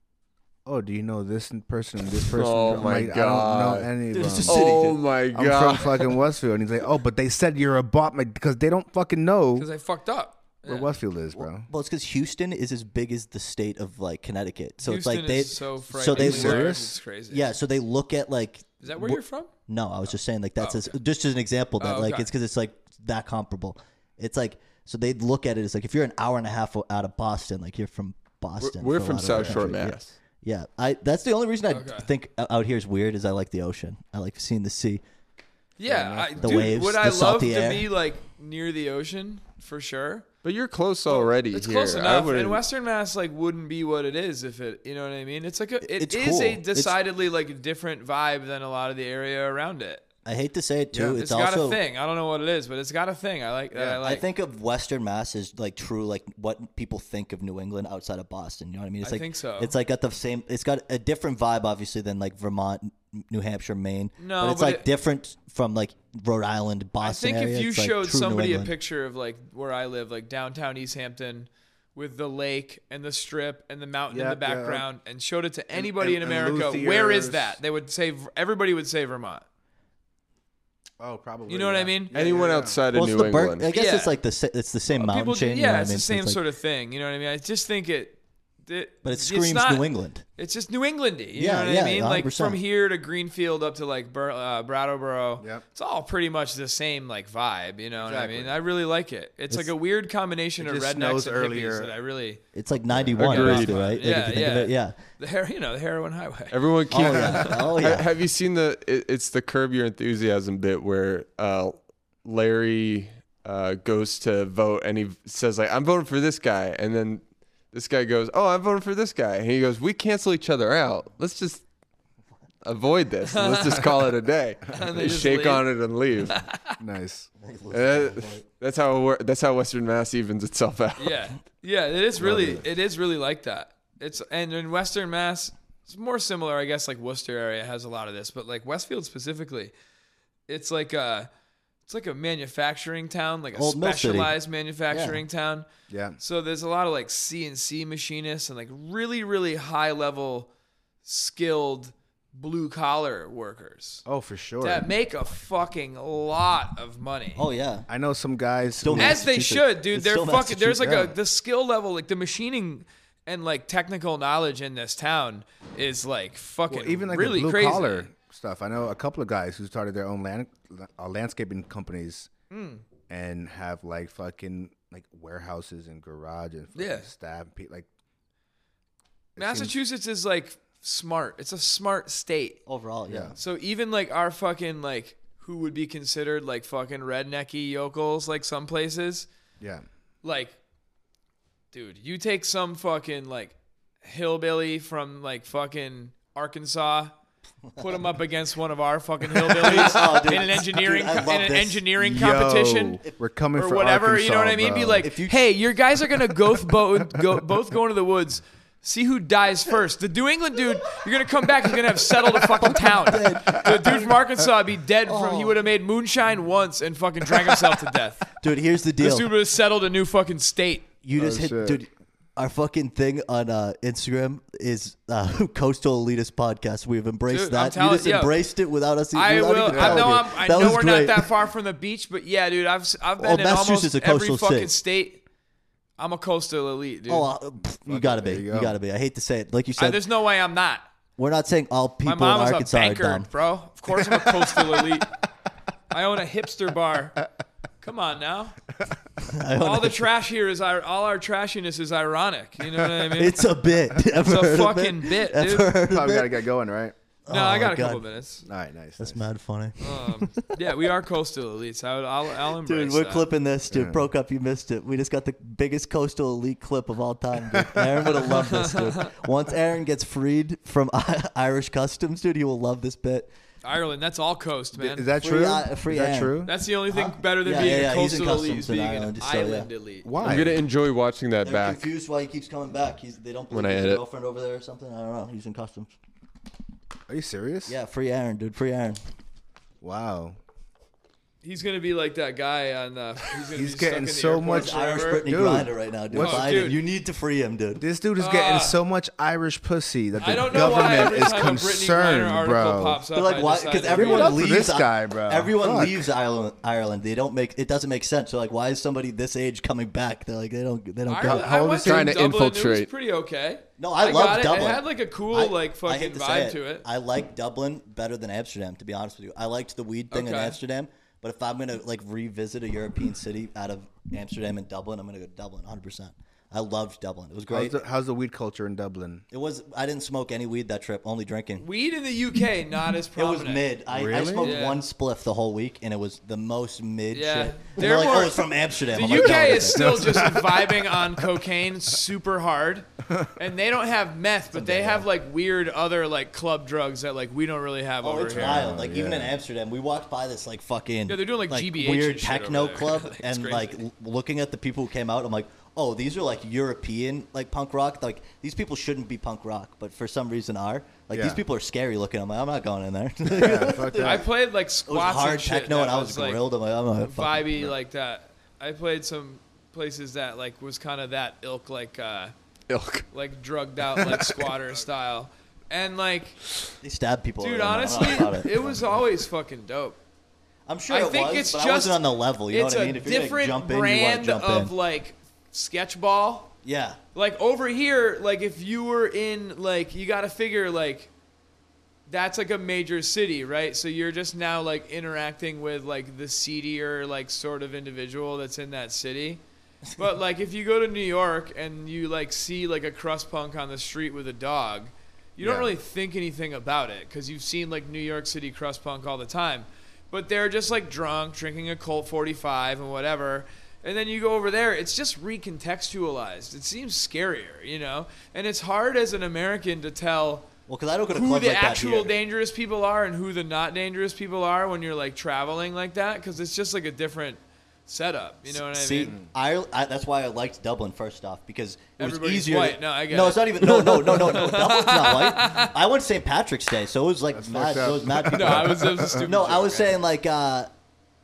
S1: Oh, do you know this person and this person?
S4: Oh
S1: I'm
S4: my
S1: like, I
S4: God.
S1: don't know any of
S3: Dude,
S1: them.
S3: it's just-
S4: Oh
S3: City, dude.
S4: my
S1: I'm
S4: god!
S1: from fucking Westfield." And he's like, "Oh, but they said you're a bot because they don't fucking know
S2: because I fucked up.
S1: where
S2: Yeah.
S1: Westfield is, bro."
S3: well, it's because Houston is as big as the state of like Connecticut, so
S2: Houston
S3: it's like they
S2: is so
S3: so
S2: frighteningly
S3: they
S1: frighteningly
S3: look-
S1: large.
S2: large,
S1: serious?
S2: It's crazy.
S3: yeah, so they look at like
S2: Is that where
S3: wh-
S2: you're from?
S3: No, I was just saying like that's
S2: Oh,
S3: as, just as an example that
S2: Oh,
S3: like
S2: okay.
S3: it's because it's like that comparable. It's like so they look at it as like if you're an hour and a half o- out of Boston, like you're from Boston.
S4: We're
S3: for a
S4: from
S3: lot of
S4: South
S3: the
S4: Shore,
S3: country. Yeah.
S4: Mass.
S3: Yeah, I. That's the only reason I
S2: Okay.
S3: think o- out here is weird is I like the ocean. I like seeing the sea.
S2: Yeah, I,
S3: The
S2: dude,
S3: waves,
S2: Would
S3: the
S2: I love
S3: salty
S2: to
S3: air.
S2: be like near the ocean for sure?
S4: But you're close already.
S2: It's
S4: here.
S2: close
S4: I
S2: enough,
S4: wouldn't-
S2: and Western Mass like wouldn't be what it is if it, you know what I mean? It's like a,
S3: It's
S2: it's a
S3: cool. It's-
S2: decidedly like different vibe than a lot of the area around it.
S3: I hate to say it too.
S2: it's
S3: it's
S2: got
S3: also
S2: a thing. I don't know what it is, but it's got a thing. I like that. I like.
S3: I think of Western Mass as like true, like what people think of New England outside of Boston. You know what I mean? It's
S2: I
S3: like,
S2: think so.
S3: It's like got the same. It's got a different vibe, obviously, than like Vermont, N- New Hampshire, Maine.
S2: No,
S3: but it's
S2: but
S3: like
S2: it-
S3: different from like Rhode Island,
S2: I
S3: Boston.
S2: think
S3: area.
S2: if you
S3: It's, like,
S2: showed
S3: true New
S2: somebody a
S3: England.
S2: picture of like where I live, like downtown East Hampton, with the lake and the strip and the mountain in
S1: Yeah,
S2: the
S1: yeah.
S2: background, and showed it to anybody
S1: and-
S2: in
S1: and
S2: America, where is
S1: Luthiers.
S2: that? They would say everybody would say Vermont.
S1: Oh, probably.
S2: You know what I mean?
S4: Anyone outside of
S3: well, it's
S4: New
S3: the Ber-
S4: England?
S3: I guess
S2: Yeah.
S3: it's like the sa- it's the same mountain
S2: People, do-
S3: chain.
S2: yeah,
S3: you know what I
S2: it's
S3: mean?
S2: the
S3: So
S2: same
S3: like-
S2: sort of thing. You know what I mean? I just think it. it,
S3: But it screams
S2: not-
S3: New England.
S2: It's just New Englandy. You
S3: Yeah,
S2: know what
S3: yeah,
S2: I mean? Like
S3: 100%.
S2: from here to Greenfield up to like Bur- uh, Brattleboro.
S1: Yep.
S2: It's all pretty much the same like vibe. You know
S1: Exactly.
S2: what I mean? I really like it. It's, like a weird combination
S1: It
S2: of
S1: just
S2: rednecks
S1: snows
S2: and
S1: earlier.
S2: hippies that I really. <laughs>
S3: It's like 91,
S4: Agreed.
S3: too, right? Like,
S2: Yeah,
S3: if you think
S2: yeah.
S3: Of it,
S4: <laughs>
S3: yeah.
S2: The hair, you know, the heroin highway.
S4: Everyone keep.
S3: Oh, yeah. Oh,
S4: Ha-
S3: yeah.
S4: Have you seen the? It, it's the curb your enthusiasm bit where uh, Larry uh, goes to vote and he v- says like, "I'm voting for this guy," and then this guy goes, "Oh, I'm voting for this guy," and he goes, "We cancel each other out. Let's just." Avoid this. and Let's just call it
S2: <laughs>
S4: a day.
S2: they
S4: They
S2: just
S4: shake
S2: leave.
S4: on it and
S2: <laughs>
S4: leave.
S1: Nice.
S4: Uh, that's how it wor- that's how Western Mass evens itself out.
S2: <laughs> yeah, yeah. It is really, it is really like that. It's and in Western Mass, it's more similar, I guess. Like Worcester area has a lot of this, but like Westfield specifically, it's like a, it's like a manufacturing town, like a
S3: Old Mill City.
S2: specialized manufacturing town.
S1: Yeah.
S2: So there's a lot of like CNC machinists and like really, really high level, skilled blue collar workers
S1: Oh, for sure.
S2: that make a fucking lot of money.
S3: Oh, yeah.
S1: I know some guys.
S3: Don't
S1: who-
S3: ask
S2: as they
S3: Massachusetts.
S2: should, dude.
S3: It's
S2: They're
S3: still
S2: fucking. There's like a
S1: Massachusetts.
S2: the skill level, like the machining and like technical knowledge in this town is like fucking
S1: Well, even like the
S2: really
S1: blue
S2: crazy.
S1: collar stuff. I know a couple of guys who started their own land, uh, landscaping companies
S2: Hmm.
S1: and have like fucking like warehouses and garages and fucking
S2: Yeah.
S1: staff and pe- like
S2: Massachusetts is like smart. It's a smart state.
S3: Overall, yeah.
S2: So even like our fucking like who would be considered like fucking rednecky yokels, like some places,
S1: yeah.
S2: like, dude, you take some fucking like hillbilly from like fucking Arkansas, put
S3: <laughs>
S2: him up against one of our fucking hillbillies in an engineering
S3: Oh, Dude, I love
S2: in an
S3: this.
S2: engineering competition.
S1: Yo, we're coming
S2: Or
S1: for
S2: whatever, you know what I
S1: Arkansas,
S2: mean? Be
S1: bro.
S2: like,
S3: If you-
S2: hey, your guys are gonna go both go both go into the woods. See who dies first. The New England dude, you're gonna come back. He's gonna have settled a fucking
S3: <laughs>
S2: town. The dude from Arkansas would be dead. From
S3: Oh.
S2: he would have made moonshine once and fucking drank himself to death.
S3: Dude, here's the
S2: This
S3: deal.
S2: dude would have settled a new fucking state.
S3: You just hit,
S1: Oh, shit.
S3: dude. Our fucking thing on uh, Instagram is uh, <laughs> Coastal Elitist Podcast. We've embraced
S2: Dude, I'm
S3: that.
S2: telling-
S3: you just
S2: yo.
S3: embraced it without us. e-,
S2: I
S3: without
S2: will.
S3: Even
S2: I
S3: telling
S2: know.
S3: you.
S2: I'm, I
S3: That
S2: know
S3: was
S2: we're
S3: great.
S2: not that far from the beach, but yeah, dude, I've s- I've been
S3: Well,
S2: in
S3: Massachusetts
S2: almost
S3: is a
S2: every
S3: coastal
S2: fucking
S3: state.
S2: state. I'm a coastal elite, dude.
S3: <laughs> Oh, uh, pff, you gotta be.
S1: there you
S3: You,
S1: go.
S3: gotta be. I hate to say it. Like you
S2: I-
S3: said,
S2: there's no way I'm not.
S3: we're not saying all
S2: My
S3: people in
S2: mom was a
S3: Arkansas are
S2: banker,
S3: dumb.
S2: bro. Of course, I'm a coastal elite. I own a hipster bar. Come on
S3: <laughs>
S2: now. All the trash here is ir- all our trashiness is ironic. You know what
S3: <laughs>
S2: I mean?
S3: It's a
S2: <laughs>
S3: bit. Ever
S2: a
S3: heard of it?
S2: fucking bit,
S3: Ever
S2: dude.
S3: heard of
S1: Probably
S3: it? <laughs>
S1: gotta get going, right?
S2: no, I
S3: oh my
S2: got a
S3: God.
S2: couple minutes.
S1: All right, nice.
S3: That's
S1: nice.
S3: mad funny.
S2: Um, yeah, we are coastal elites. I would, I'll, I'll embrace
S3: Dude, we're
S4: uh,
S2: that.
S3: clipping this, dude. Broke up, you missed it. We just got the biggest coastal elite clip of all time, dude. Aaron would have loved this,
S4: <laughs>
S3: dude. Once Aaron gets freed from <laughs> Irish customs, dude, he will love this bit.
S2: Ireland, that's all coast, man.
S1: Is that
S3: Free
S1: true?
S3: I- free
S1: Is that
S3: I am.
S1: true?
S2: That's the only thing better than
S3: Yeah,
S2: being
S3: yeah, yeah,
S2: a
S3: he's in
S2: coastal elite is
S3: customs in
S2: being
S3: Ireland,
S2: an
S3: so, yeah.
S2: island elite.
S1: Why?
S4: I'm gonna enjoy watching that
S3: They're
S4: back.
S3: confused why he keeps coming back. He's, they don't
S4: When
S3: believe
S4: I
S3: his
S4: edit.
S3: girlfriend over there or something. I don't know. He's in customs.
S1: Are you serious?
S3: Yeah, free Aaron, dude. Free Aaron.
S1: Wow.
S2: He's gonna be like that guy on. Uh, he's gonna
S1: He's getting
S2: be stuck in the
S1: so
S2: airport
S1: much-
S3: Irish
S2: forever.
S3: Brittany
S1: Dude.
S3: Grinder right now, dude.
S1: What's-
S3: Biden,
S2: Dude.
S3: you need to free him, dude.
S1: This dude is getting
S2: Ah.
S1: so much Irish pussy that the
S2: I don't know why
S1: government
S2: every
S1: is
S2: time a Brittany Griner
S1: concerned,
S2: article
S1: bro.
S2: pops up,
S3: They're
S2: I
S3: like, why?
S2: decide
S3: Because
S2: to-
S1: Give it up
S3: everyone
S1: for
S3: leaves
S1: this
S3: I-
S1: guy, bro.
S3: Everyone
S1: Fuck.
S3: leaves Ireland. Ireland. They don't make. It doesn't make sense. So like, why is somebody this age coming back? They're like, they don't. They don't.
S2: Ireland,
S3: Go.
S1: how
S2: I
S1: old
S2: went
S1: is
S4: he? Trying to
S2: Dublin, It
S4: infiltrate.
S2: was pretty okay.
S3: No, I,
S2: got
S3: love
S2: it.
S3: Dublin.
S2: It had like a cool,
S3: I-
S2: like
S3: I
S2: fucking
S3: hate to say
S2: vibe to it.
S3: I like Dublin better than Amsterdam. To be honest with you, I liked the weed thing in
S2: Okay.
S3: Amsterdam. But if I'm gonna like revisit a European city out of Amsterdam and Dublin, I'm gonna go to Dublin 100. percent I loved Dublin. It was
S1: How's
S3: great.
S1: the, how's the weed culture in Dublin?
S3: it was. I didn't smoke any weed that trip. Only drinking.
S2: Weed in the UK not as
S3: <laughs> It was
S2: prominent.
S3: mid. I, I
S1: Really?
S3: smoked
S2: Yeah.
S3: one spliff the whole week, and it was the most mid
S2: Yeah.
S3: shit. And
S2: They're
S3: they're like,
S2: more-
S3: oh, it's from Amsterdam.
S2: The
S3: I'm like,
S2: UK
S3: "No, it
S2: is
S3: isn't."
S2: still just
S3: <laughs>
S2: vibing on cocaine super hard, and they don't have meth, but they have like weird other like club drugs that like we don't really have
S3: Oh,
S2: over
S3: it's
S2: here.
S3: wild. Like even
S1: yeah.
S3: in Amsterdam, we walked by this like fucking
S2: Yeah, they're doing, like, GBH and
S3: weird
S2: shit
S3: techno
S2: over there.
S3: club,
S2: Like, <laughs> it's
S3: and
S2: crazy.
S3: like l- looking at the people who came out, I'm like, oh, these are like European like punk rock. Like these people shouldn't be punk rock, but for some reason are. Like these
S1: Yeah.
S3: people are scary looking. I'm like, I'm not going in there. <laughs>
S1: <laughs>
S3: it
S1: Yeah, fuck
S2: I
S1: that.
S2: played like
S3: was
S2: squats
S3: hard
S2: and shit
S3: techno,
S2: that
S3: and I was
S2: like,
S3: grilled. I'm like, I'm not fucking-
S2: vibey like that. I played some places that like was kind of that ilk like uh
S4: Ilk.
S2: <laughs> like drugged out
S3: <laughs>
S2: like squatter style. And like
S3: They stab people.
S2: dude,
S3: over there. I'm not
S2: honestly,
S3: about
S2: it was always fucking dope.
S3: I'm sure
S2: I
S3: it
S2: think
S3: was,
S2: it's
S3: but I
S2: just
S3: wasn't on the level. You know
S2: it's
S3: what I
S2: a
S3: mean? If you're gonna
S2: different
S3: jump in, you want
S2: brand
S3: to jump
S2: of
S3: in.
S2: like sketchball
S3: Yeah.
S2: Like over here, like if you were in like you gotta figure like that's like a major city, right? So you're just now like interacting with like the seedier like sort of individual that's in that city. But like if you go to New York and you like see like a crust punk on the street with a dog, you don't
S1: Yeah.
S2: really think anything about it because you've seen like New York City crust punk all the time. But they're just like drunk, drinking a Colt 45 and whatever. And then you go over there, it's just recontextualized. It seems scarier, you know? And it's hard as an American to tell
S3: Well, because I don't go to
S2: who
S3: clubs
S2: the
S3: like
S2: actual
S3: that here.
S2: dangerous people are and who the not dangerous people are when you're like traveling like that because it's just like a different setup. You know what I
S3: See,
S2: mean?
S3: I, I that's why I liked Dublin first off because it
S2: Everybody's
S3: was easier. to-
S2: white. No, I get
S3: no,
S2: it.
S3: it's not even. No, no, no,
S2: <laughs>
S3: no, no. Dublin's not white. I went St. Patrick's Day, so it was like mad.
S1: fucked up.
S3: It was
S2: <laughs>
S3: mad.
S2: No,
S3: People.
S2: I was, that was a stupid.
S3: no, I
S2: joke.
S3: was saying like uh,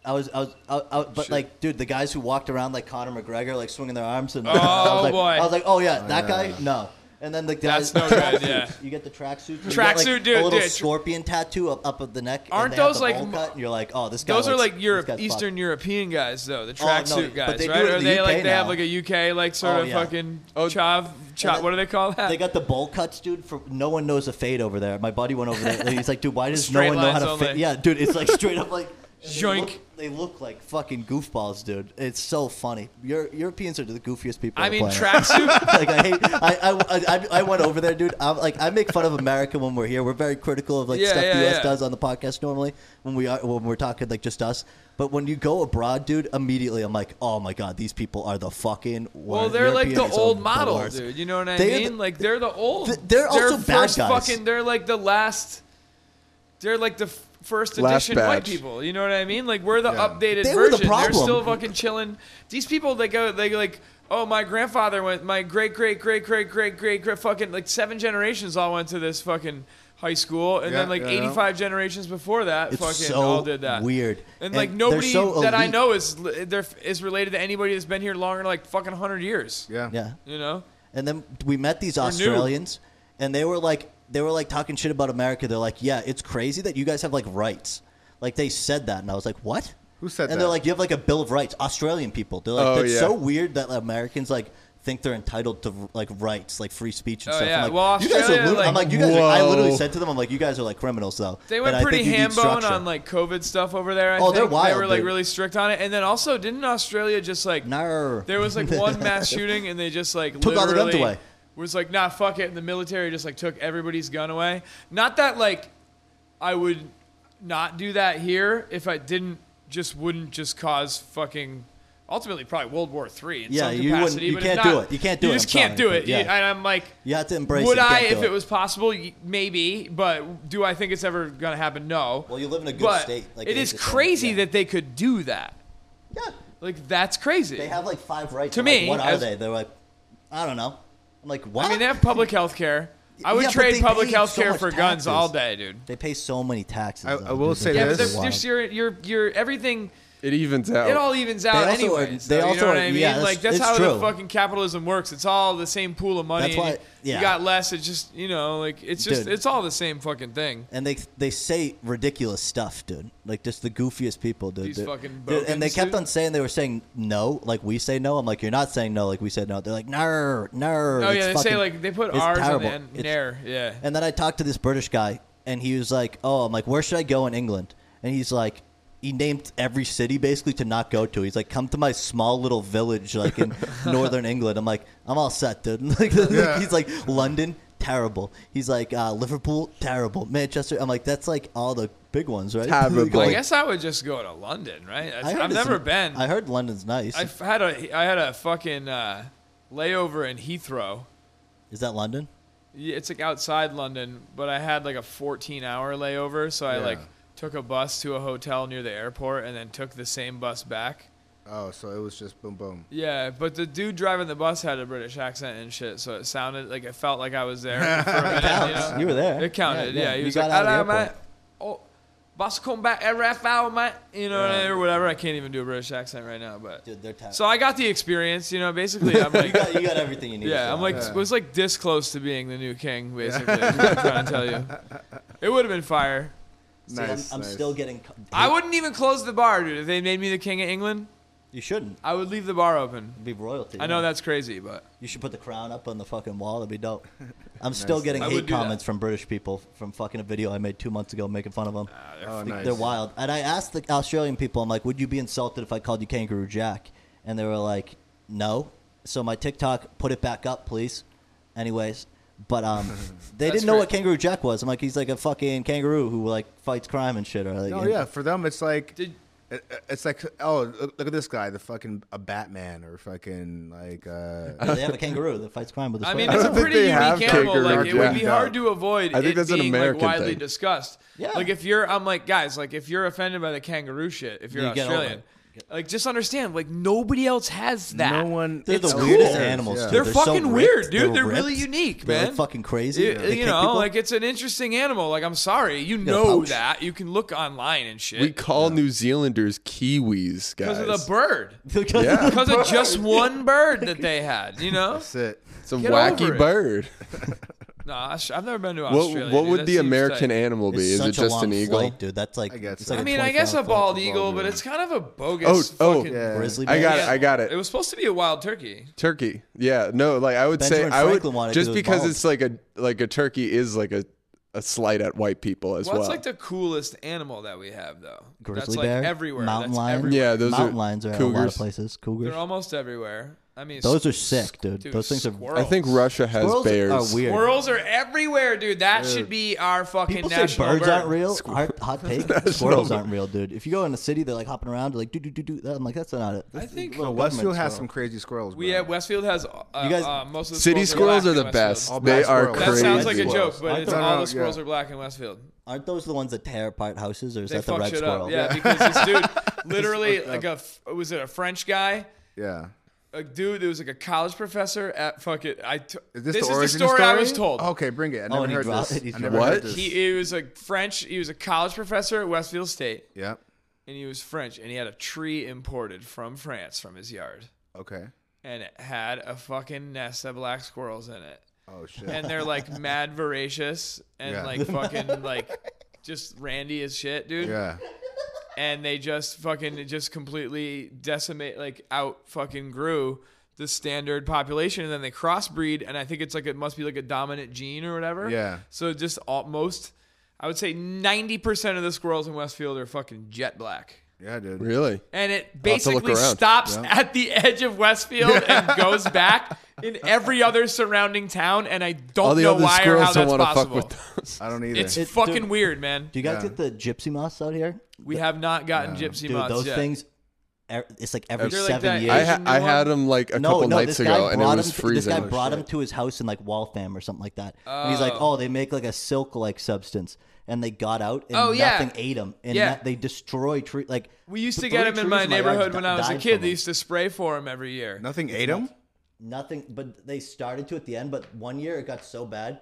S3: I was I was I, I, but like dude, the guys who walked around like Conor McGregor, like swinging their arms and <laughs> I
S2: Oh,
S3: was like,
S2: boy.
S3: I was like, oh yeah, that
S1: yeah.
S3: guy, no. And then the guys,
S2: That's no good, yeah.
S3: you get the tracksuit,
S2: Tracksuit,
S3: like,
S2: dude,
S3: a little
S2: dude.
S3: scorpion tattoo up, up of the neck. and
S2: Aren't
S3: they have
S2: those,
S3: the
S2: like,
S3: bowl cut, and you're like, oh, this guy.
S2: Those are
S3: likes-
S2: like
S3: this
S2: Europe,
S3: guy's fucked.
S2: Eastern European guys though, the
S3: Oh, no,
S2: tracksuit
S3: but
S2: guys,
S3: they do
S2: right?
S3: it in
S2: Or
S3: the
S2: they
S3: UK
S2: like they have
S3: now.
S2: like a UK like sort
S3: Oh,
S2: of
S3: yeah.
S2: fucking chav chav.
S3: they-
S2: What do they <laughs> call that?
S3: They got the bowl cuts, dude. For no one knows a fade over there. My buddy went over
S2: <laughs>
S3: there. And he's like, dude, why does no
S2: Straight
S3: one know how
S2: lines
S3: to fade?
S2: only.
S3: Yeah, dude, it's like straight up like and
S2: <laughs>
S3: they
S2: Joink.
S3: look- They look like fucking goofballs, dude. It's so funny. Euro- Europeans are the goofiest people.
S2: I
S3: on the
S2: mean,
S3: planet.
S2: tracksuit. <laughs>
S3: <laughs> like I hate. I, I, I, I went over there, dude. I'm like I make fun of America when we're here. We're very critical of like
S2: Yeah,
S3: stuff
S2: yeah,
S3: the US
S2: yeah.
S3: does on the podcast normally when we are when we're talking like just us. But when you go abroad, dude, immediately I'm like, oh my god, these people are the fucking.
S2: Well,
S3: worst.
S2: they're like the
S3: Europeans are
S2: old
S3: the
S2: model,
S3: worst.
S2: dude. You know what I
S3: They are
S2: mean?
S3: the-
S2: like they're the old.
S3: Th- they're also bad
S2: first
S3: guys.
S2: Fucking, they're like the last. They're like the f- first
S4: Last
S2: edition white
S4: batch.
S2: people. You know what I mean? Like we're the
S1: Yeah.
S2: updated
S3: They were
S2: version.
S3: the
S2: They're still
S3: problem.
S2: fucking chilling. These people, they go, they like. Oh, my grandfather went. My great great great great great great great fucking like seven generations all went to this fucking high school, and
S1: Yeah,
S2: then like
S1: yeah, yeah.
S2: eighty five generations before that,
S3: It's
S2: fucking
S3: so
S2: all did that.
S3: weird.
S2: And,
S3: And
S2: like
S3: they're
S2: nobody
S3: so
S2: that I
S3: elite.
S2: know is li- there is related to anybody that's been here longer than like fucking hundred years.
S1: Yeah.
S3: Yeah.
S2: You know?
S3: And then we met these
S2: new.
S3: Australians, and they were like, they were like talking shit about America. They're like, yeah, it's crazy that you guys have like rights. Like they said that, and I was like, what?
S1: Who said
S3: And
S1: that?
S3: they're like, you have like a Bill of Rights. Australian people. They're like,
S4: Oh,
S3: that's
S4: yeah.
S3: so weird that Americans like think they're entitled to like rights, like free speech and
S2: Oh,
S3: stuff.
S2: yeah.
S3: I'm like,
S2: Well,
S3: you guys are.
S2: Australia,
S3: lut- I'm
S2: like-
S3: like, you guys. Are, I
S4: Whoa.
S3: literally said to them, I'm like, you guys are like criminals though.
S2: They went
S3: and I
S2: pretty
S3: think you need
S2: hambone
S3: structure."
S2: on like COVID stuff over there. I
S3: Oh, they're
S2: think. They
S3: wild,
S2: were like
S3: dude.
S2: really strict on it. And then also, didn't Australia just like
S3: Nar.
S2: there was like
S3: <laughs>
S2: one mass shooting and they just like
S3: Took all the guns
S2: literally
S3: away.
S2: was like, nah, fuck it, and the military just like took everybody's gun away. Not that like I would not do that here if I didn't just wouldn't just cause fucking ultimately probably World War Three in
S3: Yeah,
S2: some
S3: you wouldn't-
S2: capacity.
S3: you
S2: but
S3: can't
S2: if
S3: do
S2: not,
S3: it. You can't do
S2: You
S3: it,
S2: just
S3: I'm
S2: can't
S3: sorry,
S2: do it.
S3: but yeah.
S2: You- and I'm like.
S3: You have to embrace.
S2: Would
S3: it. You
S2: I,
S3: can't do
S2: if it was possible? Y- Maybe, but do I think it's ever going to happen? No.
S3: Well, you live in a good
S2: but
S3: state, like
S2: it
S3: it
S2: is
S3: is a state,
S2: crazy
S3: yeah.
S2: that they could do that.
S3: Yeah.
S2: Like that's crazy.
S3: They have like five rights.
S2: To
S3: I'm like,
S2: me,
S3: what are
S2: as-
S3: they? They're like, I don't know. I'm like, what?
S2: I mean, they have public health care. I would
S3: Yeah, but
S2: trade
S3: they
S2: public
S3: paid
S2: health
S3: so
S2: care
S3: much
S2: for guns
S3: taxes.
S2: all day, dude.
S3: They pay so many taxes.
S1: I-
S3: though,
S1: I will
S3: dude.
S1: say
S3: They-
S2: Yeah,
S1: this.
S2: but
S3: Wow.
S2: there's your your your everything.
S4: It evens out.
S2: It all evens out
S3: also are-
S2: anyways.
S3: they
S2: though, you
S3: also
S2: know what
S3: are-
S2: I mean?
S3: yeah, that's-
S2: like that's
S3: it's
S2: how the
S3: true.
S2: fucking capitalism works. It's all the same pool of money.
S3: That's why-
S2: and
S3: yeah.
S2: You got less. It's just you know like it's just
S3: Dude.
S2: it's all the same fucking thing.
S3: and they they say ridiculous stuff, dude. Like just the goofiest people, dude.
S2: These
S3: They're-
S2: fucking
S3: dude, and they
S2: bogans,
S3: kept
S2: dude.
S3: on saying they were saying no, like we say no. I'm like, you're not saying no, like we said no. They're like, nar, nar.
S2: Oh
S3: It's
S2: yeah, they
S3: fucking-
S2: say like they put
S3: it's
S2: R's on
S3: terrible.
S2: the end.
S3: It's-
S2: Nair, yeah.
S3: And then I talked to this British guy, and he was like, "Oh, I'm like, where should I go in England?" And he's like, he named every city basically to not go to. He's like, "Come to my small little village, like in northern England." I'm like, "I'm all set, dude." <laughs> like,
S1: Yeah.
S3: he's like, "London, terrible." He's like, uh, "Liverpool, terrible." Manchester, I'm like, "That's like all the big ones, right?" <laughs>
S4: Terrible.
S2: I
S3: Like,
S4: Like-
S2: guess I would just go to London, right? I,
S3: I heard
S2: have
S3: it's-
S2: never been.
S3: I heard London's nice.
S2: I f- had a I had a fucking uh, layover in Heathrow.
S3: Is that London?
S2: Yeah, It's like outside London, but I had like a 14 hour layover, so I
S1: Yeah.
S2: like took a bus to a hotel near the airport and then took the same bus back.
S1: Oh, so it was just boom, boom.
S2: Yeah, but the dude driving the bus had a British accent and shit, so it sounded like it felt like I was there. For <laughs> a minute, you know?
S3: You were there.
S2: It counted, yeah. He
S3: You
S2: was
S3: got
S2: like,
S3: out of the
S2: "Hello, mate.
S3: airport.
S2: Oh, bus come back at half hour, mate. You know, or whatever. I can't even do a British accent right now, but.
S3: Dude, they're terrible.
S2: So I got the experience, you know, basically I'm
S3: <laughs> you
S2: like
S3: got, you got everything you need.
S2: Yeah, I'm
S3: so.
S2: like was like this close to being the new king, basically. is what I'm trying to tell
S4: <laughs>
S2: you. It would have been fire.
S3: See, I'm-
S1: Nice,
S3: I'm,
S1: nice.
S3: still getting.
S2: I wouldn't even close the bar, dude. If they made me the king of England,
S3: You shouldn't.
S2: I would leave the bar open.
S3: It'd be royalty.
S2: I know that's crazy, but
S3: You should put the crown up on the fucking wall. That'd
S1: <laughs>
S3: be dope. I'm still getting
S2: I
S3: hate
S2: would do that.
S3: comments from British people from fucking a video I made two months ago making fun of them.
S2: Ah,
S1: Oh,
S3: Like,
S1: nice.
S3: They're wild. And I asked the Australian people, I'm like, would you be insulted if I called you Kangaroo Jack? And they were like, no. So my TikTok, put it back up, please. Anyways,
S1: <laughs>
S3: but um, they
S2: That's
S3: didn't know
S2: great.
S3: what Kangaroo Jack was. I'm like, he's like a fucking kangaroo who like fights crime and shit. Or like,
S1: No,
S3: and-
S1: Oh, yeah, for them it's like
S2: Did-
S1: it- it's like oh look, look at this guy, the fucking a Batman or fucking like uh,
S3: No, <laughs> they have a kangaroo that fights crime with his
S2: I mean,
S3: foot.
S2: it's a
S3: <laughs>
S4: don't think
S2: pretty
S4: they
S2: unique
S4: have
S2: animal.
S4: kangaroo
S2: Like it would
S4: jack.
S2: be
S1: Yeah.
S2: hard to avoid.
S4: I think
S2: it
S4: that's an
S2: being,
S4: American
S2: like, widely
S4: thing.
S2: discussed.
S3: Yeah.
S2: Like if you're, I'm like, guys, like if you're offended by the kangaroo shit, if you're
S3: You get over
S2: Australian,
S3: it.
S2: like just understand, like nobody else has that.
S1: no one.
S3: they're
S2: it's
S3: the
S2: cool.
S3: weirdest animals.
S1: Yeah.
S3: Too.
S2: They're,
S3: so
S2: fucking
S3: ripped.
S2: weird, dude. They're, really
S3: ripped.
S2: unique,
S3: They're
S2: man.
S3: like fucking crazy.
S2: You, uh,
S3: They
S2: you
S3: kick
S2: know,
S3: people.
S2: like it's an interesting animal. Like I'm sorry, you
S3: got a
S2: know
S3: pouch.
S2: that. You can look online and shit.
S4: We call New Zealanders Kiwis, guys.
S2: because of the bird.
S3: Because
S4: Yeah.
S2: Because of
S4: <laughs>
S2: just one bird that they had, you know?
S1: That's it.
S4: It's a
S2: Get over
S4: wacky
S2: it.
S4: bird.
S2: Nah, I sh- I've never been to
S4: What,
S2: Australia.
S4: what
S2: dude.
S4: would
S2: That
S4: the
S2: seems
S4: American
S2: tight.
S4: animal be?
S3: It's
S4: Is
S3: such
S4: it
S3: a
S4: just
S3: long
S4: an eagle?
S3: flight, dude. That's like
S1: I guess
S3: it's
S1: so.
S3: like
S2: I
S3: a
S2: mean, I
S3: 24
S2: guess a
S3: hour
S2: bald
S3: flight.
S2: eagle, but it's kind of a
S4: Oh,
S2: bogus.
S4: oh,
S2: fucking-
S1: Yeah.
S3: Grizzly
S4: I
S3: bear.
S4: got it.
S2: Yeah.
S4: I got it.
S2: It was supposed to be a wild turkey.
S4: Turkey. Yeah. No, like I would
S3: Benjamin
S4: say I
S3: Franklin
S4: would
S3: wanted 'cause it
S4: just
S3: was
S4: because
S3: bald.
S4: it's like a like a turkey is like a a slight at white people as
S2: What's
S4: well.
S2: like the coolest animal that we have though? That's
S3: Grizzly
S2: like
S3: bear,
S2: everywhere.
S3: mountain
S2: That's
S3: lion.
S2: everywhere.
S4: Yeah, those
S3: mountain
S4: are
S3: lions are at a lot of
S4: cougars.
S3: places. Cougars.
S2: They're almost everywhere. I mean,
S3: Those
S2: s-
S3: are sick, dude.
S2: dude,
S3: Those things are.
S2: squirrels.
S4: I think Russia has
S3: Squirrels
S4: bears.
S3: are weird.
S2: Squirrels are everywhere, dude. That should be our fucking
S3: People say birds
S2: national bird.
S3: aren't real. Hot, hot take. squirrels aren't real, dude. If you go in a city, they're like hopping around, they're like do do do do. I'm like, that's not it.
S2: I think
S1: Well, Westfield has some crazy squirrels.
S2: we
S1: bro.
S2: have Westfield has uh,
S3: You guys-
S2: uh, most of the
S4: City
S2: squirrels
S4: squirrels are
S2: black
S4: the
S2: in
S4: best.
S2: Westfield.
S1: All
S4: they
S1: black
S4: are
S1: squirrels.
S2: That
S4: crazy.
S2: sounds like a
S1: Crazy.
S2: joke, but
S3: I
S2: it's
S3: thought-
S2: all
S1: no,
S2: the squirrels
S1: yeah.
S2: are black in Westfield.
S3: Aren't those the ones that tear apart houses, or is
S2: They
S3: that the
S2: fucked
S3: red
S2: shit
S3: squirrel?
S2: up. Yeah, because this dude literally like a f- was it a French guy?
S1: Yeah.
S2: a dude that was like a college professor at fuck it. I t-
S1: Is this,
S2: this
S1: the Oh,
S2: is the
S1: origin
S2: story, I was told.
S1: Okay, bring it. I never
S3: and he
S1: heard
S3: dropped it.
S1: this.
S3: He's
S1: I never
S4: dropped
S1: heard
S4: it.
S1: this.
S2: He, he was like French. He was a college professor at Westfield State,
S1: yeah.
S2: and he was French. And he had a tree imported from France from his yard,
S1: Okay.
S2: and it had a fucking nest of black squirrels in it.
S1: Oh shit.
S2: And
S1: <laughs>
S2: they're like mad voracious and
S1: Yeah.
S2: like fucking like just randy as shit, dude.
S1: yeah.
S2: and they just fucking just completely decimate like out fucking grew the standard population and then they crossbreed and i think it's like it must be like a dominant gene or whatever
S1: Yeah.
S2: so just almost i would say 90% of the squirrels in westfield are fucking jet black
S1: Yeah, dude.
S4: Really?
S2: and it
S4: I'll have to look
S2: basically
S4: around.
S2: stops at the edge of Westfield
S4: <laughs>
S2: and goes back in every other surrounding town. And I
S4: All
S2: don't
S4: the
S2: know
S4: other
S2: Oh, why or how
S4: squirrels don't
S2: that's
S4: want to fuck
S2: possible.
S4: with
S3: <laughs>
S4: those.
S1: I don't either.
S2: It's
S3: It-
S2: fucking
S3: dude.
S2: weird, man.
S3: Do you guys
S1: Yeah.
S3: get the gypsy moths out here?
S2: We have not gotten gypsy
S3: Dude,
S2: moths
S3: those
S2: yet.
S3: things. er- It's like every
S2: They're like
S3: seven
S2: that-
S3: years.
S4: I, ha- I
S2: new
S4: had
S2: one?
S4: them like a
S3: no,
S4: couple
S3: no,
S4: nights
S3: this guy
S4: ago, and it
S3: brought
S4: was
S3: him. This
S4: freezing.
S2: Oh,
S3: guy brought him to his house in like Waltham or something like that. And he's like, "Oh, they make like a silk like substance, and they got out and
S2: Oh, yeah.
S3: nothing ate them, and
S2: Yeah.
S3: that- they destroy tree like."
S2: We used to
S3: th-
S2: get
S3: three
S2: them in
S3: trees
S2: my
S3: yard
S2: neighborhood when
S3: di-
S2: I was a
S3: died
S2: kid.
S3: from
S2: They
S3: 'em.
S2: used to spray for them every year.
S1: Nothing ate him.
S3: Nothing, but they started to at the end. But one year it got so bad,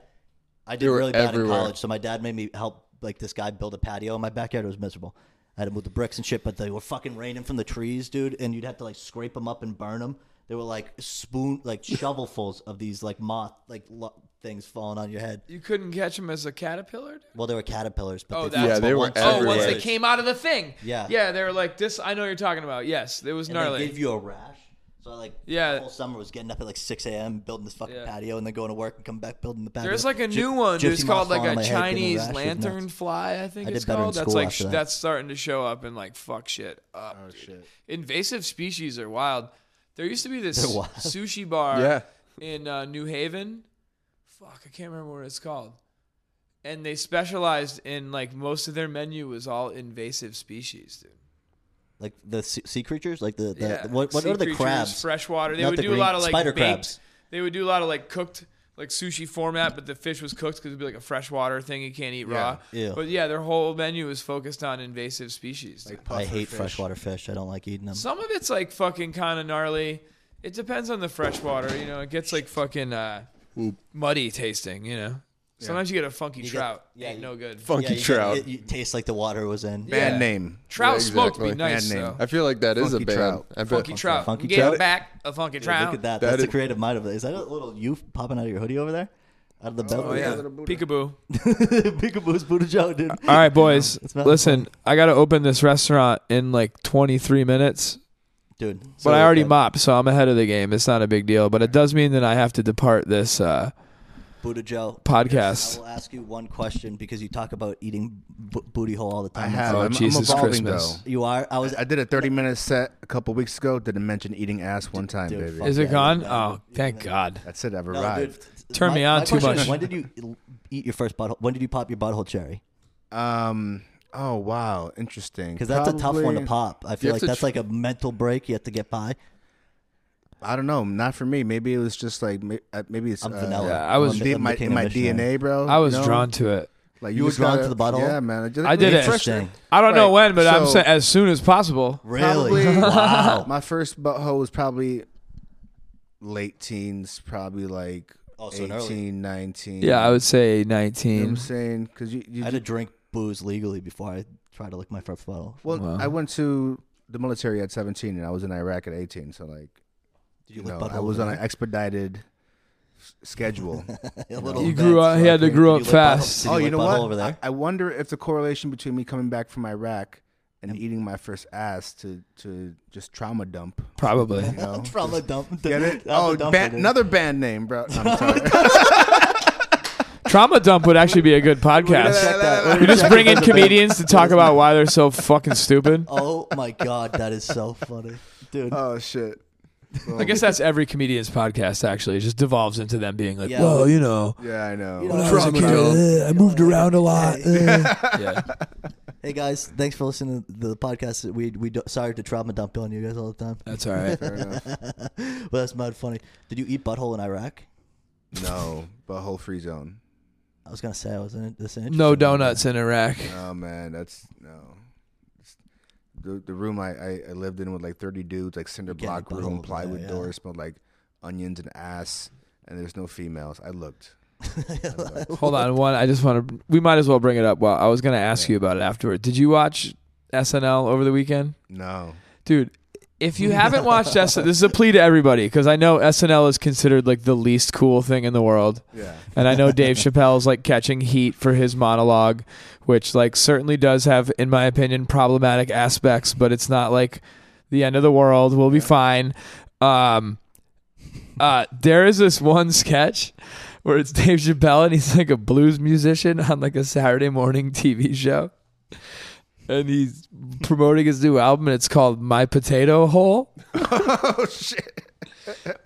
S3: I did
S4: were
S3: really bad
S4: everywhere.
S3: in college. So my dad made me help like this guy build a patio in my backyard. It was miserable. I had to move the bricks and shit, but they were fucking raining from the trees, dude. And you'd have to like scrape them up and burn them. They were like spoon,
S4: <laughs>
S3: like shovelfuls of these like moth like lo- things falling on your head.
S2: You couldn't catch them as a caterpillar.
S3: Well, they were caterpillars, but
S2: Oh,
S3: they
S2: that's
S4: Yeah, they were
S3: once-
S2: Oh, once they
S4: Everywhere.
S2: came out of the thing.
S3: Yeah.
S2: Yeah, they were like this. I know what you're talking about. Yes, it was
S3: and they
S2: gnarly.
S3: give you a rash. So I like
S2: Yeah.
S3: the whole summer was getting up at like six a.m. building this fucking
S2: Yeah.
S3: patio, and then going to work and come back building the patio.
S2: There's like a
S3: Gy-
S2: new one. dude, It's
S3: gypsy
S2: called
S3: moth falling
S2: like
S3: on
S2: a
S3: my head, getting
S2: Chinese
S3: rash is nuts.
S2: lantern fly. I think
S3: I
S2: it's
S3: did better in
S2: called. That's
S3: school
S2: like
S3: after that.
S2: that's starting to show up and like fuck shit up. dude. Invasive species are wild. There used to be this
S3: <laughs> They're wild.
S2: sushi bar
S4: Yeah.
S2: in uh, New Haven. Fuck, I can't remember what it's called. And they specialized in like most of their menu was all invasive species, dude.
S3: like the sea, sea creatures, like the, the
S2: Yeah,
S3: what, what
S2: sea
S3: are the
S2: creatures,
S3: crabs?
S2: Freshwater. They
S3: Not
S2: would
S3: the
S2: do
S3: green-
S2: a lot of like
S3: spider
S2: baked-
S3: crabs.
S2: They would do a lot of like cooked, like sushi format, but the fish was cooked because it'd be like a freshwater thing you can't eat raw.
S3: Ew.
S2: But yeah, their whole menu is focused on invasive species. dude.
S3: I hate freshwater fish. I don't like eating them.
S2: Some of it's like fucking kind of gnarly. It depends on the freshwater. You know, it gets like fucking uh, muddy tasting. You know, sometimes you get a funky
S3: get-
S2: trout.
S3: yeah,
S2: Ain't
S3: you-
S2: no good.
S3: Yeah,
S4: Funky
S3: you get-
S4: trout.
S3: It, you taste like the water it was in.
S1: Bad
S2: Yeah.
S1: name.
S2: Trout
S4: Yeah,
S2: smoked would be
S4: exactly.
S2: nice
S1: Bad name.
S2: though.
S4: I feel like that is
S1: Funky
S4: a band.
S1: trout.
S4: I bet-
S2: Funky trout.
S3: Funky
S2: Get
S3: trout.
S2: back a funky trout.
S3: Look at that.
S4: That
S3: That's
S4: is-
S3: the creative mind of it. Is that a little you popping out of your hoodie over there? Out of the belt?
S2: Oh yeah,
S1: little Buddha.
S2: peekaboo.
S3: <laughs> Peekaboo's Buddha Joe, dude.
S2: All
S3: <laughs>
S2: right, boys.
S3: It's not
S2: Listen, I got to open this restaurant in like 23 minutes.
S3: dude.
S2: But I already mopped, so I'm ahead of the game. It's not a big deal, but it does mean that I have to depart this uh,
S3: Buddha Joe. I
S2: podcast.
S3: will ask you one question because you talk about eating b- booty hole all the
S1: I
S3: time.
S1: have.
S2: Oh,
S1: I'm,
S2: Jesus
S1: I'm evolving
S2: Christmas.
S1: though.
S3: You are. I was.
S1: I did a 30 minute set a couple weeks ago. Didn't mention eating ass one time,
S3: dude,
S1: baby.
S3: fuck.
S2: Is
S3: Yeah,
S2: it gone?
S3: yeah,
S2: Oh,
S3: yeah.
S2: thank God.
S1: That's it. I've
S3: No,
S1: arrived.
S3: dude,
S2: Turn
S3: my-
S2: me on
S3: my
S2: too
S3: question is,
S2: much.
S3: When did you l- eat your first butthole? When did you pop your butthole cherry?
S1: Um. Oh wow, interesting.
S3: Because that's a tough one to
S1: Probably-
S3: pop. I
S4: You
S3: feel
S4: have
S3: like
S4: to
S3: that's
S4: tr-
S3: like a mental break you have to get by.
S1: I don't know. Not for me. Maybe it was just like may- uh, maybe it's
S3: I'm
S1: uh,
S3: vanilla.
S2: yeah, I was-
S3: I'm-
S1: D-
S3: I'm
S1: my,
S3: became
S1: in
S3: a
S1: my
S3: missionary.
S1: DNA, bro.
S2: I was
S1: you know?
S2: drawn to it.
S1: Like
S3: You were
S1: just
S3: drawn
S1: gotta-
S3: to the butthole?
S1: Yeah, man. just-
S2: I did it.
S3: Interesting.
S2: I don't know
S1: Right,
S2: when, but I'm
S1: so-
S2: saying as soon as possible. <laughs>
S3: Really?
S1: Probably-
S3: wow.
S1: My first butthole was probably late teens, probably like
S3: <laughs> Oh, so an early-
S1: 18, 19.
S2: Yeah, I would say
S1: You know what I'm
S2: 19.
S1: saying? Because you, you
S3: I had to drink booze legally before I tried to lick my first bottle.
S1: well, I went to the military at 17 and I was in Iraq at 18. So, like,
S3: Did you
S1: you know,
S3: lick butthole
S1: I was on
S3: over
S1: an expedited s-
S3: <laughs>
S1: schedule.
S3: there? A little
S2: You
S3: bit,
S2: grew up. He had to
S3: fucking-
S2: grow
S3: did
S2: up
S3: you lick butthole-
S2: fast.
S3: did
S1: oh,
S3: lick
S1: you know
S3: butthole
S1: what?
S3: Over there?
S1: I, I wonder if the correlation between me coming back from Iraq and eating my first ass to, to just trauma dump.
S3: <laughs>
S2: Probably.
S1: You know?
S3: Trauma dump.
S1: Get
S3: <laughs>
S1: it?
S3: Trauma
S1: Oh,
S3: dump
S1: ban-
S3: it is.
S1: another band name, bro.
S3: <laughs>
S1: I'm sorry.
S2: Trauma Dump would actually be a
S3: <laughs>
S2: good
S3: Check
S2: podcast.
S3: <laughs>
S1: <laughs>
S3: that.
S2: We just
S3: Check
S2: bring
S3: it.
S2: in comedians to talk about why they're
S3: <laughs>
S2: so fucking stupid.
S3: Oh my god, that is so funny, dude.
S1: oh, shit.
S2: I guess that's every comedian's podcast, actually. It just devolves into them being like,
S3: Yeah.
S2: well, you know,
S1: Yeah, I know.
S3: You know,
S2: when I was a
S4: Trauma
S2: kid,
S4: Dump.
S2: uh, I moved around a lot. uh." yeah.
S3: <laughs> Hey guys, thanks for listening to the podcast. We we do, sorry to trauma dump on you guys all the time,
S2: That's all right.
S1: Fair enough.
S3: <laughs> but that's mad funny. Did you eat butthole in Iraq?
S1: No, but whole free zone.
S3: I was gonna say I was in it. This interesting.
S2: No
S3: <laughs>
S2: donuts in Iraq.
S1: Oh man, that's no. The the room I, I, I lived in with like thirty dudes, like cinder
S3: Getting
S1: block
S3: butthole
S1: room,
S3: over
S1: plywood
S3: there, yeah.
S1: doors, smelled like onions and ass, and there's no females. I looked.
S3: <laughs>
S2: Hold on, one. I just want to. We might as well bring it up. Well, I was going to ask you about it afterward. Did you watch SNL over the weekend,
S1: No.
S2: dude? If you haven't watched SNL, this is a plea to everybody because I know SNL is considered like the least cool thing in the world,
S1: Yeah.
S2: and I know Dave Chappelle's like catching heat for his monologue, which like certainly does have, in my opinion, problematic aspects. But it's not like the end of the world. We'll be fine. Um, uh, there is this one sketch where it's Dave Chappelle and he's like a blues musician on like a Saturday morning TV show. And he's promoting his new album and it's called My Potato Hole.
S1: oh shit.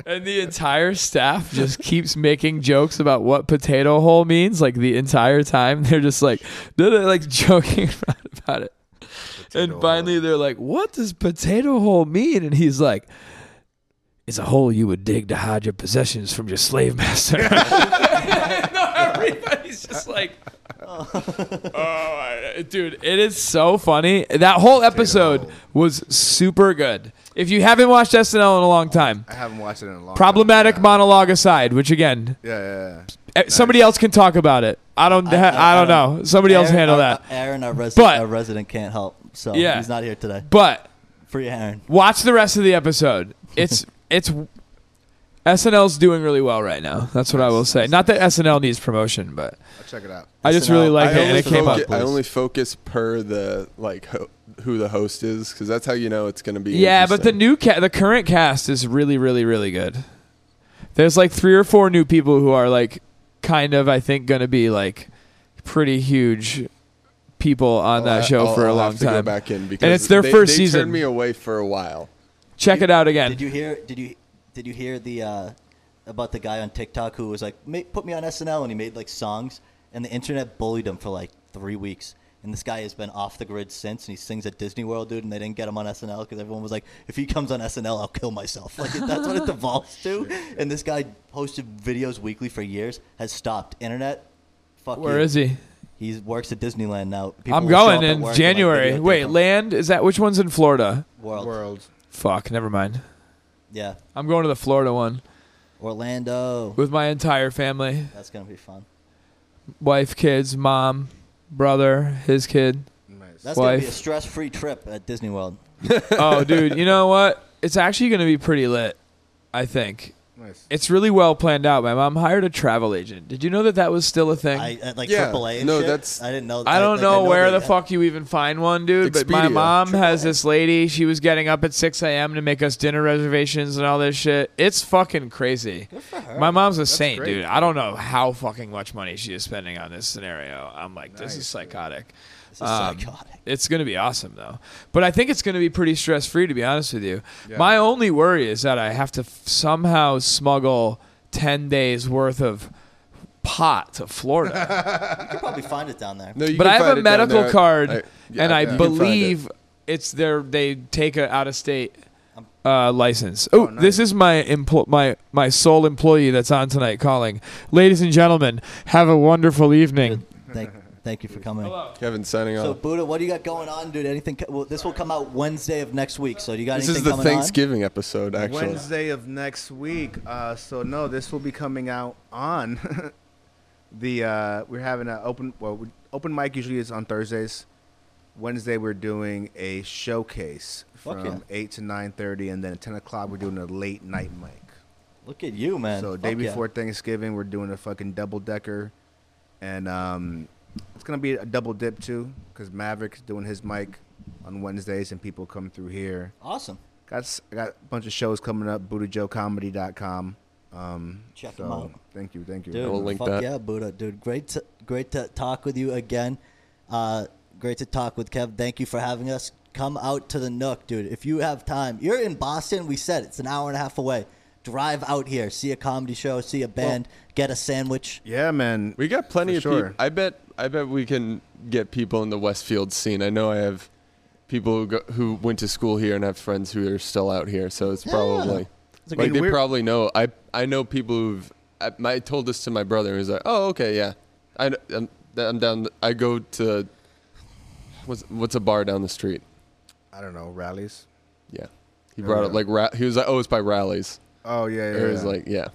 S2: And the entire staff just keeps making jokes about what potato hole means like the entire time. <laughs> They're just like they're like joking <laughs> around about it. and finally they're like, "What does potato hole mean?" And he's like, "It's a hole you would dig to hide your possessions from your slave master." <laughs> no, everybody's just like, "Oh, I- dude, it is so funny." That whole episode
S1: hole.
S2: was super good. If you haven't watched SNL in a long time,
S1: I haven't watched it in a long time.
S2: problematic
S1: Yeah.
S2: monologue aside, which again,
S1: Yeah, yeah, yeah.
S2: eh, somebody else can talk about it. I don't, I, don't know. Somebody else
S3: Aaron-
S2: handle
S3: our-
S2: that.
S3: Aaron, our resident,
S2: But-
S3: our resident can't help, so
S2: Yeah.
S3: he's not here today.
S2: But
S3: Free Aaron.
S2: watch the rest of the episode. It's it's SNL's doing really well right now. That's what I will say. Not that SNL needs promotion, but
S1: I'll check it out.
S2: I just really
S3: SNL.
S2: like it,
S4: I,
S2: and
S4: only
S2: it came up.
S4: focus, I only focus per the like ho- who the host is because that's how you know it's going to be.
S2: Yeah, but the
S4: interesting.
S2: new ca- the current cast is really, really, really good. There's like three or four new people who are like kind of, I think, going to be like pretty huge people on that
S4: I'll-
S2: show
S4: I'll-
S2: for a
S4: I'll
S2: long
S4: have to go
S2: time.
S4: back in because
S2: it's their
S4: they-
S2: first
S4: they
S2: season.
S4: Turned me away for a while.
S2: Check it out again.
S3: Did you hear? Did you did you hear the uh, about the guy on TikTok who was like, Ma- put me on SNL, and he made like songs, and the internet bullied him for like three weeks. And this guy has been off the grid since, and he sings at Disney World, dude. And they didn't get him on SNL because everyone was like, "If he comes on SNL, I'll kill myself." Like <laughs> that's what it devolves to. And this guy posted videos weekly for years, has stopped internet. Fuck
S2: Where
S3: you.
S2: is he?
S3: He works at Disneyland now.
S2: I'm going in January. Wait, land is that which one's in Florida?
S3: world.
S1: World.
S2: Fuck, never mind.
S3: yeah,
S2: I'm going to the Florida one
S3: Orlando.
S2: with my entire family,
S3: That's gonna be fun.
S2: wife, kids, mom, brother, his kid.
S1: Nice.
S3: That's gonna be a
S2: Wife.
S3: stress-free trip at Disney World.
S2: Oh, dude, you know what? It's actually going to be pretty lit, I think.
S1: Nice.
S2: It's really well planned out. My mom hired a travel agent. Did you know that that was still a thing?
S3: I at, like
S4: Yeah,
S3: AAA. And
S4: no,
S3: shit?
S4: that's-
S3: I didn't know.
S2: I don't
S3: like,
S2: know where the
S3: that-
S2: fuck you even find one, dude. But my
S4: Expedia.
S2: mom has this lady. She was getting up at 6 a.m. to make us dinner reservations and all this shit. It's fucking crazy. My mom's a saint,
S1: great.
S2: dude. I don't know how fucking much money she is spending on this scenario. I'm like, this is
S1: Nice.
S2: psychotic.
S3: This is
S4: Um,
S3: psychotic.
S2: Um, It's going to be awesome, though. But I think it's going to be pretty stress free, to be honest with you. My only worry is that I have to f- somehow smuggle 10 days worth of pot to Florida.
S3: You could probably find it down there.
S4: No, <laughs> you
S2: but
S4: can
S2: I have
S4: find
S2: a
S4: it down
S2: medical
S4: there.
S2: card,
S4: I- yeah,
S2: and I
S4: you can find it.
S2: believe it's their they take a out of state uh, license. Oh, this is my empl- my my sole employee that's on tonight calling. Ladies and gentlemen, have a wonderful evening.
S3: Thank, thank you for coming.
S4: Kevin signing
S3: So
S4: off.
S3: Buddha, what do you got going on, dude? Anything? co- Well, this will come out Wednesday of next week. So you got
S4: This is
S3: anything
S4: the
S3: coming
S4: Thanksgiving episode, actually.
S1: Wednesday of next week. Uh, so no, this will be coming out on <laughs> the. Uh, we're having an open. Well, we- open mic usually is on Thursdays. Wednesday we're doing a showcase
S3: Fuck
S1: from
S3: yeah.
S1: eight to nine thirty, and then at ten o'clock we're doing a late night mic.
S3: on? Look at you, man.
S1: so
S3: Fuck
S1: day
S3: yeah.
S1: before Thanksgiving we're doing a fucking double decker, and um, it's gonna be a double dip too, because Maverick's doing his mic on Wednesdays, and people come through here.
S3: Awesome.
S1: Got s- I got a bunch of shows coming up. BuddhaJoeComedy.com. Um,
S3: Check 'em out.
S1: Thank you, thank you.
S3: Dude,
S4: we'll link
S3: fuck
S4: that.
S3: yeah, Buddha, dude. Great, to, great to talk with you again. Uh, great to talk with Kev. Thank you for having us. Come out to the Nook, dude. If you have time, you're in Boston. We said it's an hour and a half away. Drive out here, see a comedy show, see a band, get a sandwich.
S1: Yeah, man.
S4: We got plenty
S1: For
S4: of
S1: sure.
S4: people. I bet. I bet we can get people in the Westfield scene. I know I have people who, go, who went to school here and have friends who are still out here. So it's probably
S3: It's a
S4: like
S1: good-
S4: they
S1: We're-
S4: probably know. I I know people who've. I, I told this to my brother. He was like, "Oh, okay, yeah. I, am I'm down. I go to what's what's a bar down the street.
S1: I don't know rallies.
S4: Yeah. He brought
S1: yeah.
S4: up like ra- he was like, "Oh, it's by rallies."
S1: Oh yeah, yeah.
S4: It was
S1: yeah.
S4: like, yeah.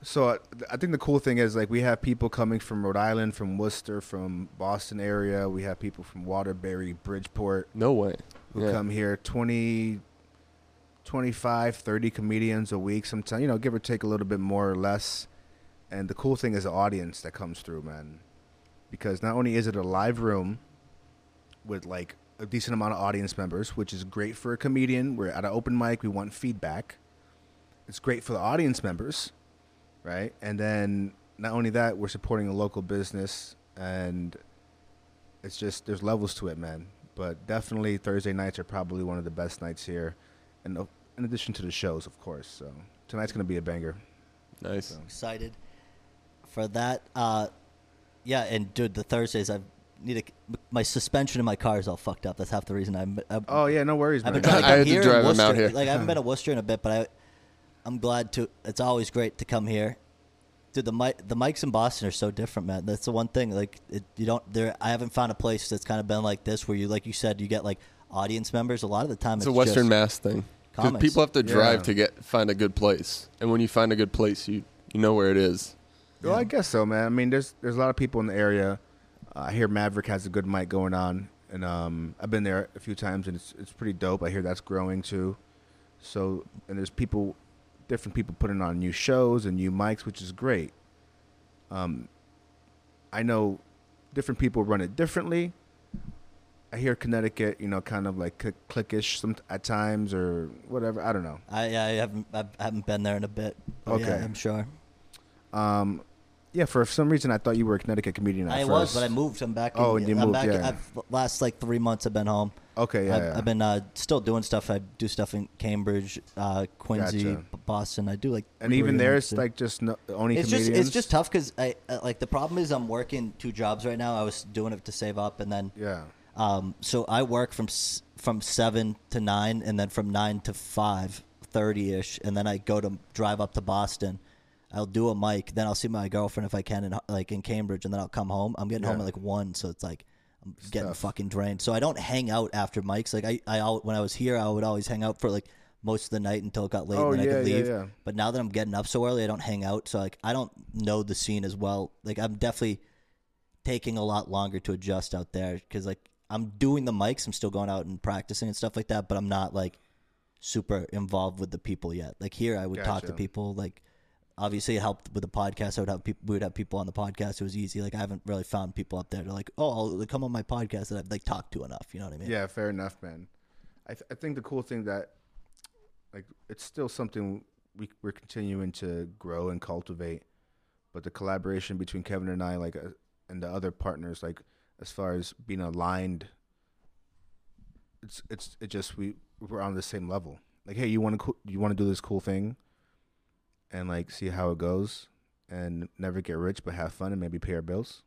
S1: so. uh, th- I think the cool thing is like we have people coming from Rhode Island, from Worcester, from Boston area. We have people from Waterbury, Bridgeport
S4: No way.
S1: who
S4: Yeah.
S1: come here. 20, 25, 30 comedians a week. Sometimes you know, give or take a little bit more or less. And the cool thing is the audience that comes through, man. Because not only is it a live room with like a decent amount of audience members, which is great for a comedian. We're at an open mic, we want feedback. It's great for the audience members, right? And then not only that, we're supporting a local business and it's just there's levels to it, man. But definitely Thursday nights are probably one of the best nights here. And uh, in addition to the shows, of course. So tonight's going to be a banger.
S4: Nice.
S3: Excited for that. Uh, yeah, and dude, the Thursdays I need a, my suspension in my car is all fucked up. That's half the reason I'm. I'm
S1: Oh yeah, no worries,
S3: I've
S1: man.
S3: been trying to
S4: I
S3: come
S4: had to
S3: here.
S4: drive
S3: in
S4: 'em out
S3: Worcester.
S4: here.
S3: Like I
S4: <laughs>
S3: haven't been to Worcester in a bit, but I, I'm glad to. It's always great to come here. Dude, the mic, the mics in Boston are so different, man. That's the one thing. Like it, you don't there. I haven't found a place that's kind of been like this, where you, like you said, you get like audience members. A lot of the time,
S4: It's
S3: it's,
S4: a Western
S3: just-
S4: Mass thing. Because
S3: comics.
S4: people have to drive
S1: Yeah.
S4: to get find a good place, and when you find a good place, you you know where it is.
S1: Well, I guess so, man. I mean, there's there's a lot of people in the area. Uh, I hear Maverick has a good mic going on, and um, I've been there a few times, and it's it's pretty dope. I hear that's growing too. So, and there's people, different people putting on new shows and new mics, which is great. Um, I know different people run it differently. I hear Connecticut, you know, kind of like click- clickish some at times or whatever. I don't know.
S3: I, I haven't I haven't been there in a bit. But yeah,
S1: Okay.
S3: I'm sure.
S1: Um, Yeah, for some reason I thought you were a Connecticut comedian. At
S3: I
S1: first.
S3: was, but I moved. I'm back.
S1: Oh,
S3: in,
S1: and you
S3: I'm
S1: moved,
S3: Back in-
S1: yeah.
S3: I've, last like three months, I've been home.
S1: Okay, yeah,
S3: I've,
S1: yeah.
S3: I've been uh, still doing stuff. I do stuff in Cambridge, uh, Quincy,
S1: Gotcha.
S3: B- Boston. I do like.
S1: and
S3: three
S1: even there,
S3: events,
S1: it's
S3: too.
S1: like just no, only
S3: It's
S1: comedians.
S3: just it's just tough because I uh, like the problem is I'm working two jobs right now. I was doing it to save up, and then
S1: yeah.
S3: um, so I work from s- from seven to nine, and then from nine to five thirty ish, and then I go to drive up to Boston. I'll do a mic, then I'll see my girlfriend if I can, in, like in Cambridge, and then I'll come home. I'm getting home
S1: Yeah.
S3: at like one, so it's like I'm getting
S1: tough.
S3: fucking drained. So I don't hang out after mics. Like I, I al- when I was here, I would always hang out for like most of the night until it got late,
S1: Oh,
S3: and then I could
S1: yeah, yeah,
S3: leave.
S1: yeah.
S3: But now that I'm getting up so early, I don't hang out. So like I don't know the scene as well. Like I'm definitely taking a lot longer to adjust out there because like I'm doing the mics, I'm still going out and practicing and stuff like that, but I'm not like super involved with the people yet. Like here, I would talk to
S1: Gotcha.
S3: people. Like obviously, it helped with the podcast. I would have people. We would have people on the podcast. It was easy. Like I haven't really found people up there. to like, oh, I'll come on my podcast that I've like talked to enough. You know what I mean?
S1: Yeah, fair enough, man. I, th- I think the cool thing that, like, it's still something we, we're continuing to grow and cultivate, but the collaboration between Kevin and I, like, uh, and the other partners, like, as far as being aligned, it's it's it just we we're on the same level. Like, hey, you want to co- you want to do this cool thing, and like see how it goes, and never get rich, but have fun and maybe pay our bills.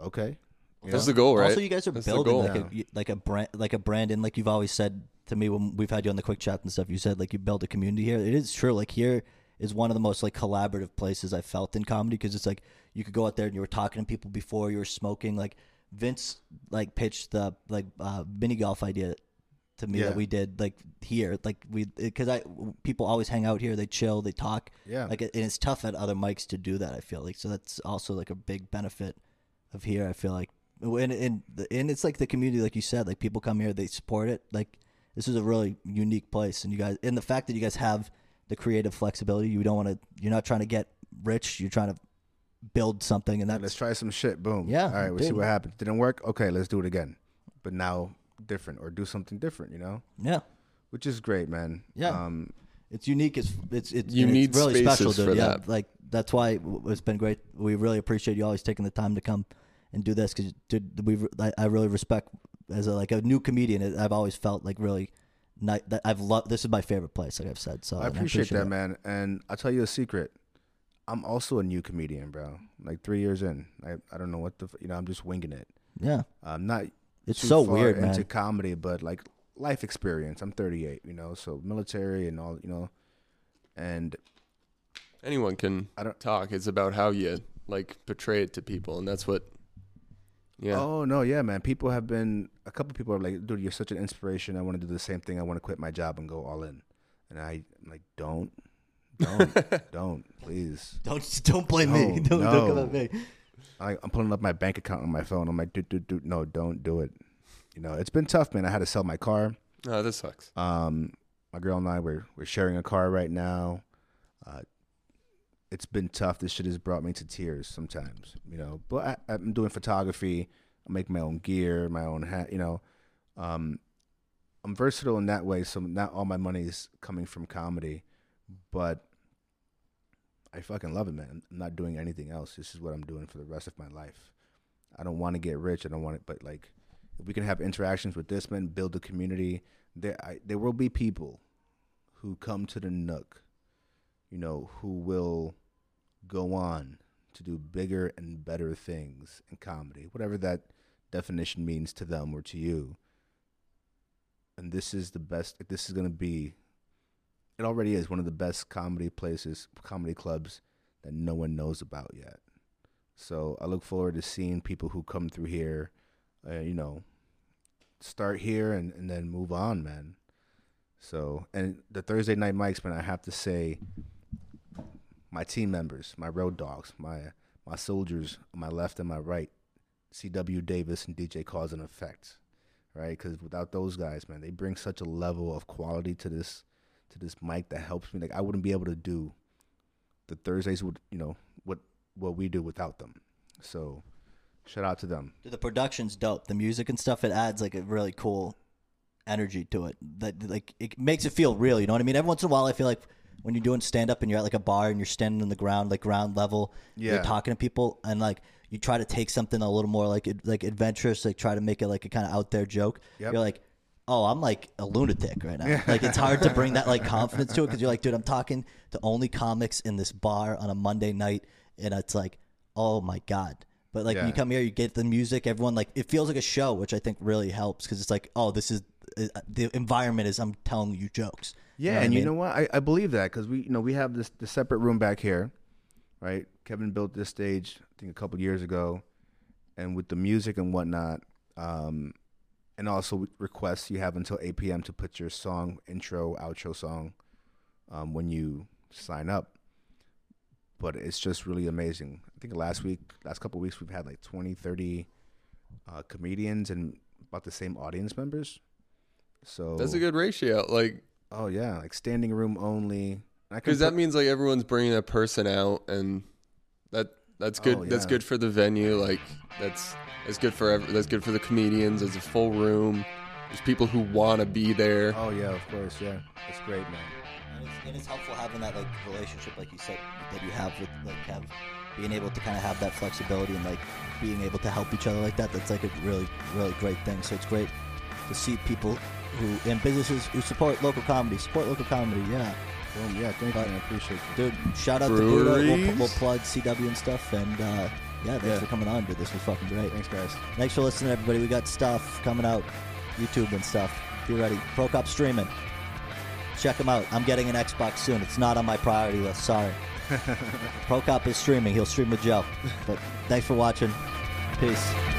S1: Okay, You
S4: That's
S1: know?
S4: the goal, right?
S3: Also, you guys are
S4: That's the
S3: building
S4: goal.
S3: like a like a brand like a brand, and like you've always said to me when we've had you on the quick chat and stuff. You said like you build a community here. It is true. Like here is one of the most like collaborative places I felt in comedy because it's like you could go out there and you were talking to people before you were smoking. Like Vince like pitched the like uh, mini golf idea to me
S1: Yeah.
S3: that we did like here like we because I people always hang out here they chill they talk
S1: Yeah.
S3: like and it's tough at other mics to do that I feel like so that's also like a big benefit of here. I feel like, and and and it's like the community, like you said, like people come here, they support it. Like this is a really unique place, and you guys, and the fact that you guys have the creative flexibility, you don't want to, you're not trying to get rich, you're trying to build something, and
S1: let's
S3: that's
S1: try some shit. Boom.
S3: Yeah,
S1: All right, we'll see
S3: dude.
S1: what happens. Didn't work. Okay, let's do it again, but now different or do something different. You know,
S3: yeah,
S1: which is great, man.
S3: Yeah.
S1: Um,
S3: it's unique. It's it's it's,
S4: You
S3: and
S4: need
S3: it's really
S4: spaces
S3: special, dude.
S4: for
S3: yeah,
S4: that.
S3: like that's why it's been great. We really appreciate you always taking the time to come and do this because dude, we I, I really respect as a, like a new comedian. it- I've always felt like really. Ni- that I've loved. This is my favorite place. Like I've said, so
S1: I
S3: and
S1: appreciate, that,
S3: it.
S1: man. And I'll tell you a secret. I'm also a new comedian, bro. Like three years in, I, I don't know what the f- you know. I'm just winging it.
S3: Yeah,
S1: I'm not.
S3: It's
S1: too
S3: so
S1: far
S3: weird,
S1: into
S3: man.
S1: comedy, but like life experience. I'm 38, you know, so military and all, you know, and
S4: Anyone can
S1: I don't-
S4: talk. It's about how you like portray it to people, and that's what. Yeah.
S1: Oh no, yeah, man. People have been a couple people are like, dude, you're such an inspiration. I want to do the same thing. I want to quit my job and go all in. And I, I'm like, don't, don't, don't, please.
S3: Don't don't blame me.
S1: No,
S3: <laughs> Don't, don't come
S1: no.
S3: at me.
S1: I, I'm pulling up my bank account on my phone. I'm like, dude, dude, dude, no, don't do it. You know, it's been tough, man. I had to sell my car.
S4: No, this sucks.
S1: Um, my girl and I we're we're sharing a car right now. Uh, it's been tough. This shit has brought me to tears sometimes, you know. But I, I'm doing photography. I make my own gear, my own hat. You know, um, I'm versatile in that way. So not all my money is coming from comedy, but I fucking love it, man. I'm not doing anything else. This is what I'm doing for the rest of my life. I don't want to get rich. I don't want it, but like, if we can have interactions with this man, build a community. There, I, there will be people who come to the Nook, you know, who will go on to do bigger and better things in comedy, whatever that definition means to them or to you. And this is the best. This is going to be. It already is one of the best comedy places, comedy clubs that no one knows about yet. So I look forward to seeing people who come through here, uh, you know, start here and, and then move on, man. So, and the Thursday night mics, man, I have to say, my team members, my road dogs, my my soldiers on my left and my right, C.W. Davis and DJ Cause and Effect, right? Because without those guys, man, they bring such a level of quality to this to this mic that helps me. Like I wouldn't be able to do the Thursdays would you know what what we do without them. So, shout out to them.
S3: Dude, the production's dope. The music and stuff it adds like a really cool energy to it. That like it makes it feel real. You know what I mean? Every once in a while, I feel like when you're doing stand up and you're at like a bar and you're standing on the ground, like ground level,
S1: Yeah.
S3: you're talking to people and like you try to take something a little more like ad- like adventurous, like try to make it like a kind of out there joke.
S1: Yep.
S3: You're like. Oh, I'm like a lunatic right now. Like it's hard to
S1: <laughs>
S3: bring that like confidence to it because you're like, dude, I'm talking to only comics in this bar on a Monday night, and it's like, oh my god. But like when you
S1: Yeah.
S3: come here, you get the music. Everyone like it feels like a show, which I think really helps because it's like, oh, this is the environment is I'm telling you jokes.
S1: Yeah,
S3: what I
S1: and you
S3: mean?
S1: know what? I, I believe that because we, you know, we have this the separate room back here, right? Kevin built this stage, I think, a couple years ago, and with the music and whatnot, um, and also requests you have until 8 p.m. to put your song intro, outro song, um, when you sign up. But it's just really amazing. I think last week, last couple weeks, we've had like 20, 30 uh, comedians and about the same audience members. So
S4: That's a good ratio. Like
S1: Oh yeah, like standing room only. I can
S4: because that
S1: put-
S4: means like everyone's bringing a person out, and that that's good.
S1: Oh,
S4: That's
S1: yeah.
S4: good for the venue. Like that's that's good for ev- that's good for the comedians. It's a full room. There's people who want to be there.
S1: Oh yeah, of course, yeah. It's great, man.
S3: And it's, and it's helpful having that like relationship, like you said, that you have with like have being able to kind of have that flexibility and like being able to help each other like that. That's like a really really great thing. So it's great to see people who and businesses who support local comedy, support local comedy. Yeah,
S1: Boom. Yeah, thank you.
S3: But-
S1: Man. I appreciate you.
S3: dude, shout out to Buddha. We'll,
S4: Breweries?
S3: we'll plug CW and stuff. And uh, yeah, thanks
S1: Yeah.
S3: for coming on, dude. This was fucking great.
S1: Thanks, guys.
S3: Thanks for listening, everybody. We got stuff coming out, YouTube and stuff. Be ready. Pro Cop streaming. Check him out. I'm getting an Xbox soon. It's not on my priority list. Sorry. Pro Cop is streaming. He'll stream with Joe. But thanks for watching. Peace.